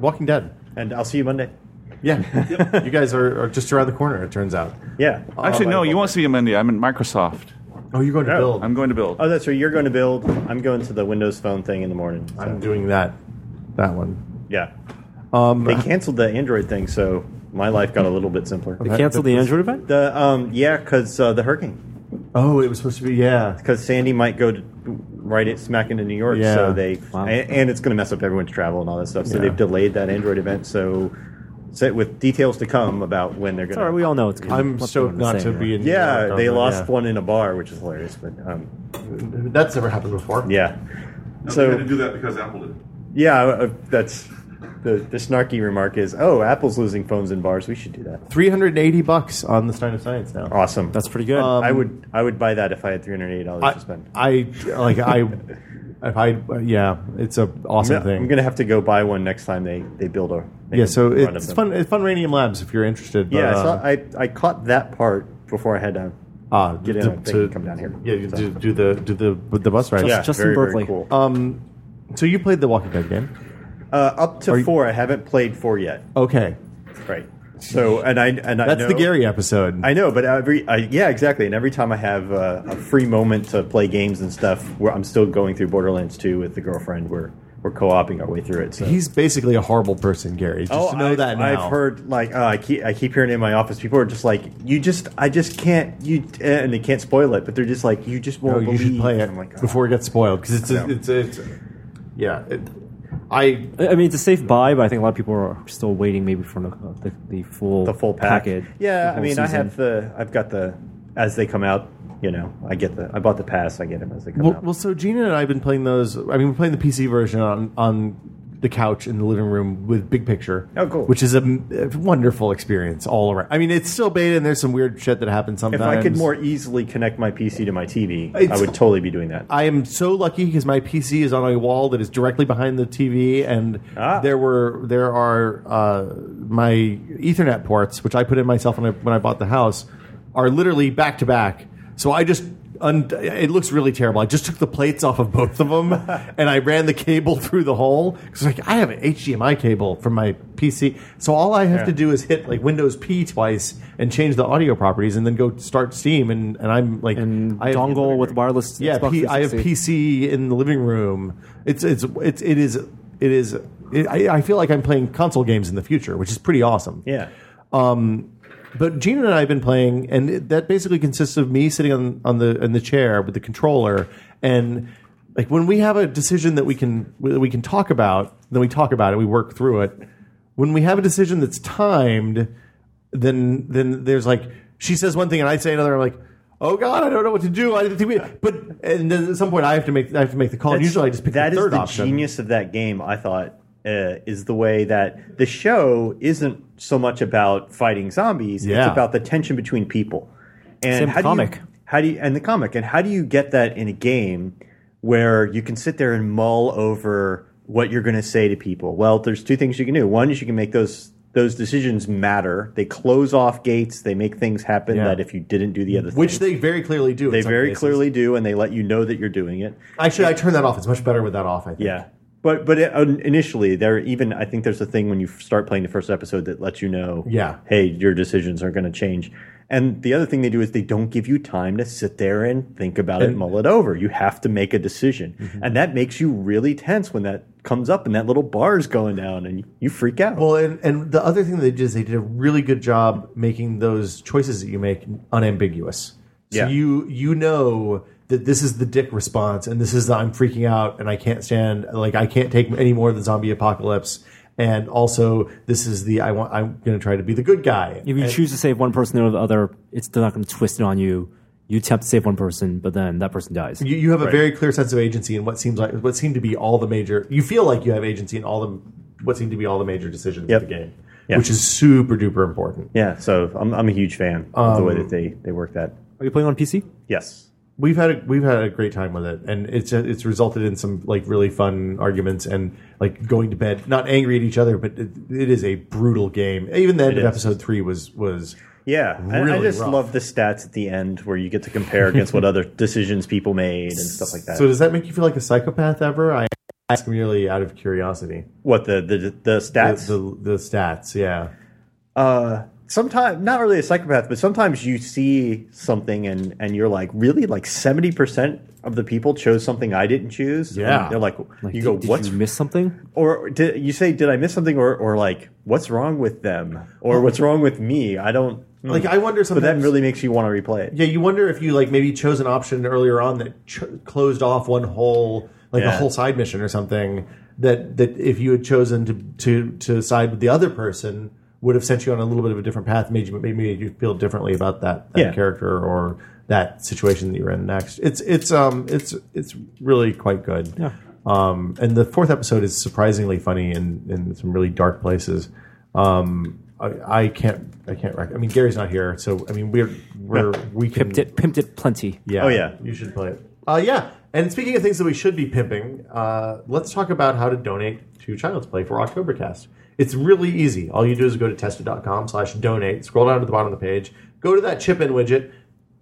S2: Walking Dead.
S7: And I'll see you Monday.
S2: Yeah, you guys are, are just around the corner. It turns out.
S7: Yeah.
S6: Actually,
S2: my
S6: no, you
S2: God.
S6: won't see him in India. I'm in Microsoft.
S2: Oh, you're going to
S7: Yeah,
S2: build.
S6: I'm going to build.
S7: Oh, that's right. You're going to build. I'm going to the Windows Phone thing in the morning. so-
S2: I'm doing that. That one.
S7: Yeah.
S4: Um,
S7: they canceled the Android thing, so my life got a little bit simpler.
S4: they canceled the Android event.
S7: The um, yeah, because uh, the hurricane,
S2: Oh, it was supposed to be yeah.
S7: because Sandy might go to right it smack into New York,
S2: Yeah.
S7: so they
S4: Wow.
S7: and, and it's going to mess up everyone's travel and all that stuff. So
S2: Yeah.
S7: they've delayed that Android event. So, so with details to come about when they're going.
S4: All right, we all know it's. Good.
S2: I'm
S4: What's
S2: stoked
S4: everyone
S2: not
S4: saying,
S2: to be
S4: right?
S2: in. New
S7: yeah,
S2: York
S7: they
S2: on that,
S7: lost
S2: yeah.
S7: one in a bar, which is hilarious, but um,
S2: That's never happened before.
S7: yeah. So
S6: do that because Apple did.
S7: yeah, uh, that's the the snarky remark is, oh, Apple's losing phones in bars. We should do that.
S2: 380 bucks on the Stein of Science now.
S7: Awesome.
S4: That's pretty good.
S2: Um,
S7: I would I would buy that if I had three hundred eighty dollars
S2: I,
S7: to spend.
S2: I like I if I yeah, it's a awesome
S7: I'm,
S2: thing.
S7: gonna have to go buy one next time they, they build a they
S2: yeah, so
S7: run
S2: it's
S7: them.
S2: fun. It's Funranium Labs if you're interested. but,
S7: Yeah, I,
S2: uh,
S7: saw, I I caught that part before I had to
S2: Uh,
S7: Get in
S2: to-
S7: on a thing
S2: to-
S7: and come down here.
S2: Yeah, you do, do the do the the bus ride.
S7: yeah,
S4: Justin
S7: very, very
S4: Berkeley.
S7: cool.
S2: Um, so you played the Walking Dead game?
S7: Uh, up to
S2: you-
S7: four. I haven't played four yet.
S2: Okay,
S7: Right. So and I and I
S2: that's the
S7: know-
S2: Gary episode.
S7: I know, but every I, yeah, exactly. And every time I have uh, a free moment to play games and stuff, where I'm still going through Borderlands 2 with the girlfriend, we're we're co-oping our way through it. So.
S2: He's basically a horrible person, Gary. Just know
S7: Oh, I've,
S2: that now.
S7: I've heard like uh, I keep I keep hearing in my office people are just like you just I just can't you eh," and they can't spoil it, but they're just like you just
S2: No,
S7: won't
S2: you
S7: believe.
S2: should play it
S7: I'm like, oh.
S2: before it gets spoiled because it's, a-
S7: No.
S2: it's a- it's a- yeah. It, I
S4: I I mean, it's a safe buy, but I think a lot of people are still waiting maybe for the, the, the full
S7: the full pack.
S4: package. the
S7: Yeah, I
S4: whole
S7: mean I
S4: season.
S7: have the I've got the as they come out. You know, I get the I bought the pass. I get them as they come
S2: Well,
S7: out.
S2: well, so Gina and I have been playing those. I mean, we're playing the PC version on on the couch in the living room with Big Picture.
S7: Oh, cool.
S2: Which is a, a wonderful experience all around. I mean, it's still beta, and there's some weird shit that happens
S7: if
S2: sometimes.
S7: I could more easily connect my PC to my TV, I
S2: It's-
S7: would totally be doing that.
S2: I am so lucky because my PC is on a wall that is directly behind the TV, and
S7: Ah.
S2: there were there are uh, my Ethernet ports, which I put in myself when I when I bought the house, are literally back to back. So I just un- it looks really terrible. I just took the plates off of both of them, and I ran the cable through the hole because like I have an HDMI cable from my PC, so all I have
S7: Yeah.
S2: to do is hit like Windows P twice and change the audio properties, and then go start Steam, and, and I'm like
S4: and
S2: I have-
S4: dongle with wireless.
S2: yeah,
S4: Xbox
S2: P- I have
S4: 360.
S2: PC in the living room. It's it's it's it is it is. It, I, I feel like I'm playing console games in the future, which is pretty awesome.
S7: Yeah.
S2: Um, But Gina and I have been playing, and it, that basically consists of me sitting on on the in the chair with the controller, and like when we have a decision that we can that we can talk about, then we talk about it, we work through it. When we have a decision that's timed, then then there's like she says one thing and I say another. I'm like, oh god, I don't know what to do. I think we, but and then at some point I have to make I have to make the call. Oh, And
S7: That's-
S2: usually I just pick
S7: that
S2: the
S7: is
S2: third
S7: the
S2: option.
S7: genius of that game. I thought uh, is the way that the show isn't so much about fighting zombies;
S2: Yeah.
S7: it's about the tension between people. And
S4: Same
S7: how Do
S4: comic.
S7: you, how do you and the comic and how do you get that in a game where you can sit there and mull over what you're going to say to people? Well, there's two things you can do. One is you can make those those decisions matter. They close off gates. They make things happen
S2: Yeah.
S7: that if you didn't do the other,
S2: which
S7: thing,
S2: they very clearly do. in
S7: they
S2: some
S7: very
S2: cases.
S7: clearly do, and they let you know that you're doing it.
S2: Actually, I turn that off. It's much better with that off. I think.
S7: Yeah, but but it, um, initially there even I think there's a thing when you f- start playing the first episode that lets you know,
S2: Yeah.
S7: hey, your decisions are going to change. And the other thing they do is they don't give you time to sit there and think about it,
S2: And- Mm-hmm.
S7: mull it over. You have to make a decision, and that makes you really tense when that comes up and that little bar is going down, and you freak out.
S2: Well, and, and the other thing they did is they did a really good job making those choices that you make unambiguous. So
S7: Yeah.
S2: you you know that this is the dick response, and this is the I'm freaking out, and I can't stand like I can't take any more of the zombie apocalypse, and also this is the I want I'm going to try to be the good guy.
S4: If you choose to save one person over the other, it's still not going to twist it on you. You attempt to save one person, but then that person dies.
S2: You, you have a very clear sense of agency in what seems like what seem to be all the major. You feel like you have agency in all the what seem to be all the major decisions
S7: Yep.
S2: of the game,
S7: Yeah.
S2: which is super duper important.
S7: yeah, so I'm I'm a huge fan of the way
S2: Um,
S7: that they they work that.
S4: Are you playing on PC?
S7: Yes.
S2: we've had a, we've had a great time with it, and it's it's resulted in some like really fun arguments and like going to bed not angry at each other, but it, it is a brutal game. Even the end of
S7: is.
S2: episode three was was
S7: Yeah, and I
S2: Really
S7: just
S2: rough.
S7: love the stats at the end where you get to compare against what other decisions people made and stuff like that.
S2: So does that make you feel like a psychopath ever? I ask merely out of curiosity.
S7: What the the the
S2: The,
S7: stats?
S2: the the stats, yeah.
S7: uh, sometimes not really a psychopath, but sometimes you see something and and you're like, really, like seventy percent of the people chose something I didn't choose. And
S2: Yeah.
S7: they're like,
S4: Like,
S7: you
S4: did,
S7: go,
S4: did
S7: what's
S4: you miss something?
S7: or did, you say, did I miss something, or or like, what's wrong with them, or what's wrong with me? I don't
S2: Like I wonder
S7: But
S2: sometimes.
S7: that really makes you want to replay it.
S2: yeah, you wonder if you like maybe chose an option earlier on that ch- closed off one whole like a
S7: Yeah.
S2: whole side mission or something that that if you had chosen to to to side with the other person would have sent you on a little bit of a different path, made you maybe made you feel differently about that, that
S7: Yeah.
S2: character or that situation that you're in next. It's it's um it's it's really quite good. Yeah. Um, and the fourth episode is surprisingly funny in, in some really dark places. Um, I, I can't I can't rec- I mean Gary's not here, so I mean we're we're we can
S4: Pimped it, pimped it plenty.
S2: yeah.
S7: Oh, yeah.
S2: You should play it. Uh, yeah. And speaking of things that we should be pimping, uh, let's talk about how to donate to Child's Play for Octobercast. It's really easy. All you do is go to tested.com slash donate, scroll down to the bottom of the page, go to that chip in widget,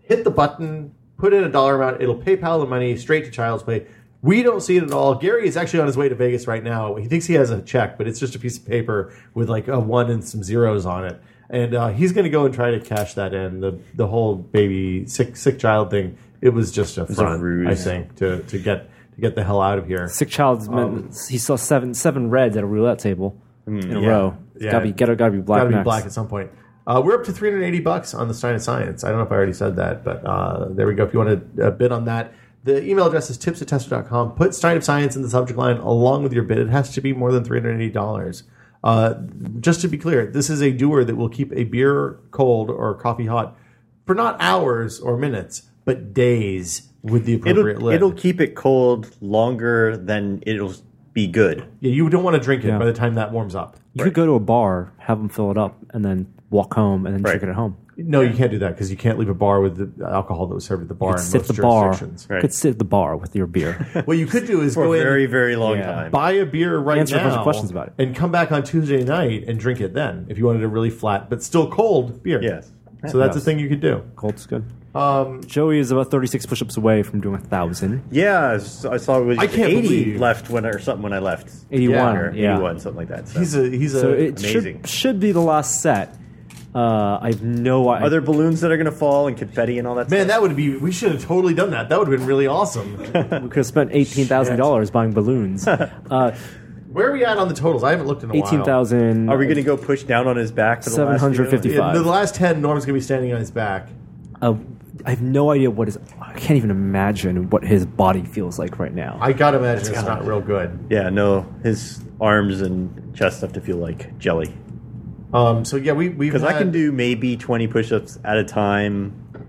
S2: hit the button, put in a dollar amount, it'll PayPal the money straight to Child's Play. We don't see it at all. Gary is actually on his way to Vegas right now. He thinks he has a check, but it's just a piece of paper with like a one and some zeros on it. And uh, he's going to go and try to cash that in. The the whole baby sick sick child thing. It was just a front, I
S6: ruse.
S2: think, to to get to get the hell out of here.
S4: Sick
S7: Um,
S4: child's meant he saw seven seven reds at a roulette table
S7: mm,
S4: in a row. It's
S2: Yeah.
S4: gotta be gotta, gotta be black.
S2: Got to be
S4: next.
S2: black at some point. Uh, we're up to 380 bucks on the Stein of Science. I don't know if I already said that, but uh, there we go. If you want to uh, bid on that, the email address is tips at tester.com. Put Stein of Science in the subject line along with your bid. It has to be more than $380. Uh, just to be clear, this is a doer that will keep a beer cold or coffee hot for not hours or minutes, but days with the appropriate
S7: It'll,
S2: lid.
S7: it'll keep it cold longer than it'll be good.
S2: yeah, you don't want to drink it
S4: Yeah.
S2: by the time that warms up.
S4: You could go to a bar, have them fill it up, and then walk home and then drink
S7: Right.
S4: it at home.
S2: No, you can't do that because you can't leave a bar with the alcohol that was served at the bar
S4: could
S2: in
S4: sit
S2: most
S4: at the bar.
S2: jurisdictions.
S4: You could sit at the bar with your beer.
S2: What you could do is
S7: For
S2: go
S7: a very,
S2: in,
S7: very long
S4: Yeah.
S7: time.
S2: buy a beer right
S4: Answer a
S2: now,
S4: bunch of questions about it.
S2: and come back on Tuesday night and drink it then if you wanted a really flat but still cold beer.
S7: Yes.
S2: So that's a thing you could do.
S4: Cold's good. Um, Joey is about thirty six push ups away from doing a thousand.
S7: Yeah, I s- I saw it was
S2: I can't
S7: 80
S2: believe-
S7: left when or something when I left.
S4: Eighty
S7: Or
S4: one. Yeah.
S7: 81, something like that. So.
S2: He's a he's
S4: So
S2: a
S4: it
S7: Amazing.
S4: should, should be the last set. Uh, I've no
S7: Are
S4: idea.
S7: there balloons that are going to fall and confetti and all that
S2: man.
S7: stuff?
S2: That would be we should have totally done that. That would have been really awesome.
S4: We could have spent eighteen thousand dollars buying balloons. uh,
S2: Where are we at on the totals? I haven't looked in a
S4: eighteen
S2: while.
S4: thousand.
S7: Are we going to go push down on his back for the last few?
S4: 750.
S2: Yeah, the last ten, Norm's gonna be standing on his back.
S4: Uh, I have no idea what is. I can't even imagine what his body feels like right now.
S2: I gotta imagine it's not real good.
S7: Yeah, no, his arms and chest have to feel like jelly.
S2: Um, so yeah, we we
S7: Because I can do maybe 20 push ups at a time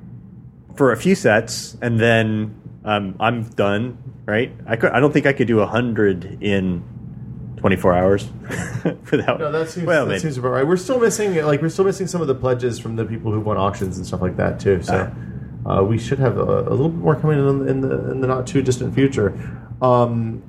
S7: for a few sets, and then um, I'm done, right? I, could, I don't think I could do 100 in 24 hours without.
S2: No, that seems
S7: well,
S2: that
S7: maybe.
S2: seems about right. We're still missing like we're still missing some of the pledges from the people who won auctions and stuff like that too. So
S7: Ah.
S2: uh, we should have a, a little bit more coming in in the in the not too distant future. Um,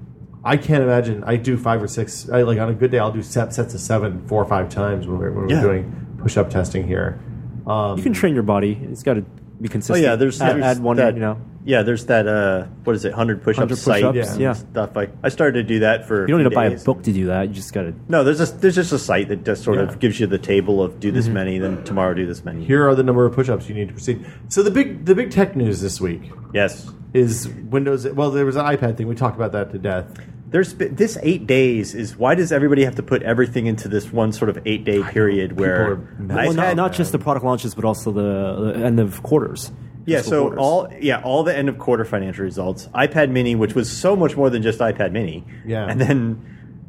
S2: I can't imagine. I do five or six. I, like on a good day, I'll do set, sets of seven, four or five times when we're, when we're
S7: Yeah.
S2: doing push up testing here. Um,
S4: you can train your body. It's got to be
S7: Oh
S4: consistent.
S7: yeah, there's,
S4: add,
S7: there's
S4: add one.
S7: that,
S4: you know,
S7: Yeah, there's that. Uh, what is it? Hundred push-up
S4: 100
S7: site
S4: push-ups,
S7: and
S4: yeah.
S7: stuff. Like I started to do that for.
S4: you don't need
S7: few
S4: to buy a
S7: days.
S4: book to do that. You just got to.
S7: No, there's just there's just a site that just sort
S2: Yeah. Mm-hmm.
S7: of gives you the table of do this many, then tomorrow do this many.
S2: here are the number of push ups you need to proceed. So the big the big tech news this week
S7: Yes,
S2: is Windows. Well, there was an iPad thing. We talked about that to death.
S7: there's been- this eight days is why does everybody have to put everything into this one sort of eight day period
S2: are
S7: where
S2: mad.
S7: I
S4: Well, not,
S7: had-
S4: not just the product launches, but also the, the end of quarters.
S7: yeah,
S4: Fiscal
S7: so
S4: quarters.
S7: all yeah all the end of quarter financial results, iPad Mini, which was so much more than just iPad Mini,
S2: Yeah.
S7: and then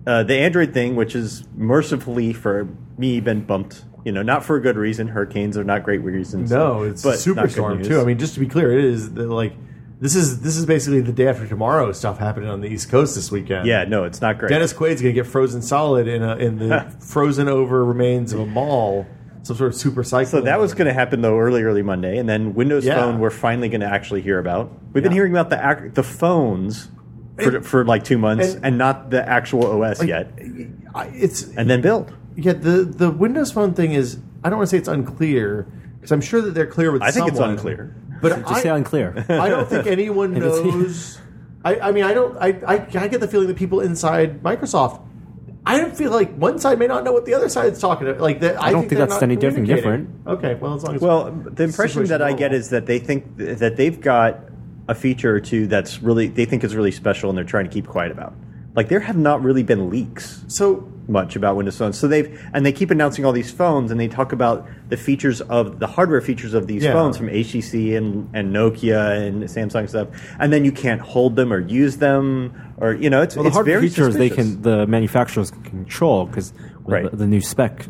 S7: uh, the Android thing, which is mercifully for me been bumped. You know, not for a good reason. Hurricanes are not great reasons.
S2: No, it's
S7: but not good
S2: superstorm
S7: news.
S2: too. I mean, just to be clear, it is the, like this is this is basically the day after tomorrow stuff happening on the East Coast this weekend.
S7: yeah, no, it's not great.
S2: Dennis Quaid's gonna get frozen solid in a, in the frozen over remains of a mall, some sort of super cycle.
S7: So that was going to happen though early, early Monday, and then Windows
S2: Yeah.
S7: Phone we're finally going to actually hear about. We've been
S2: Yeah.
S7: hearing about the ac- the phones for, for like two months,
S2: and-
S7: and, not the actual OS yet.
S2: I- it's
S7: And then build.
S2: yeah the the Windows Phone thing is I don't want to say it's unclear because I'm sure that they're clear with
S7: I think it's
S2: someone,
S7: unclear.
S2: but
S4: Just
S2: I-
S4: say unclear.
S2: I don't think anyone
S4: If it's-
S2: knows. I, I mean, I don't. I, I I get the feeling that people inside Microsoft. I don't feel like one side may not know what the other side's talking about. Like that. I,
S4: don't think
S2: they're
S4: that's
S2: not
S4: any different-
S2: communicating. Okay. Well, as long as
S7: Well, the impression
S2: situation
S7: that I
S2: normal.
S7: get is that they think th- that they've got a feature or two that's really they think is really special, and they're trying to keep quiet about. Like there have not really been leaks.
S2: so.
S7: much about Windows Phone. So they've and they keep announcing all these phones, and they talk about the features of the hardware features of these
S2: Yeah.
S7: phones from HTC and and Nokia and Samsung stuff. And then you can't hold them or use them, or you know, it's
S4: Well, the
S7: it's
S4: hard
S7: very
S4: features they
S7: suspicious.
S4: can the manufacturers can control because
S7: Right.
S4: the, the new spec uh,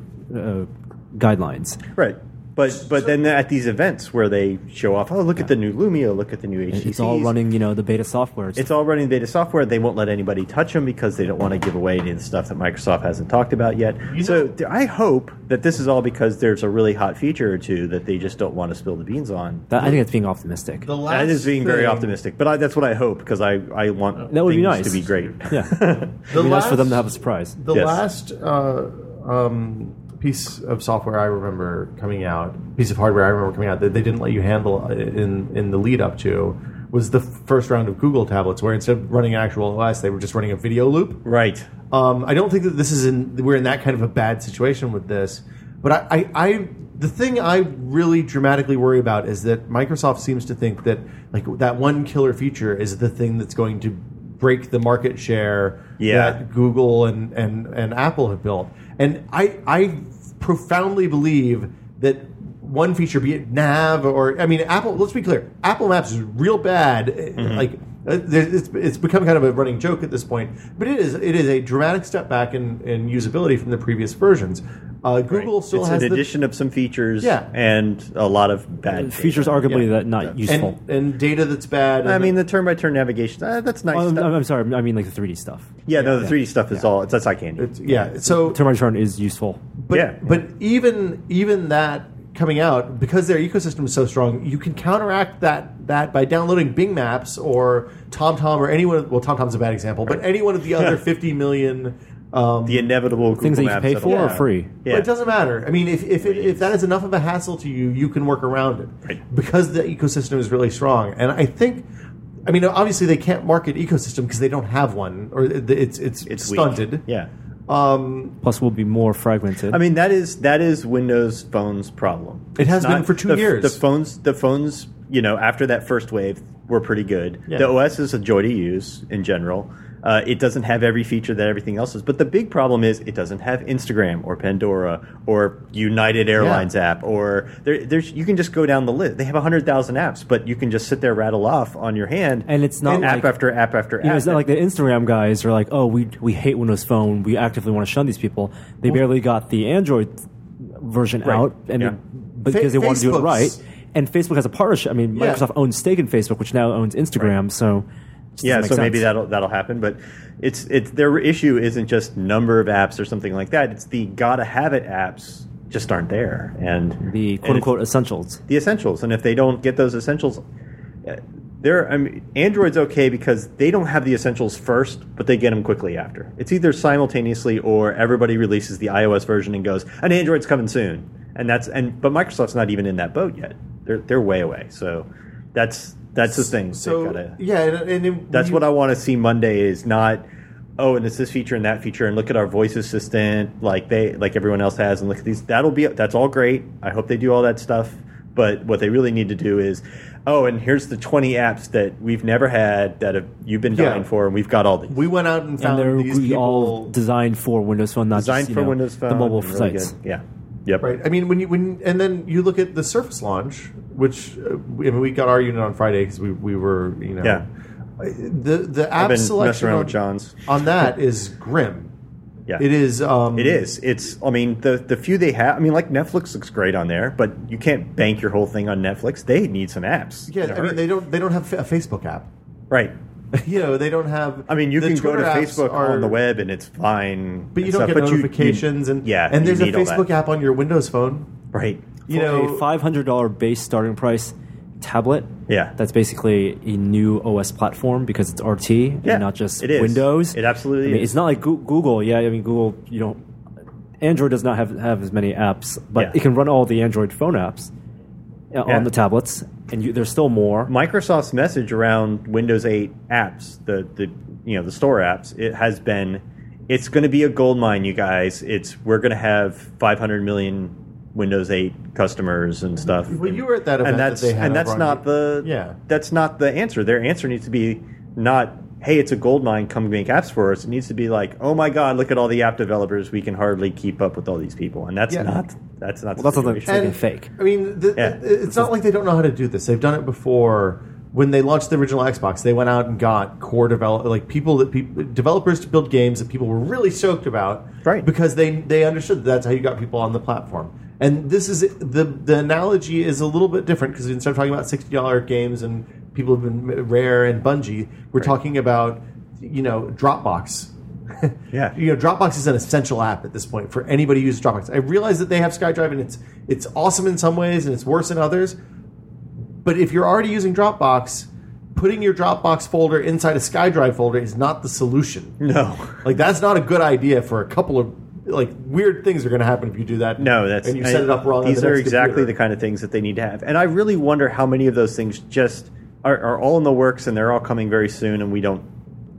S4: guidelines.
S7: right. But but then at these events where they show off, oh look at the new Lumia, look at the new HTC.
S4: It's all running, you know, the beta software. It's,
S7: It's all running beta software. They won't let anybody touch them because they don't want to give away any of the stuff that Microsoft hasn't talked about yet. so th- I hope that this is all because there's a really hot feature or two that they just don't want to spill the beans on.
S4: that, I think that's being optimistic.
S2: The last
S7: That is being very
S2: thing-
S7: optimistic, but I, that's what I hope because I, I want
S4: That would be
S7: things
S4: nice.
S7: to be great.
S4: yeah,
S2: The
S4: it'd be nice for them to
S2: last-
S4: have a surprise.
S2: the
S7: Yes.
S2: last uh, um, piece of software I remember coming out, piece of hardware I remember coming out that they didn't let you handle in in the lead up to was the first round of Google tablets, where instead of running an actual OS, they were just running a video loop.
S7: Right.
S2: Um, I don't think that this is in we're in that kind of a bad situation with this, but I, I, I the thing I really dramatically worry about is that Microsoft seems to think that like that one killer feature is the thing that's going to break the market share
S7: Yeah.
S2: that Google and, and, and Apple have built. And I I profoundly believe that one feature, be it nav or I mean Apple. Let's be clear, Apple Maps is real bad.
S7: Mm-hmm.
S2: Like uh, there- it's it's become kind of a running joke at this point. But it is it is a dramatic step back in, in usability from the previous versions. Uh, Google still
S7: it's
S2: has
S7: an
S2: the,
S7: addition of some features
S2: Yeah.
S7: and a lot of bad data.
S4: Features arguably
S2: Yeah.
S4: that not useful.
S2: and, and data that's bad.
S7: I
S2: and-
S7: mean, the turn-by-turn navigation. Uh, that's nice.
S4: Oh, I'm,
S7: stuff.
S4: I'm sorry. I mean, like the 3D stuff.
S7: yeah, no, the 3D stuff is all. It's that's eye candy.
S2: it's- yeah. So
S4: Termite Turn is useful.
S2: but,
S7: Yeah.
S2: but even even that coming out because their ecosystem is so strong you can counteract that that by downloading bing maps or tomtom or anyone well tomtom's a bad example but any one of the other 50 million um,
S7: the inevitable Google
S4: Things that you
S7: Maps
S4: pay
S7: of-
S4: for
S7: yeah.
S4: are free.
S7: Yeah.
S2: But it doesn't matter. I mean, if if, it, if that is enough of a hassle to you, you can work around it
S7: Right.
S2: because the ecosystem is really strong. And I think, I mean, obviously they can't market ecosystem because they don't have one, or it- it's it's,
S7: It's weak.
S2: stunted.
S7: Yeah.
S4: Plus, we'll be more fragmented.
S7: I mean that is that is Windows Phone's problem.
S2: It has
S7: It's
S2: been for two
S7: the,
S2: years.
S7: The phones, the phones, you know, after that first wave, were pretty good.
S2: Yeah.
S7: The OS is a joy to use in general. Uh, it doesn't have every feature that everything else is, but the big problem is it doesn't have Instagram or Pandora or United Airlines app or there, there's you can just go down the list. They have hundred thousand apps, but you can just sit there rattle off on your hand,
S4: And it's not
S7: app
S4: like-
S7: after app after app.
S4: You know, it's not like the Instagram guys are like, oh, we we hate Windows Phone. We actively want to shun these people. They barely got the Android version
S7: Right.
S4: out, and
S7: Yeah.
S4: but because
S2: Fa-
S4: they want to do it
S2: Facebook's-
S4: right. And Facebook has a partnership. I mean,
S2: Yeah.
S4: Microsoft owns stake in Facebook, which now owns Instagram. So it just
S7: yeah,
S4: doesn't
S7: so
S4: make
S7: maybe
S4: sense.
S7: that'll that'll happen. But it's it's their issue isn't just number of apps or something like that. It's the gotta have it apps just aren't there, and
S4: the
S7: and
S4: quote unquote essentials.
S7: it's the essentials. And if they don't get those essentials, uh, they're I mean, Android's okay because they don't have the essentials first, but they get them quickly after. It's either simultaneously or everybody releases the iOS version and goes, "An Android's coming soon," and that's and but Microsoft's not even in that boat yet. They're they're way away. So that's that's the thing.
S2: So
S7: They've gotta-
S2: yeah, and, and it-
S7: that's
S2: you-
S7: what I want to see Monday is not oh and it's this feature and that feature and look at our voice assistant like they like everyone else has and look at these that'll be that's all great. I hope they do all that stuff, but what they really need to do is oh and here's the 20 apps that we've never had that have you've been
S2: Yeah.
S7: dying for and we've got all these.
S2: we went out and
S4: And
S2: found
S4: they're
S2: these people.
S4: all designed for Windows Phone, not
S7: designed
S4: just, you
S7: for
S4: know,
S7: Windows Phone.
S4: the mobile
S7: really
S4: sites.
S7: good. Yeah. Yep.
S2: Right. I mean, when you when and then you look at the Surface launch, which uh, we, I mean, we got our unit on Friday because we, we were you know
S7: Yeah.
S2: the the app
S7: I've been messing
S2: selection
S7: around
S2: on,
S7: with John's.
S2: on that is grim.
S7: Yeah.
S2: It is. Um,
S7: It is. It's. I mean, the the few they have. I mean, like Netflix looks great on there, but you can't bank your whole thing on Netflix. They need some apps.
S2: Yeah,
S7: In a
S2: I mean
S7: hurry.
S2: they don't they don't have a Facebook app.
S7: right.
S2: you know they don't have.
S7: I mean, you
S2: the
S7: can
S2: Twitter
S7: go to
S2: apps
S7: Facebook
S2: are-
S7: on the web and it's fine,
S2: but you
S7: and
S2: don't
S7: stuff,
S2: get
S7: you- you-
S2: notifications and
S7: yeah,
S2: and there's a
S7: you need all
S2: Facebook
S7: that.
S2: app on your Windows phone.
S7: right?
S2: You
S4: for
S2: know,
S4: a five hundred dollar base starting price tablet.
S7: Yeah.
S4: that's basically a new OS platform because it's RT
S7: Yeah,
S4: and not just
S7: it is.
S4: Windows.
S7: It absolutely
S4: I mean,
S7: is.
S4: It's not like Goo- Google. Yeah, I mean Google. You know, Android does not have have as many apps, but
S7: Yeah.
S4: it can run all the Android phone apps uh,
S7: Yeah.
S4: on the tablets, and you, there's still more.
S7: Microsoft's message around Windows 8 apps, the the you know the store apps, it has been, it's going to be a gold mine, you guys. It's we're going to have 500 million Windows 8 customers and stuff.
S2: Well, you were at that event
S7: and
S2: that
S7: that's
S2: they had
S7: and that's
S2: over on
S7: not the
S2: Yeah.
S7: that's not the answer. Their answer needs to be not. Hey, it's a gold mine. Come make apps for us. It needs to be like, oh my god, look at all the app developers. We can hardly keep up with all these people, and that's
S2: Yeah.
S7: not that's not.
S4: Well, that's not the-
S7: situation.
S4: It's like a fake.
S2: I mean, the,
S7: Yeah.
S2: it's not like they don't know how to do this. They've done it before. When they launched the original Xbox, they went out and got core develop like people that peop developers to build games that people were really stoked about,
S7: Right.
S2: Because they they understood that that's how you got people on the platform. And this is the the analogy is a little bit different because instead of talking about sixty dollar games and people have been rare and Bungie, we're talking about you know Dropbox.
S7: Yeah.
S2: you know, Dropbox is an essential app at this point for anybody who uses Dropbox. I realize that they have SkyDrive and it's it's awesome in some ways and it's worse in others. But if you're already using Dropbox, putting your Dropbox folder inside a SkyDrive folder is not the solution.
S7: no.
S2: Like that's not a good idea for a couple of like weird things are going to happen if you do that.
S7: No, that's
S2: and you
S7: I-
S2: set it up wrong. on
S7: These
S2: the
S7: are
S2: next
S7: exactly
S2: computer.
S7: the kind of things that they need to have, and I really wonder how many of those things just are, are all in the works and they're all coming very soon, and we don't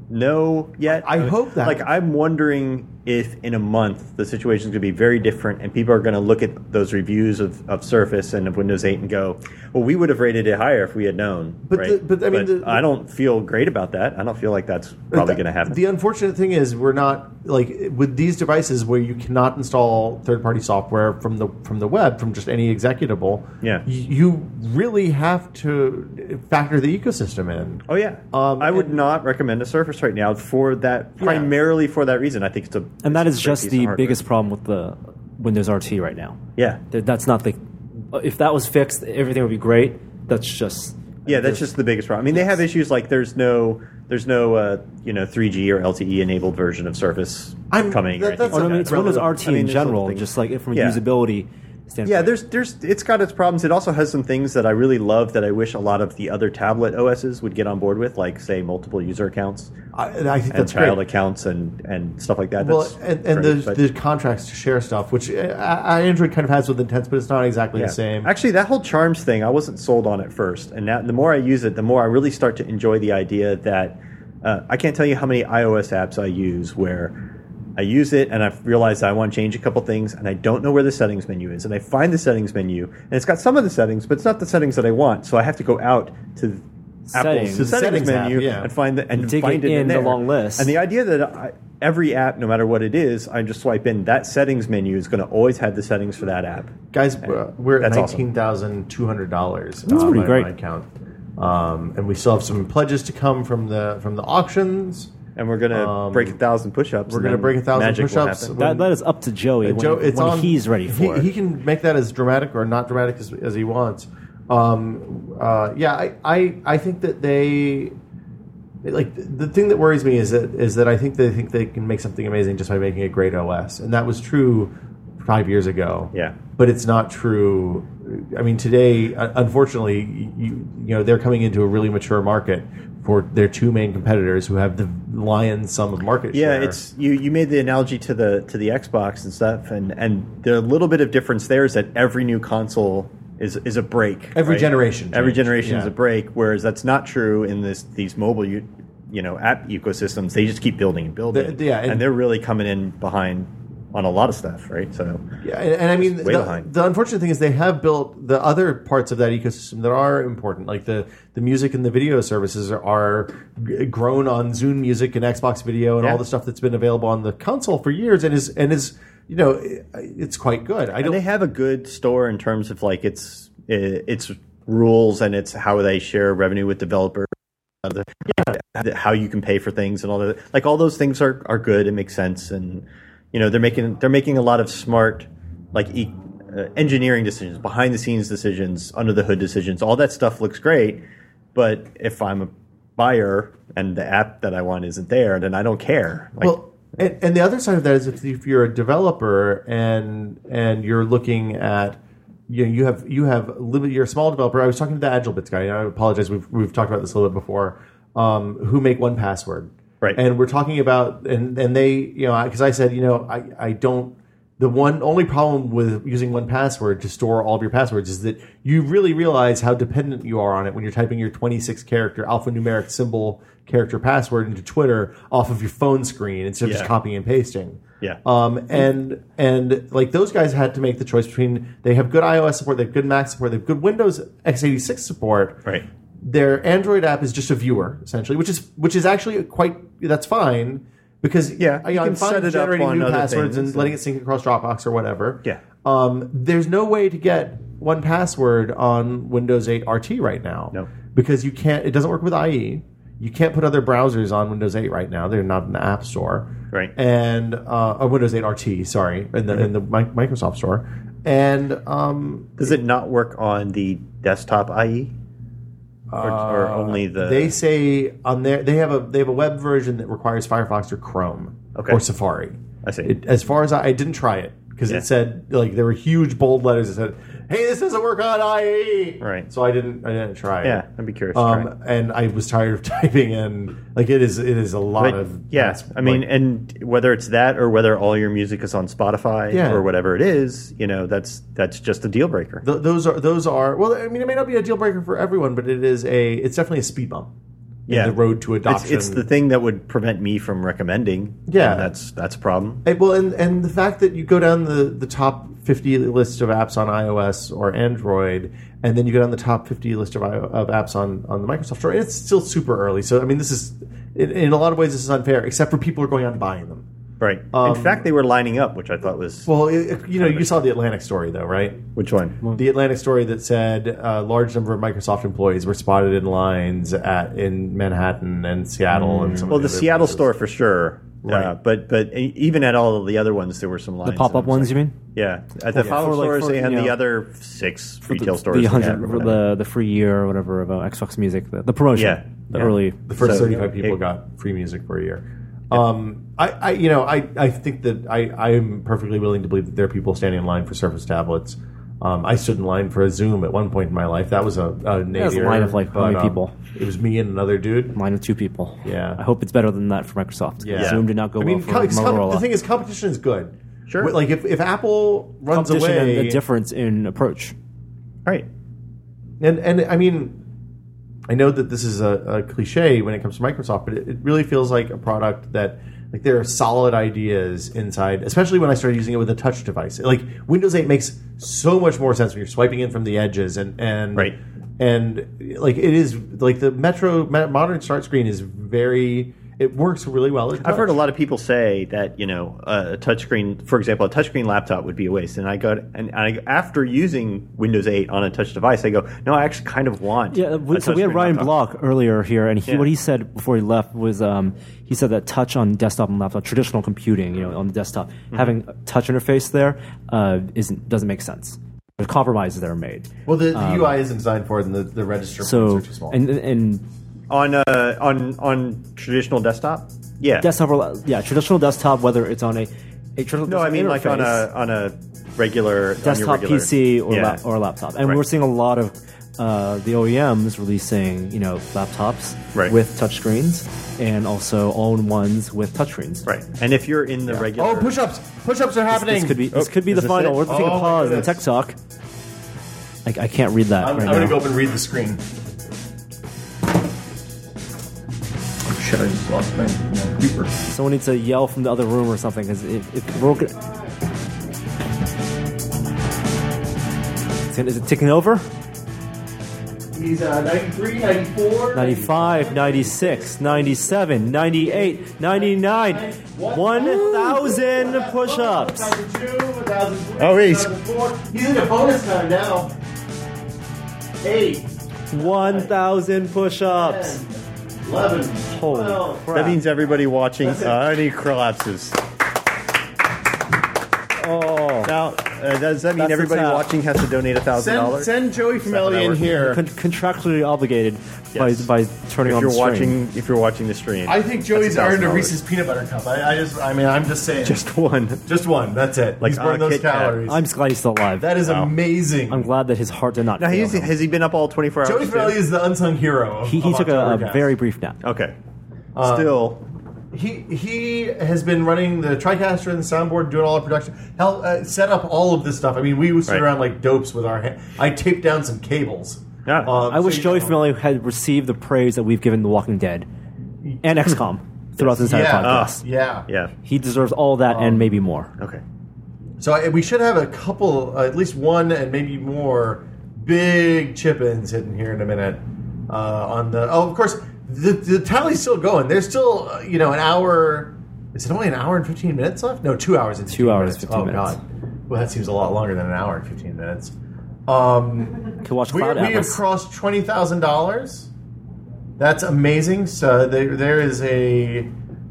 S7: know yet.
S2: I- I hope that-
S7: Like I'm wondering if in a month the situation's going to be very different, and people are going to look at those reviews of, of Surface and of Windows 8 and go, "Well, we would have rated it higher if we had known."
S2: But
S7: right?
S2: the- but, I mean, the-
S7: I don't feel great about that. I don't feel like that's probably going to happen.
S2: The unfortunate thing is we're not like with these devices where you cannot install third-party software from the from the web from just any executable.
S7: Yeah.
S2: y- you really have to factor the ecosystem in.
S7: Oh yeah,
S2: Um,
S7: I would
S2: and-
S7: not recommend a Surface right now for that
S2: Yeah.
S7: primarily for that reason. I think it's a
S4: and that
S7: it's
S4: is
S7: a great
S4: just
S7: piece
S4: the
S7: of hardware.
S4: biggest problem with the Windows RT right now.
S7: Yeah,
S4: That- That's not the. If that was fixed, everything would be great. That's just.
S7: yeah, that's just the biggest problem. I mean, they have issues like there's no there's no uh, you know 3G or LTE enabled version of Surface
S2: I'm-
S7: coming.
S2: that-
S7: or anything
S2: that's
S4: Oh, no, I
S7: like
S4: mean,
S7: that.
S4: it's Windows
S7: Relevant.
S4: RT
S7: I mean,
S4: in
S7: there's little
S4: general,
S7: things.
S4: just like from a
S7: Yeah.
S4: usability standpoint.
S7: Yeah, there's there's it's got its problems. It also has some things that I really love that I wish a lot of the other tablet OSs would get on board with, like say multiple user accounts
S2: I, and I think
S7: and
S2: Ah, that's
S7: child
S2: great.
S7: accounts and and stuff like that.
S2: Well,
S7: That's
S2: and, and
S7: great,
S2: there's,
S7: but-
S2: there's contracts to share stuff, which uh, uh, Android kind of has with Intense, but it's not exactly
S7: Yeah.
S2: the same.
S7: Actually, that whole charms thing, I wasn't sold on at first, and now the more I use it, the more I really start to enjoy the idea that uh, I can't tell you how many iOS apps I use where I use it and I've realized I want to change a couple things, and I don't know where the settings menu is, and I find the settings menu, and it's got some of the settings, but it's not the settings that I want, so I have to go out to
S4: Settings.
S7: Apple's
S4: The
S7: settings,
S2: settings app,
S7: menu
S2: yeah.
S7: and find the and
S4: Dig
S7: find
S4: it
S7: it
S4: in the
S7: there.
S4: long list.
S7: And the idea that I, every app, no matter what it is, I just swipe in that settings menu is going to always have the settings for that app.
S2: Guys, we're we're at
S7: That's awesome.
S2: nineteen thousand two hundred dollars. uh,
S4: That's pretty great.
S2: My account. Um, and we still have some pledges to come from the from the auctions.
S7: and we're gonna
S2: Um,
S7: break a thousand push-ups.
S2: we're
S7: and
S2: gonna
S7: then
S2: break a thousand
S7: magic will
S2: push-ups.
S7: happen.
S4: that, that is up to Joey.
S2: Uh,
S4: when,
S2: Joe, it's
S4: when
S2: on.
S4: he's ready
S2: he-
S4: for
S2: he,
S4: it.
S2: can make that as dramatic or not dramatic as, as he wants. Um, uh, yeah, I, I, I think that they like the- the thing that worries me is that is that I think they think they can make something amazing just by making a great OS, and that was true five years ago.
S7: Yeah.
S2: but it's not true. I mean, today, uh, unfortunately, you, you know they're coming into a really mature market for their two main competitors who have the lion's sum of market
S7: Yeah,
S2: share.
S7: it's you. You made the analogy to the to the Xbox and stuff, and and the little bit of difference there is that every new console is is a break.
S2: Every generation
S7: Every
S2: changed,
S7: generation is
S2: yeah.
S7: a break. Whereas that's not true in this these mobile you you know app ecosystems. They just keep building and building.
S2: The- yeah,
S7: and,
S2: and-
S7: they're really coming in behind on a lot of stuff, right? So
S2: Yeah, and, and I mean,
S7: Way
S2: the,
S7: behind.
S2: the unfortunate thing is they have built the other parts of that ecosystem that are important, like the, the music and the video services are, are g- grown on Zune Music and Xbox Video and
S7: Yeah.
S2: all the stuff that's been available on the console for years, and is and is you know i- it's quite good. I
S7: And
S2: don't.
S7: they have a good store in terms of like its eh, its rules and it's how they share revenue with developers. uh, the- the- How you can pay for things and all that, like all those things are, are good and make sense, and you know they're making they're making a lot of smart like e- uh, engineering decisions, behind the scenes decisions, under the hood decisions. All that stuff looks great, but if I'm a buyer and the app that I want isn't there, then I don't care. Like,
S2: well, and, and the other side of that is if, if you're a developer and and you're looking at you know, you have you have limit. You're a small developer. I was talking to the AgileBits guy. And I apologize. We've we've talked about this a little bit before. Um, who make one password?
S7: Right.
S2: And we're talking about and and they you know because I said you know I I don't. The one only problem with using one password to store all of your passwords is that you really realize how dependent you are on it when you're typing your 26 character alphanumeric symbol character password into Twitter off of your phone screen instead of just
S7: Yeah.
S2: copying and pasting.
S7: Yeah.
S2: Um, and and like those guys had to make the choice between they have good iOS support, they have good Mac support, they have good Windows x86 support.
S7: Right.
S2: Their Android app is just a viewer essentially, which is which is actually quite that's fine because
S7: Yeah,
S2: I,
S7: you
S2: I'm
S7: can
S2: fine
S7: set it up
S2: generating
S7: on
S2: new
S7: other
S2: passwords
S7: things
S2: and
S7: and-
S2: letting it sync across Dropbox or whatever.
S7: Yeah.
S2: Um, there's no way to get one password on Windows 8 RT right now.
S7: No.
S2: Because you can't. It doesn't work with IE. You can't put other browsers on Windows 8 right now. They're not in the App Store.
S7: Right. Mm-hmm.
S2: And uh, or Windows 8 RT. Sorry, in the in the Mi- Microsoft Store. And um,
S7: Does it not work on the desktop IE? Or, or only the
S2: Uh, they say on their they have a they have a web version that requires Firefox or Chrome
S7: Okay.
S2: or Safari.
S7: I see.
S2: It, as far as I, I didn't try it because
S7: Yeah.
S2: it said like there were huge bold letters that said, "Hey, this doesn't work on IE."
S7: Right.
S2: So I didn't. I didn't try. it.
S7: Yeah, I'd be curious to
S2: Um,
S7: try
S2: and I was tired of typing in. Like it is. It is a lot
S7: But,
S2: of.
S7: yeah, I mean,
S2: like-
S7: and whether it's that or whether all your music is on Spotify
S2: Yeah.
S7: or whatever it is, you know, that's that's just a deal breaker.
S2: Th- those are those are well. I mean, it may not be a deal breaker for everyone, but it is a. It's definitely a speed bump. in
S7: Yeah.
S2: the road to
S7: It's,
S2: adoption.
S7: it's the thing that would prevent me from recommending.
S2: Yeah.
S7: and that's that's a problem.
S2: Eh, well, and and the fact that you go down the the top fifty list of apps on iOS or Android, and then you go down the top fifty list of I- of apps on on the Microsoft Store, and it's still super early. So I mean, this is in, in a lot of ways this is unfair, except for people are going out and buying them.
S7: Right.
S2: Um,
S7: In fact, they were lining up, which I thought was
S2: Well, it, it- you know, you saw the Atlantic story though, right?
S7: which one?
S2: The Atlantic story that said a large number of Microsoft employees were spotted in lines at in Manhattan and Seattle and some of
S7: Mm. Well, the
S2: other
S7: Seattle
S2: places.
S7: store for sure.
S2: Right.
S7: Uh, but but e- even at all of the other ones, there were some lines.
S4: The pop
S7: that
S4: up
S7: I'm
S4: ones,
S7: saying-
S4: you mean?
S7: Yeah, at the
S4: Yeah.
S7: follow
S4: For, like,
S7: stores
S4: for,
S7: and
S4: you
S7: the
S4: know,
S7: other six
S4: For
S7: retail
S4: the,
S7: stores.
S4: the
S7: they
S4: hundred
S7: have or
S4: for
S7: whatever.
S4: the the free year or whatever of uh, Xbox Music, the, the promotion,
S7: Yeah.
S4: the
S7: Yeah.
S4: early.
S2: the first
S7: So,
S2: 35 people
S7: it-
S2: got free music for a year um, I, I you know I, I think that I, I am perfectly willing to believe that there are people standing in line for surface tablets um, I stood in line for a Zoom at one point in my life. That was a, a
S4: was a
S2: nadir,
S4: line of, like, how
S2: but,
S4: many
S2: um,
S4: people?
S2: It was me and another dude.
S4: Mine with two people.
S2: Yeah.
S4: I hope it's better than that for Microsoft.
S2: Yeah.
S4: Zoom did not go
S2: I mean,
S4: well for
S2: com- it's com-
S4: Motorola.
S2: the thing is, competition is good.
S7: Sure.
S2: Like if, if Apple runs
S4: Competition
S2: away,
S4: and the difference in approach.
S7: right.
S2: And and I mean, I know that this is a, a cliche when it comes to Microsoft, but it, it really feels like a product that like there are solid ideas inside. Especially when I started using it with a touch device, like Windows 8 makes so much more sense when you're swiping in from the edges and and
S7: Right.
S2: and like it is like the Metro me- modern start screen is very. It works really well.
S7: I've heard a lot of people say that you know a touchscreen, for example, a touchscreen laptop would be a waste. And I go and I after using Windows 8 on a touch device, I go, no, I actually kind of want.
S4: Yeah, we,
S7: a
S4: so we had
S7: touchscreen
S4: Ryan
S7: laptop."
S4: Block earlier here, and he,
S7: Yeah.
S4: what he said before he left was um, he said that touch on desktop and laptop, traditional computing, you know, on the desktop, having a touch interface there uh, isn't doesn't make sense. There's compromises that are made.
S2: Well, the, the UI isn't designed for it, and the, the register
S4: Um, So
S2: points are too small.
S4: and and
S7: on uh, on on traditional desktop. Yeah,
S4: desktop or la- yeah, traditional desktop, whether it's on a, a traditional
S7: no, I mean
S4: desktop
S7: like on
S4: interface,
S7: a on a regular on your
S4: desktop
S7: regular-
S4: PC or
S7: yeah.
S4: lap, or laptop, and
S7: Right.
S4: we're seeing a lot of uh, the OEMs releasing you know laptops
S7: Right.
S4: with touchscreens and also all-in ones with touchscreens.
S7: right. And if you're in the regular,
S2: oh, push-ups! Push-ups are happening.
S4: This could be this
S7: Oh,
S4: could be
S7: is
S4: the
S7: this
S4: final.
S7: it?
S4: We're gonna take
S2: Oh
S4: a
S2: my
S4: pause in the tech
S2: goodness.
S4: talk. I, I can't read that
S2: I'm,
S4: right
S2: I'm going to go
S4: now.
S2: up and read the screen.
S8: Shit, I just lost my my creeper.
S4: Someone needs to yell from the other room or something because if, if we're gonna... Is it- is it ticking over?
S8: He's uh, 93, 94.
S4: 95, 96, 97, 98, 99, 1,000 push ups.
S7: Oh, he's-
S8: He's in a bonus time now. Eight,
S4: 1,000 push ups.
S8: 11,
S4: Holy
S2: Oh,
S8: 12.
S4: crap.
S7: that means everybody watching. Uh, and he collapses.
S4: oh.
S7: Now, uh, does that mean
S4: That's the
S7: everybody
S4: tap.
S7: watching has to donate a thousand
S2: Send,
S7: dollars?
S2: send Joey Famelli in
S7: hours.
S2: here.
S4: Con- contractually obligated
S7: Yes.
S4: by, by turning
S7: If
S4: on the
S7: you're
S4: stream.
S7: watching, if you're watching the stream,
S2: I think Joey's
S7: That's
S2: earned a
S7: $1,000.
S2: Reese's peanut butter cup. I, I just, I mean, I'm just saying, just,
S7: just one.
S2: one. That's it.
S7: Like
S2: He's burned
S7: on a
S2: those
S7: Kit Kat.
S2: calories.
S4: I'm just glad he's still alive.
S2: That is
S7: Wow.
S2: amazing.
S4: I'm glad that his heart did not.
S7: Now,
S4: fail
S7: he's,
S4: him.
S7: has he been up all 24
S2: Joey
S7: hours? too?
S2: Famelli is the unsung hero. Of,
S4: he, he
S2: of
S4: took a, a
S2: Octobercast.
S4: very brief nap.
S7: Okay.
S2: Uh,
S7: Still,
S2: He he has been running the TriCaster and the soundboard, doing all the production. Hell, uh, set up all of this stuff. I mean, we would sit
S7: Right.
S2: around like dopes with our. hand. I taped down some cables. Uh,
S7: Yeah.
S4: I wish
S2: so you
S4: Joey
S2: know.
S4: Family had received the praise that we've given The Walking Dead and XCOM throughout this entire
S2: Yeah, Um, uh,
S4: podcast.
S2: yeah,
S7: yeah.
S4: He deserves all that and maybe more.
S7: Okay.
S2: So I, we should have a couple, uh, at least one and maybe more, big chip-ins hidden here in a minute. Uh, on the oh, of course, the, the tally's still going. There's still uh, you know an hour. Is it only an hour and fifteen minutes left? No, two hours and 15
S4: hours,
S2: minutes.
S4: 15
S2: oh
S4: minutes.
S2: god, well that seems a lot longer than an hour and fifteen minutes. Um,
S4: Could watch
S2: we,
S4: Cloud
S2: we have
S4: Atlas.
S2: crossed twenty thousand dollars. That's amazing. So there, there is a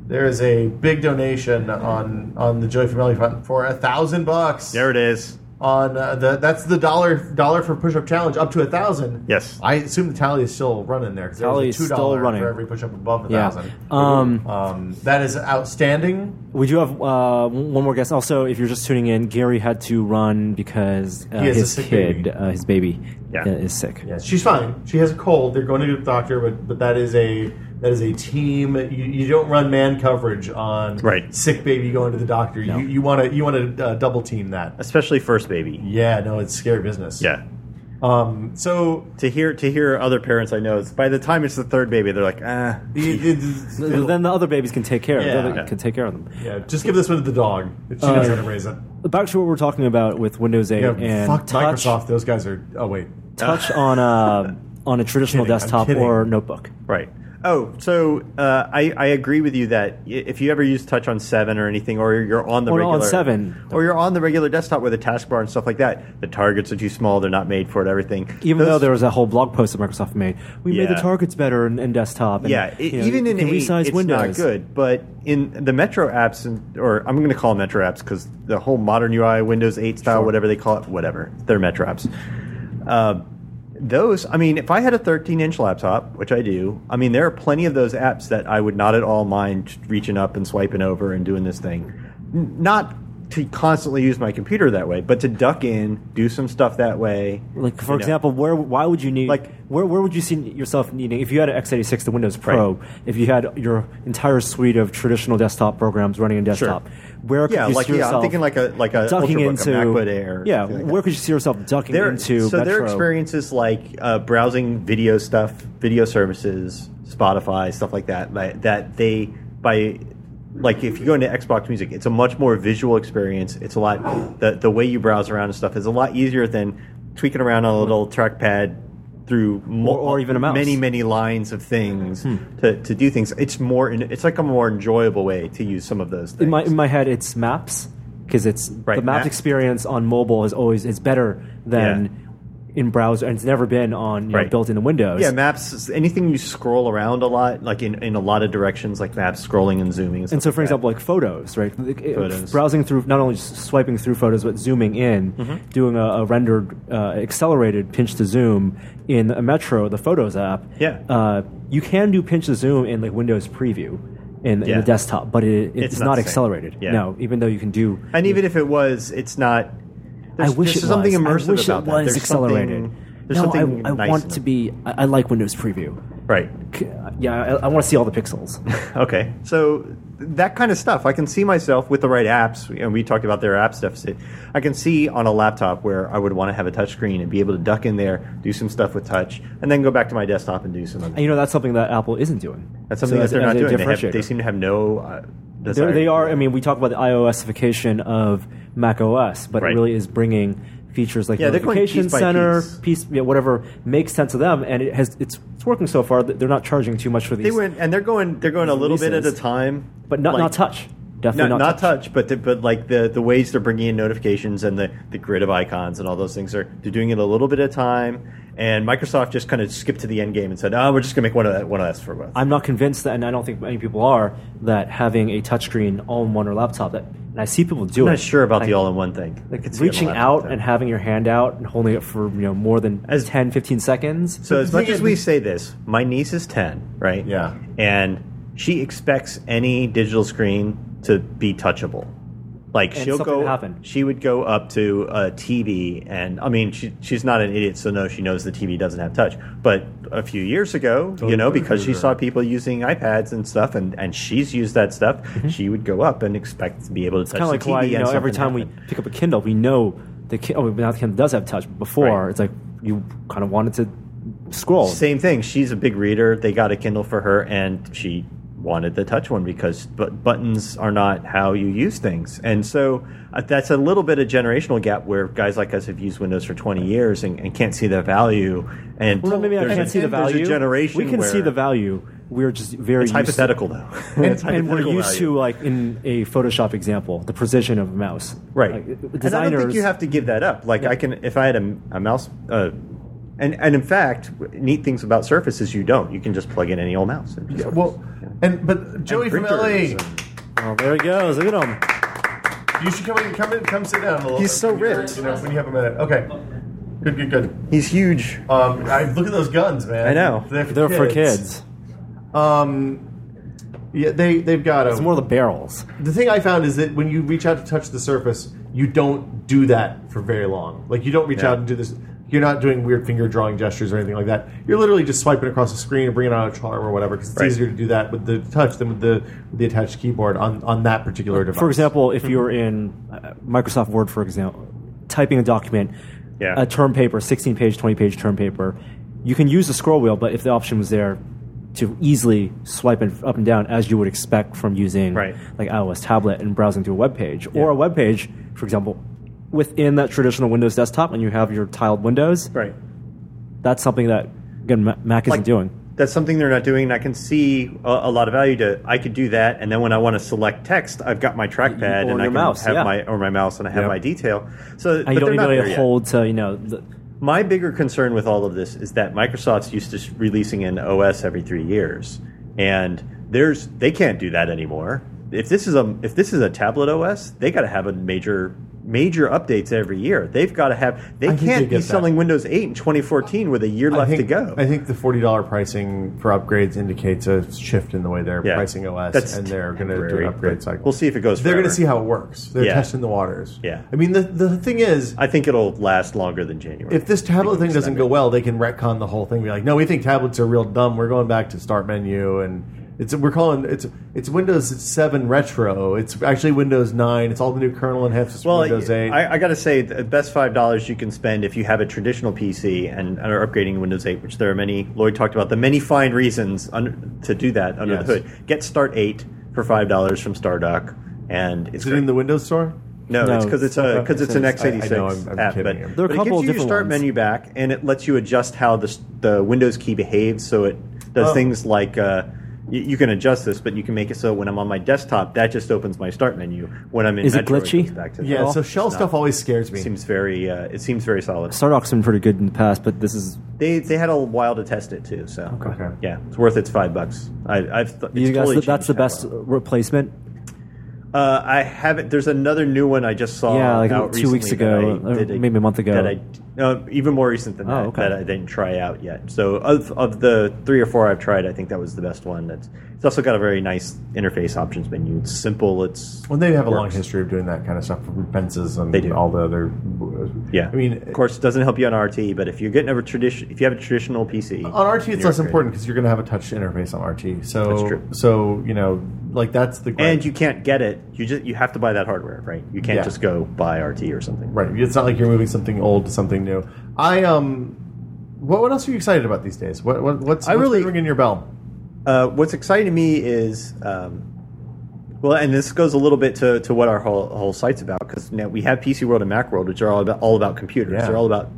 S2: there is a big donation on on the Joy Family Fund for a thousand bucks.
S7: There it is.
S2: on uh, the that's the dollar dollar for push up challenge up to a thousand.
S7: Yes.
S2: I assume the tally is still running there because
S1: Tally
S2: there's
S1: is
S2: a two
S1: still
S2: dollar
S1: running.
S2: for every push up above the
S1: Yeah.
S2: thousand.
S1: Um,
S2: Um, that is outstanding.
S1: we do have uh, one more guest. Also, if you're just tuning in, Gary had to run because uh,
S2: He has a
S1: his
S2: sick
S1: kid,
S2: baby.
S1: uh, his baby,
S7: Yeah.
S1: uh, is sick.
S2: Yes, she's fine. She has a cold. They're going to the doctor, but but that is a that is a team. You, you don't run man coverage on
S7: Right.
S2: sick baby going to the doctor. You you want to you want to uh, double team that.
S7: especially first baby.
S2: Yeah, no, it's scary business.
S7: Yeah.
S2: Um. So
S7: To hear to hear other parents I know, it's by the time it's the third baby, they're like, ah,
S2: the,
S1: Th- Then the other babies can take care. of
S2: Yeah.
S1: The other can take care of them.
S2: yeah, just give this one to the dog. She knows how to raise it.
S1: Back to what we're talking about with Windows 8
S2: Yeah,
S1: Uh, and
S2: fuck
S1: touch,
S2: Microsoft. Those guys are. Oh wait,
S1: touch on
S7: uh,
S1: a on a traditional
S2: Kidding, I'm
S1: desktop
S2: kidding.
S1: or notebook.
S7: Right. Oh, so uh, I, I agree with you that i- if you ever use Touch on Seven or anything, or you're on the
S1: Or on
S7: regular
S1: Seven.
S7: or you're on the regular desktop with a taskbar and stuff like that, the targets are too small; they're not made for it. Everything,
S1: Even
S7: Those-
S1: though there was a whole blog post that Microsoft made, we made
S7: Yeah.
S1: the targets better in, in desktop. And,
S7: yeah, i
S1: you know,
S7: even
S1: you
S7: in
S1: can
S7: eight,
S1: resize
S7: it's
S1: windows.
S7: not good. But in the Metro apps, and, or I'm going to call them Metro apps because the whole modern UI, Windows 8 style, whatever they call it, whatever, they're Metro apps. Uh, those, I mean, if I had a 13 inch laptop, which I do, I mean, there are plenty of those apps that I would not at all mind reaching up and swiping over and doing this thing. N- not to constantly use my computer that way, but to duck in, do some stuff that way.
S1: Like for
S7: You know.
S1: example, where why would you need
S7: Like-
S1: like where where would you see yourself needing if you had an x86 to Windows Pro, if you had your entire suite of traditional desktop programs running in desktop, where could
S7: Yeah,
S1: you
S7: like
S1: see
S7: yeah,
S1: yourself
S7: I'm thinking like a like a
S1: ducking
S7: Ultrabook,
S1: into
S7: a MacBook Air.
S1: Yeah,
S7: something like that.
S1: where could you see yourself ducking
S7: Their-
S1: into
S7: so their
S1: Metro?
S7: experiences like uh, browsing video stuff, video services, Spotify, stuff like that. That, that they by like if you go into Xbox Music, it's a much more visual experience. It's a lot the the way you browse around and stuff is a lot easier than tweaking around on a little trackpad through mo-
S1: Or- or even a mouse. Hmm.
S7: many many lines of things to, to do things. It's more it's like a more enjoyable way to use some of those things.
S1: in my in my head, it's maps because it's the maps
S7: maps.
S1: experience on mobile is always is better than in browser, and it's never been on you know,
S7: Right.
S1: built into Windows.
S7: Yeah, maps. is Anything you scroll around a lot, like in, in a lot of directions, like maps, scrolling and zooming.
S1: and
S7: And,
S1: so,
S7: stuff
S1: for
S7: like that.
S1: example, like photos, right? Like, it-
S7: Photos.
S1: Browsing through, not only just swiping through photos, but zooming in,
S7: Mm-hmm.
S1: doing a, a rendered, uh, accelerated pinch to zoom in a Metro, the Photos app.
S7: Yeah.
S1: Uh, you can do pinch to zoom in like Windows Preview in, in
S7: Yeah.
S1: the desktop, but it, it's,
S7: It's not
S1: not,
S7: the same.
S1: accelerated.
S7: Yeah.
S1: No, even though you can do.
S7: and even if it was, it's not. There's,
S1: I wish
S7: there's
S1: it
S7: something
S1: was.
S7: immersive
S1: I wish
S7: about
S1: it
S7: that.
S1: was
S7: There's
S1: accelerated.
S7: something- there's
S1: no, I-
S7: something
S1: I,
S7: nice in
S1: want to
S7: it.
S1: be. I, I like Windows Preview.
S7: right.
S1: C- Yeah, I, I want to see all the pixels.
S7: Okay, so that kind of stuff, I can see myself with the right apps, and we talked about their apps deficit. I can see on a laptop where I would want to have a touchscreen and be able to duck in there, do some stuff with touch, and then go back to my desktop and do some.
S1: And you know that's something that Apple isn't doing.
S7: That's something
S1: So
S7: that
S1: as-
S7: they're
S1: as
S7: not
S1: a
S7: doing. They, have,
S1: differentiator.
S7: they seem to have no. Uh,
S1: They're,
S7: desire
S1: they
S7: to
S1: are.
S7: do
S1: I
S7: that.
S1: mean, we talk about the iOSification of Mac OS, but
S7: Right.
S1: it really is bringing features like
S7: Yeah, they're going
S1: notification
S7: piece by
S1: center,
S7: piece.
S1: yeah, whatever makes sense to them, and it has it's, it's working so far. that They're not charging too much for these,
S7: They went and they're going. They're going a little bit at a
S1: releases.
S7: time,
S1: but not
S7: like-
S1: not touch, definitely
S7: Not,
S1: not,
S7: not touch, but the, but like the, the ways they're bringing in notifications and the, the grid of icons and all those things are they're doing it a little bit at a time. And Microsoft just kind of skipped to the end game and said, "Oh, we're just going to make one of one of us for both."
S1: I'm not convinced that, and I don't think many people are that having a touchscreen all in one or laptop. That and I see people do
S7: I'm
S1: it.
S7: not sure about
S1: Like-
S7: the all-in-one thing. I
S1: Like
S7: could see it on
S1: reaching
S7: a laptop,
S1: out
S7: though.
S1: and having your hand out and holding it for you know more than
S7: As-
S1: 10, 15 seconds.
S7: So as much
S2: thing
S7: as
S2: is-
S7: we say this, my niece is ten, right?
S2: Yeah.
S7: and she expects any digital screen to be touchable. Like
S1: And
S7: she'll
S1: something
S7: go,
S1: to happen.
S7: she would go up to a TV, and I mean, she, she's not an idiot, so no, she knows the TV doesn't have touch. But a few years ago, you know, because she saw people using iPads and stuff, and, and she's used that stuff, she would go up and expect to be able to touch
S1: kind of
S7: the
S1: Mm-hmm. like
S7: TV.
S1: why you
S7: and
S1: know every
S7: something
S1: time
S7: happened.
S1: we pick up a Kindle, we know the ki- oh now the Kindle does have touch. But before
S7: Right.
S1: it's like you kind of wanted to scroll.
S7: Same thing. She's a big reader. They got a Kindle for her, and she wanted the touch one because but buttons are not how you use things. And so uh, that's a little bit of generational gap where guys like us have used Windows for 20 years and, and can't see the value. And
S1: Well, maybe I
S7: there's
S1: can't
S7: a-
S1: see the
S7: there's
S1: value.
S7: A generation
S1: we can
S7: where
S1: see the value. We're just very
S7: It's
S1: used
S7: hypothetical though. It's
S1: To, and we're
S7: hypothetical
S1: used
S7: value.
S1: to uh, like in a Photoshop example, the precision of a mouse.
S7: right
S1: Like,
S7: and i don't
S1: designers.
S7: think you have to give that up like i can if i had a, a mouse uh, and and in fact w- neat things about surface is you don't you can just plug in any old mouse It just
S2: well, and but Joey from
S7: printers
S2: LA.
S7: and-
S1: oh, there it goes. Look at them.
S8: You should come in, come in, come sit down a little.
S7: He's so
S8: when you-
S7: ripped.
S8: You know, when you have a minute. Okay. Good, good, good.
S7: He's huge.
S8: Um, I look at those guns, man.
S7: I know.
S4: They're for kids.
S8: Um, yeah, they they've got
S4: It's
S8: a.
S4: more the barrels.
S8: the thing I found is that when you reach out to touch the surface, you don't do that for very long. Like you don't reach out and do this. You're not doing weird finger drawing gestures or anything like that. You're literally just swiping across the screen and bringing out a charm or whatever because it's
S6: Right.
S8: easier to do that with the touch than with the with the attached keyboard on, on that particular device.
S4: For example, if you're in uh, Microsoft Word, for example, typing a document,
S7: Yeah.
S4: a term paper, 16 page, 20 page term paper, you can use the scroll wheel, but if the option was there, to easily swipe and up and down as you would expect from using
S7: Right.
S4: like iOS tablet and browsing through a web page or a web page, for example, within that traditional Windows desktop and you have your tiled windows.
S7: Right.
S4: That's something that again, Ma- Mac isn't
S7: Like-
S4: doing.
S7: That's something they're not doing. and I can see a, a lot of value to. I could do that, and then when I want to select text, I've got my trackpad
S4: or
S7: and I
S4: your
S7: can
S4: mouse,
S7: have
S4: yeah.
S7: my or my mouse, and I have
S2: Yep.
S7: my detail.
S4: And
S7: So but
S4: you
S7: they're
S4: don't
S7: not
S4: even
S7: there
S4: really
S7: yet.
S4: hold to, you know, the,
S7: My bigger concern with all of this is that Microsoft's used to s- releasing an OS every three years, and there's they can't do that anymore. If this is a if this is a tablet OS, they got to have a major major updates every year. They've got to have they
S8: I think they
S7: can't
S8: get
S7: be
S8: that.
S7: selling Windows 8 in 2014 with a year left
S2: I think,
S7: to go.
S2: I think the forty dollar pricing for upgrades indicates a shift in the way they're
S7: Yeah.
S2: pricing OS,
S7: That's
S2: and they're going to do
S7: temporary,
S2: an upgrade
S7: but
S2: cycle.
S7: We'll see if it goes.
S2: They're going to
S7: forever.
S2: see how it works. They're
S7: Yeah.
S2: testing the waters.
S7: Yeah.
S2: I mean, the the thing is,
S7: I think it'll last longer than January.
S2: if this tablet thing doesn't go well, they can retcon the whole thing. Be like, no, we think tablets are real dumb. We're going back to start menu, and it's we're calling it's it's Windows Seven Retro. It's actually Windows Nine. It's all the new kernel enhancements.
S7: well,
S2: for Windows Eight.
S7: I, I got to say, the best five dollars you can spend if you have a traditional PC and are upgrading Windows 8, which there are many. Lloyd talked about the many fine reasons un, to do that under the
S2: Yes.
S7: hood. Get Start 8 for five dollars from Stardock, and it's
S2: Is it in
S7: great.
S2: the Windows Store?
S7: No,
S4: No,
S7: it's because it's a because it's an
S2: it's- I- I know,
S7: x86
S2: I'm- I'm
S7: app,
S2: kidding.
S7: but,
S2: There are a
S7: but it
S4: couple of
S7: gives you your
S4: different
S7: start
S4: ones.
S7: menu back, and it lets you adjust how the s- the Windows key behaves. So it does
S2: Oh.
S7: things like uh, you, you can adjust this, but you can make it so when I'm on my desktop, that just opens my start menu. When I'm in
S4: Is it
S7: Metro,
S4: glitchy?
S7: goes back to
S2: Yeah.
S7: that.
S2: So shell
S7: It's
S2: stuff
S7: not.
S2: always scares me.
S7: seems very uh, it seems very solid.
S4: Stardock's been pretty good in the past, but this is
S7: They they had a while to test it too, so
S2: Okay.
S7: yeah, it's worth its five bucks. I, I've th-
S4: you
S7: it's
S4: guys,
S7: totally
S4: that's the
S7: changed how
S4: best
S7: well.
S4: replacement
S7: Uh, I haven't. There's another new one I just saw.
S4: Yeah, like
S7: out
S4: two weeks
S7: recently
S4: ago, uh,
S7: that I
S4: or
S7: did
S4: maybe a month ago.
S7: That I, uh, even more recent than
S4: Oh,
S7: that,
S4: okay.
S7: that I didn't try out yet. So of of the three or four I've tried, I think that was the best one. That's it's also got a very nice interface options menu. It's simple. It's
S2: Well, they have a long
S7: works.
S2: history of doing that kind of stuff for fences and
S7: They do.
S2: all the other. uh,
S7: Yeah,
S2: I mean,
S7: of course, it doesn't help you on RT, but if you're getting a tradition, if you have a traditional PC
S2: on RT
S7: and
S2: it's
S7: you're
S2: less
S7: upgrading-
S2: important because you're going to have a touch interface on RT. So
S7: That's true.
S2: So you know, like that's the gripe.
S7: and you can't get it. You just you have to buy that hardware, right? You can't
S2: Yeah.
S7: just go buy RT or something.
S2: right. It's not like you're moving something old to something new. I um, what what else are you excited about these days? What, what what's
S7: I
S2: what's
S7: really-
S2: been ringing your bell?
S7: Uh, what's exciting to me is, um, well, and this goes a little bit to, to what our whole, whole site's about because now we have PC World and Mac World, which are all about all about computers.
S2: Yeah.
S7: They're all about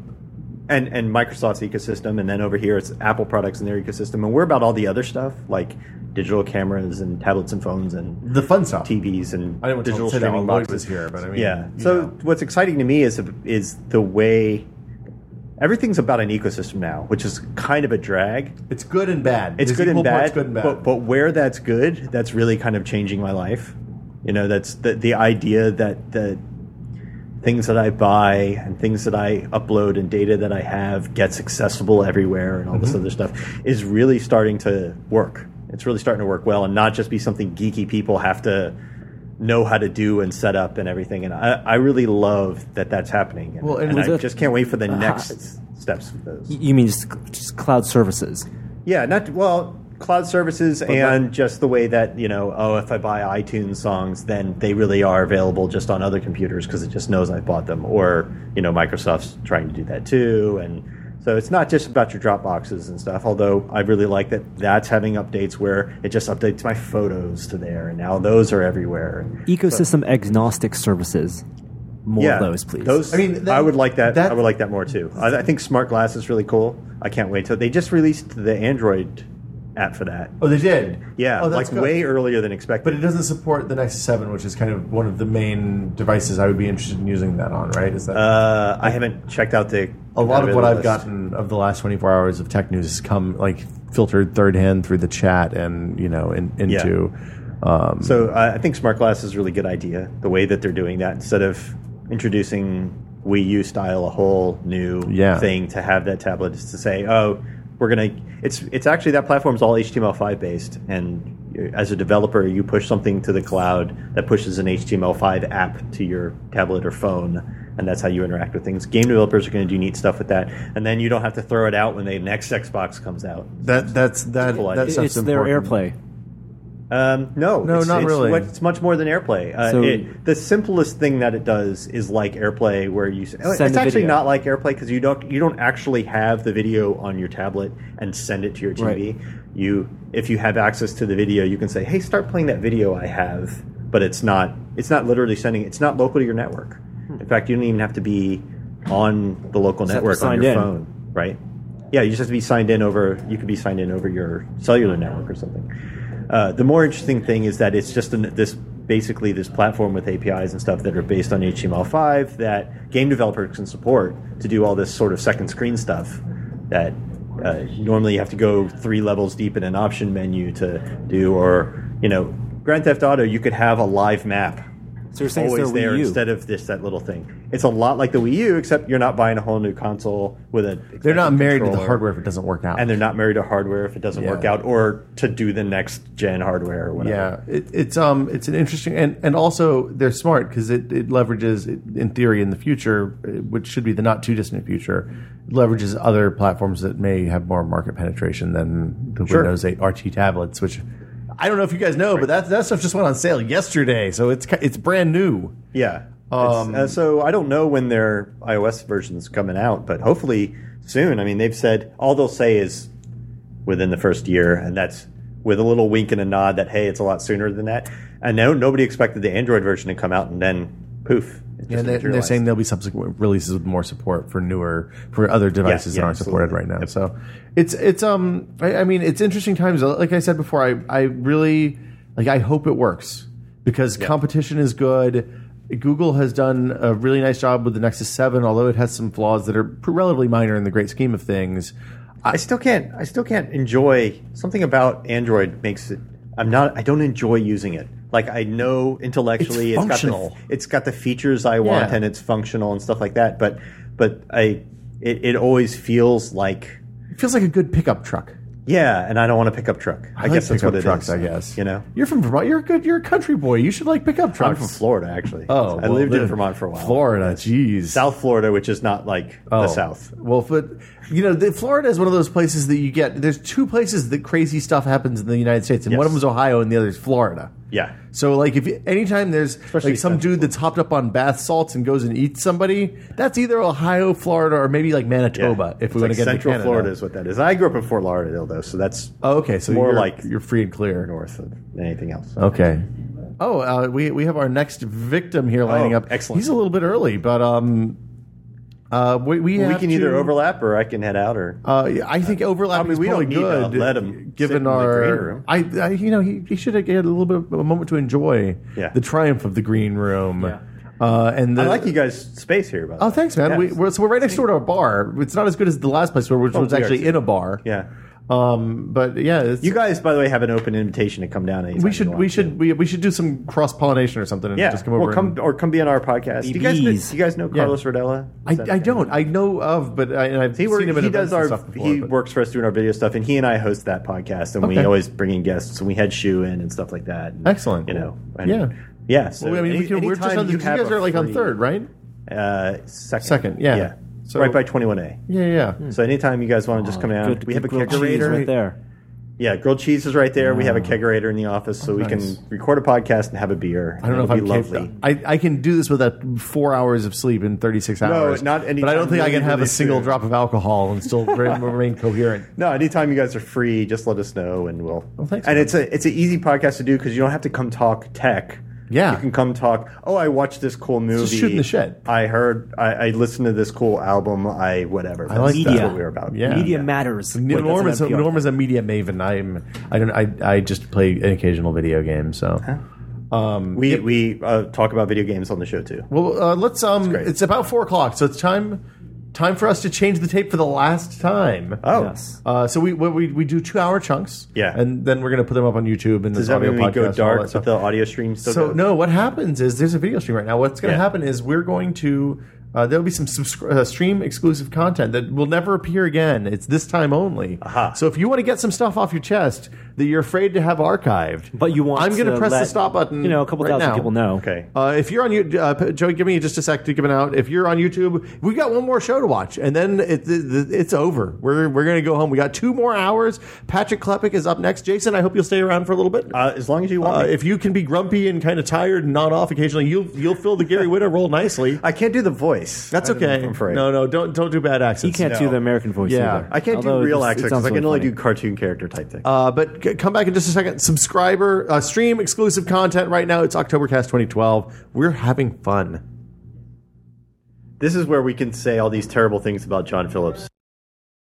S7: and and Microsoft's ecosystem, and then over here it's Apple products and their ecosystem, and we're about all the other stuff like digital cameras and tablets and phones and
S2: The fun stuff.
S7: TVs and
S2: I didn't want
S7: digital
S2: to say that
S7: streaming
S2: while Lloyd
S7: boxes
S2: was here, but I mean,
S7: yeah.
S2: you
S7: So
S2: know.
S7: what's exciting to me is is the way everything's about an ecosystem now, which is kind of a drag.
S2: it's good and bad.
S7: It's
S2: There's
S7: good,
S2: equal
S7: and
S2: parts
S7: bad,
S2: good and bad.
S7: But, but where that's good, that's really kind of changing my life. You know, that's the the idea that the things that I buy and things that I upload and data that I have gets accessible everywhere and all
S2: Mm-hmm.
S7: this other stuff is really starting to work. It's really starting to work well and not just be something geeky people have to know how to do and set up and everything. And I, I really love that that's happening. And,
S2: Well, and
S7: and
S2: was
S7: I
S2: that-
S7: just can't wait for the next steps of those.
S4: y- you mean just, just cloud services.
S7: Yeah, not well, cloud services and just the way that you know, oh, if I buy iTunes songs, then they really are available just on other computers because it just knows I bought them. Or you know, Microsoft's trying to do that too, and so it's not just about your Dropboxes and stuff. Although I really like that that's having updates where it just updates my photos to there, and now those are everywhere.
S4: Ecosystem agnostic services. More
S7: yeah,
S4: of those, please.
S7: Those, I
S2: I
S7: mean,
S2: mean, that-
S7: I would like that. I
S2: that-
S7: would like that more too. I, I think smart glass is really cool. I can't wait till they just released the Android app for that.
S2: oh, they did.
S7: Yeah,
S2: oh,
S7: like
S2: that's good.
S7: way earlier than expected.
S2: But it doesn't support the Nexus Seven, which is kind of one of the main devices I would be interested in using that on. Right? Is that
S7: Uh, I haven't checked out the
S2: a lot of what I've
S7: compatibility list.
S2: gotten of the last 24 hours of tech news has come like filtered third hand through the chat and you know in, into Um,
S7: So uh, I think smart glass is a really good idea. The way that they're doing that, instead of introducing Wii U style a whole new
S2: Yeah.
S7: thing to have that tablet, is to say, oh, we're gonna. It's it's actually that platform's all HTML5 based, and you- as a developer, you push something to the cloud that pushes an HTML5 app to your tablet or phone. And that's how you interact with things. Game developers are going to do neat stuff with that, and then you don't have to throw it out when the next Xbox comes out.
S2: that that's that.
S7: Cool
S2: that
S7: idea.
S2: stuff's
S4: it's their
S2: important.
S4: AirPlay.
S7: Um, no,
S2: No,
S7: it's,
S2: not
S7: it's
S2: really.
S7: what- it's much more than AirPlay. Uh,
S4: So-
S7: it, the simplest thing that it does is like AirPlay, where you s- it's
S4: Send the
S7: actually
S4: video.
S7: not like AirPlay because you don't you don't actually have the video on your tablet and send it to your TV. You if you have access to the video, you can say, "Hey, start playing that video I have," but it's not it's not literally sending. It's not local to your network.
S4: Hmm.
S7: In fact, you don't even have to be on the local
S4: Except
S7: network on
S4: signed
S7: your
S4: in.
S7: phone, right? Yeah, you just have to be signed in over. You could be signed in over your cellular network or something. Uh, the more interesting thing is that it's just an, this basically this platform with APIs and stuff that are based on HTML5 that game developers can support to do all this sort of second screen stuff that uh, normally you have to go three levels deep in an option menu to do, or you know, Grand Theft Auto, you could have a live map
S4: So you're saying it's
S7: always
S4: their
S7: there
S4: Wii U.
S7: instead of this that little thing. It's a lot like the Wii U, except you're not buying a whole new console with a.
S2: They're not married to the
S7: controller.
S2: hardware if it doesn't work out.
S7: and they're not married to hardware if it doesn't
S2: Yeah.
S7: work out, or to do the next gen hardware or whatever.
S2: Yeah, it, it's um, it's an interesting and and also they're smart because it, it leverages in theory in the future, uh, which should be the not too distant future, leverages other platforms that may have more market penetration than the
S7: Sure.
S2: Windows 8 RT tablets, which. I don't know if you guys know, but that that stuff just went on sale yesterday, so it's ki- it's brand new.
S7: Yeah. It's-
S2: Um,
S7: uh, so I don't know when their iOS version's coming out, but hopefully soon. I mean, they've said all they'll say is within the first year, and that's with a little wink and a nod that hey, it's a lot sooner than that. And no, nobody expected the Android version to come out, and then poof. it just
S2: And they're, they're
S7: materialized.
S2: saying there'll be subsequent releases with more support for newer for other devices
S7: Yeah,
S2: that
S7: yeah,
S2: aren't supported right
S7: absolutely.
S2: now. So it's it's um I, I mean it's interesting times. Uh, Like I said before, I I really like I hope it works because competition is good. Google has done a really nice job with the Nexus Seven, although it has some flaws that are relatively minor in the great scheme of things.
S7: I still can't. I still can't enjoy something about Android. Makes it. I'm not. I don't enjoy using it. Like I know intellectually,
S2: It's
S7: Got
S2: functional.
S7: the, f- it's got the features I want,
S2: Yeah.
S7: and it's functional and stuff like that. But, but I, it, it always feels like
S2: It feels like a good pickup truck.
S7: yeah, and I don't want a pickup truck. I,
S2: like
S7: guess that's
S2: pickup
S7: what it is.
S2: trucks, I guess
S7: you know.
S2: you're from Vermont. You're a good. You're a country boy. You should like pickup
S7: I'm
S2: trucks.
S7: from Florida, actually.
S2: Oh,
S7: I
S2: well,
S7: lived
S2: the-
S7: in Vermont for a while.
S2: Florida, jeez.
S7: South Florida, which is not like
S2: Oh.
S7: the South.
S2: Well, but you know, the, Florida is one of those places that you get. There's two places that crazy stuff happens in the United States, and one
S7: Yes.
S2: of them is Ohio, and the other is Florida.
S7: Yeah.
S2: So, like, if you- anytime there's like some
S7: Central
S2: dude that's hopped up on bath salts and goes and eats somebody, that's either Ohio, Florida, or maybe like Manitoba. If
S7: It's
S2: we want to
S7: like
S2: get
S7: Central
S2: to Canada.
S7: Florida is what that is. I grew up in Fort Lauderdale, though, so that's
S2: Oh, okay, so
S7: More
S2: you're,
S7: like
S2: you're free and clear.
S7: north of anything else.
S2: Okay. Oh, uh, we we have our next victim here lining
S7: Oh,
S2: up.
S7: excellent.
S2: He's a little bit early, but um, uh, we we,
S7: we
S2: have
S7: can either
S2: to-
S7: overlap or I can head out or
S2: Uh, yeah, I think overlap.
S7: I mean,
S2: is
S7: we
S2: probably
S7: don't need to
S2: good.
S7: let him sit in
S2: given
S7: the green
S2: our.
S7: room.
S2: I, I, you know, he, he should have had a little bit of a moment to enjoy
S7: Yeah.
S2: the triumph of the green room. Uh, and the,
S7: I like you guys space here by the
S2: Oh,
S7: way.
S2: thanks, man.
S7: Yeah.
S2: We, we're, so we're right next door to a bar. It's not as good as the last place, where which was
S7: Oh, we are
S2: actually
S7: too.
S2: in a bar.
S7: yeah.
S2: Um, but yeah, it's,
S7: You guys by the way have an open invitation to come down anytime
S2: we
S7: you
S2: should
S7: want
S2: we
S7: to.
S2: should we, we should do some cross pollination or something and
S7: yeah.
S2: just come over.
S7: well, come
S2: and-
S7: or come be on our podcast. Do you guys know,
S4: BBs.
S7: do you guys know
S2: Yeah.
S7: Carlos Rodella?
S2: I, I don't. I know of, but I, and I've
S7: He,
S2: seen
S7: wor-
S2: him at
S7: he
S2: events
S7: does
S2: and
S7: our
S2: stuff before.
S7: he
S2: but-
S7: works for us doing our video stuff, and he and I host that podcast, and
S2: Okay.
S7: we always bring in guests, and we had Shu in and stuff like that. and,
S2: Excellent.
S7: You know, and-
S2: Yeah.
S7: yeah. So
S2: Well, I mean, we
S7: any-
S2: can, we're just
S7: anytime
S2: on the,
S7: you
S2: you
S7: have
S2: guys
S7: a
S2: are like on
S7: free-
S2: third, right?
S7: uh, second,
S2: Second, yeah. So-
S7: right by twenty one A.
S2: Yeah, yeah. yeah.
S7: So anytime you guys
S2: Oh,
S7: want to just come out,
S4: Good,
S7: we have a
S4: good grilled cheese
S7: kegerator.
S4: right there.
S7: Yeah, grilled cheese is right there. We have a kegerator in the office, so we
S2: nice.
S7: can record a podcast and have a beer.
S2: I don't know if
S7: It'll
S2: I'm
S7: be
S2: lovely. I, I can do this with a four hours of sleep in 36 hours.
S7: not
S2: But I don't
S7: anytime
S2: think I can
S7: really,
S2: have a
S7: really
S2: single
S7: soon.
S2: drop of alcohol and still re- remain coherent.
S7: No, anytime you guys are free, just let us know, and we'll.
S2: thanks, man.
S7: and it's a it's an easy podcast to do because you don't have to come talk tech.
S2: Yeah.
S7: you can come talk. Oh, I watched this cool movie.
S2: just shoot in the shed.
S7: I heard. I, I listened to this cool album. I whatever. I
S2: like E
S7: that's
S4: that.
S7: what we were about.
S2: Yeah.
S4: Media matters. Wait, that's
S2: Norm,
S4: an
S2: is a,
S4: NPR.
S2: Norm is a media maven. I'm I don't I I just play an occasional video game. So
S7: we we uh, talk about video games on the show too.
S2: well, uh, let's um.
S7: great.
S2: It's about four o'clock, so it's time Time for us to change the tape for the last time.
S7: Oh,
S4: Yes.
S2: Uh, so we, we we- we do two hour chunks,
S7: Yeah.
S2: and then we're gonna put them up on YouTube and
S7: does
S2: this
S7: that
S2: audio
S7: mean
S2: podcast.
S7: we
S2: and
S7: go
S2: all that
S7: dark
S2: stuff.
S7: with the audio stream? Still
S2: So
S7: goes?
S2: no, what happens is there's a video stream right now. What's going to
S7: Yeah.
S2: happen is we're going to uh, there'll be some subscri- uh, stream exclusive content that will never appear again. It's this time only.
S7: Aha.
S2: So if you want to get some stuff off your chest that you're afraid to have archived,
S4: But you want
S2: I'm going to
S4: to
S2: press the
S4: let,
S2: stop button.
S4: You know, a couple
S2: right
S4: thousand
S2: now.
S4: people know.
S7: Okay.
S2: Uh, if you're on YouTube, uh, P- Joey, give me just a sec to give it out. If you're on YouTube, we got one more show to watch, and then it, it, it's over. We're we're going to go home. We got two more hours. Patrick Klepek is up next. Jason, I hope you'll stay around for a little bit.
S7: Uh, as long as you
S2: Uh,
S7: want. me.
S2: if you can be grumpy and kind of tired and not off occasionally, you'll you'll fill the Gary Witta role nicely.
S7: I can't do the voice.
S2: That's
S7: I'm-
S2: okay.
S7: I'm afraid.
S2: No, no, don't don't do bad
S4: He
S2: accents.
S4: can't do
S7: No.
S4: the American voice
S2: Yeah.
S4: either.
S7: I can't
S4: Although
S7: do
S4: it
S7: real
S4: just- it
S7: accents.
S4: sounds
S7: I can
S4: really
S7: only
S4: funny.
S7: do cartoon character type things.
S2: Uh, but c- come back in just a second. Subscriber uh, stream exclusive content right now. It's Octobercast 2012. We're having fun.
S7: this is where we can say all these terrible things about John Phillips.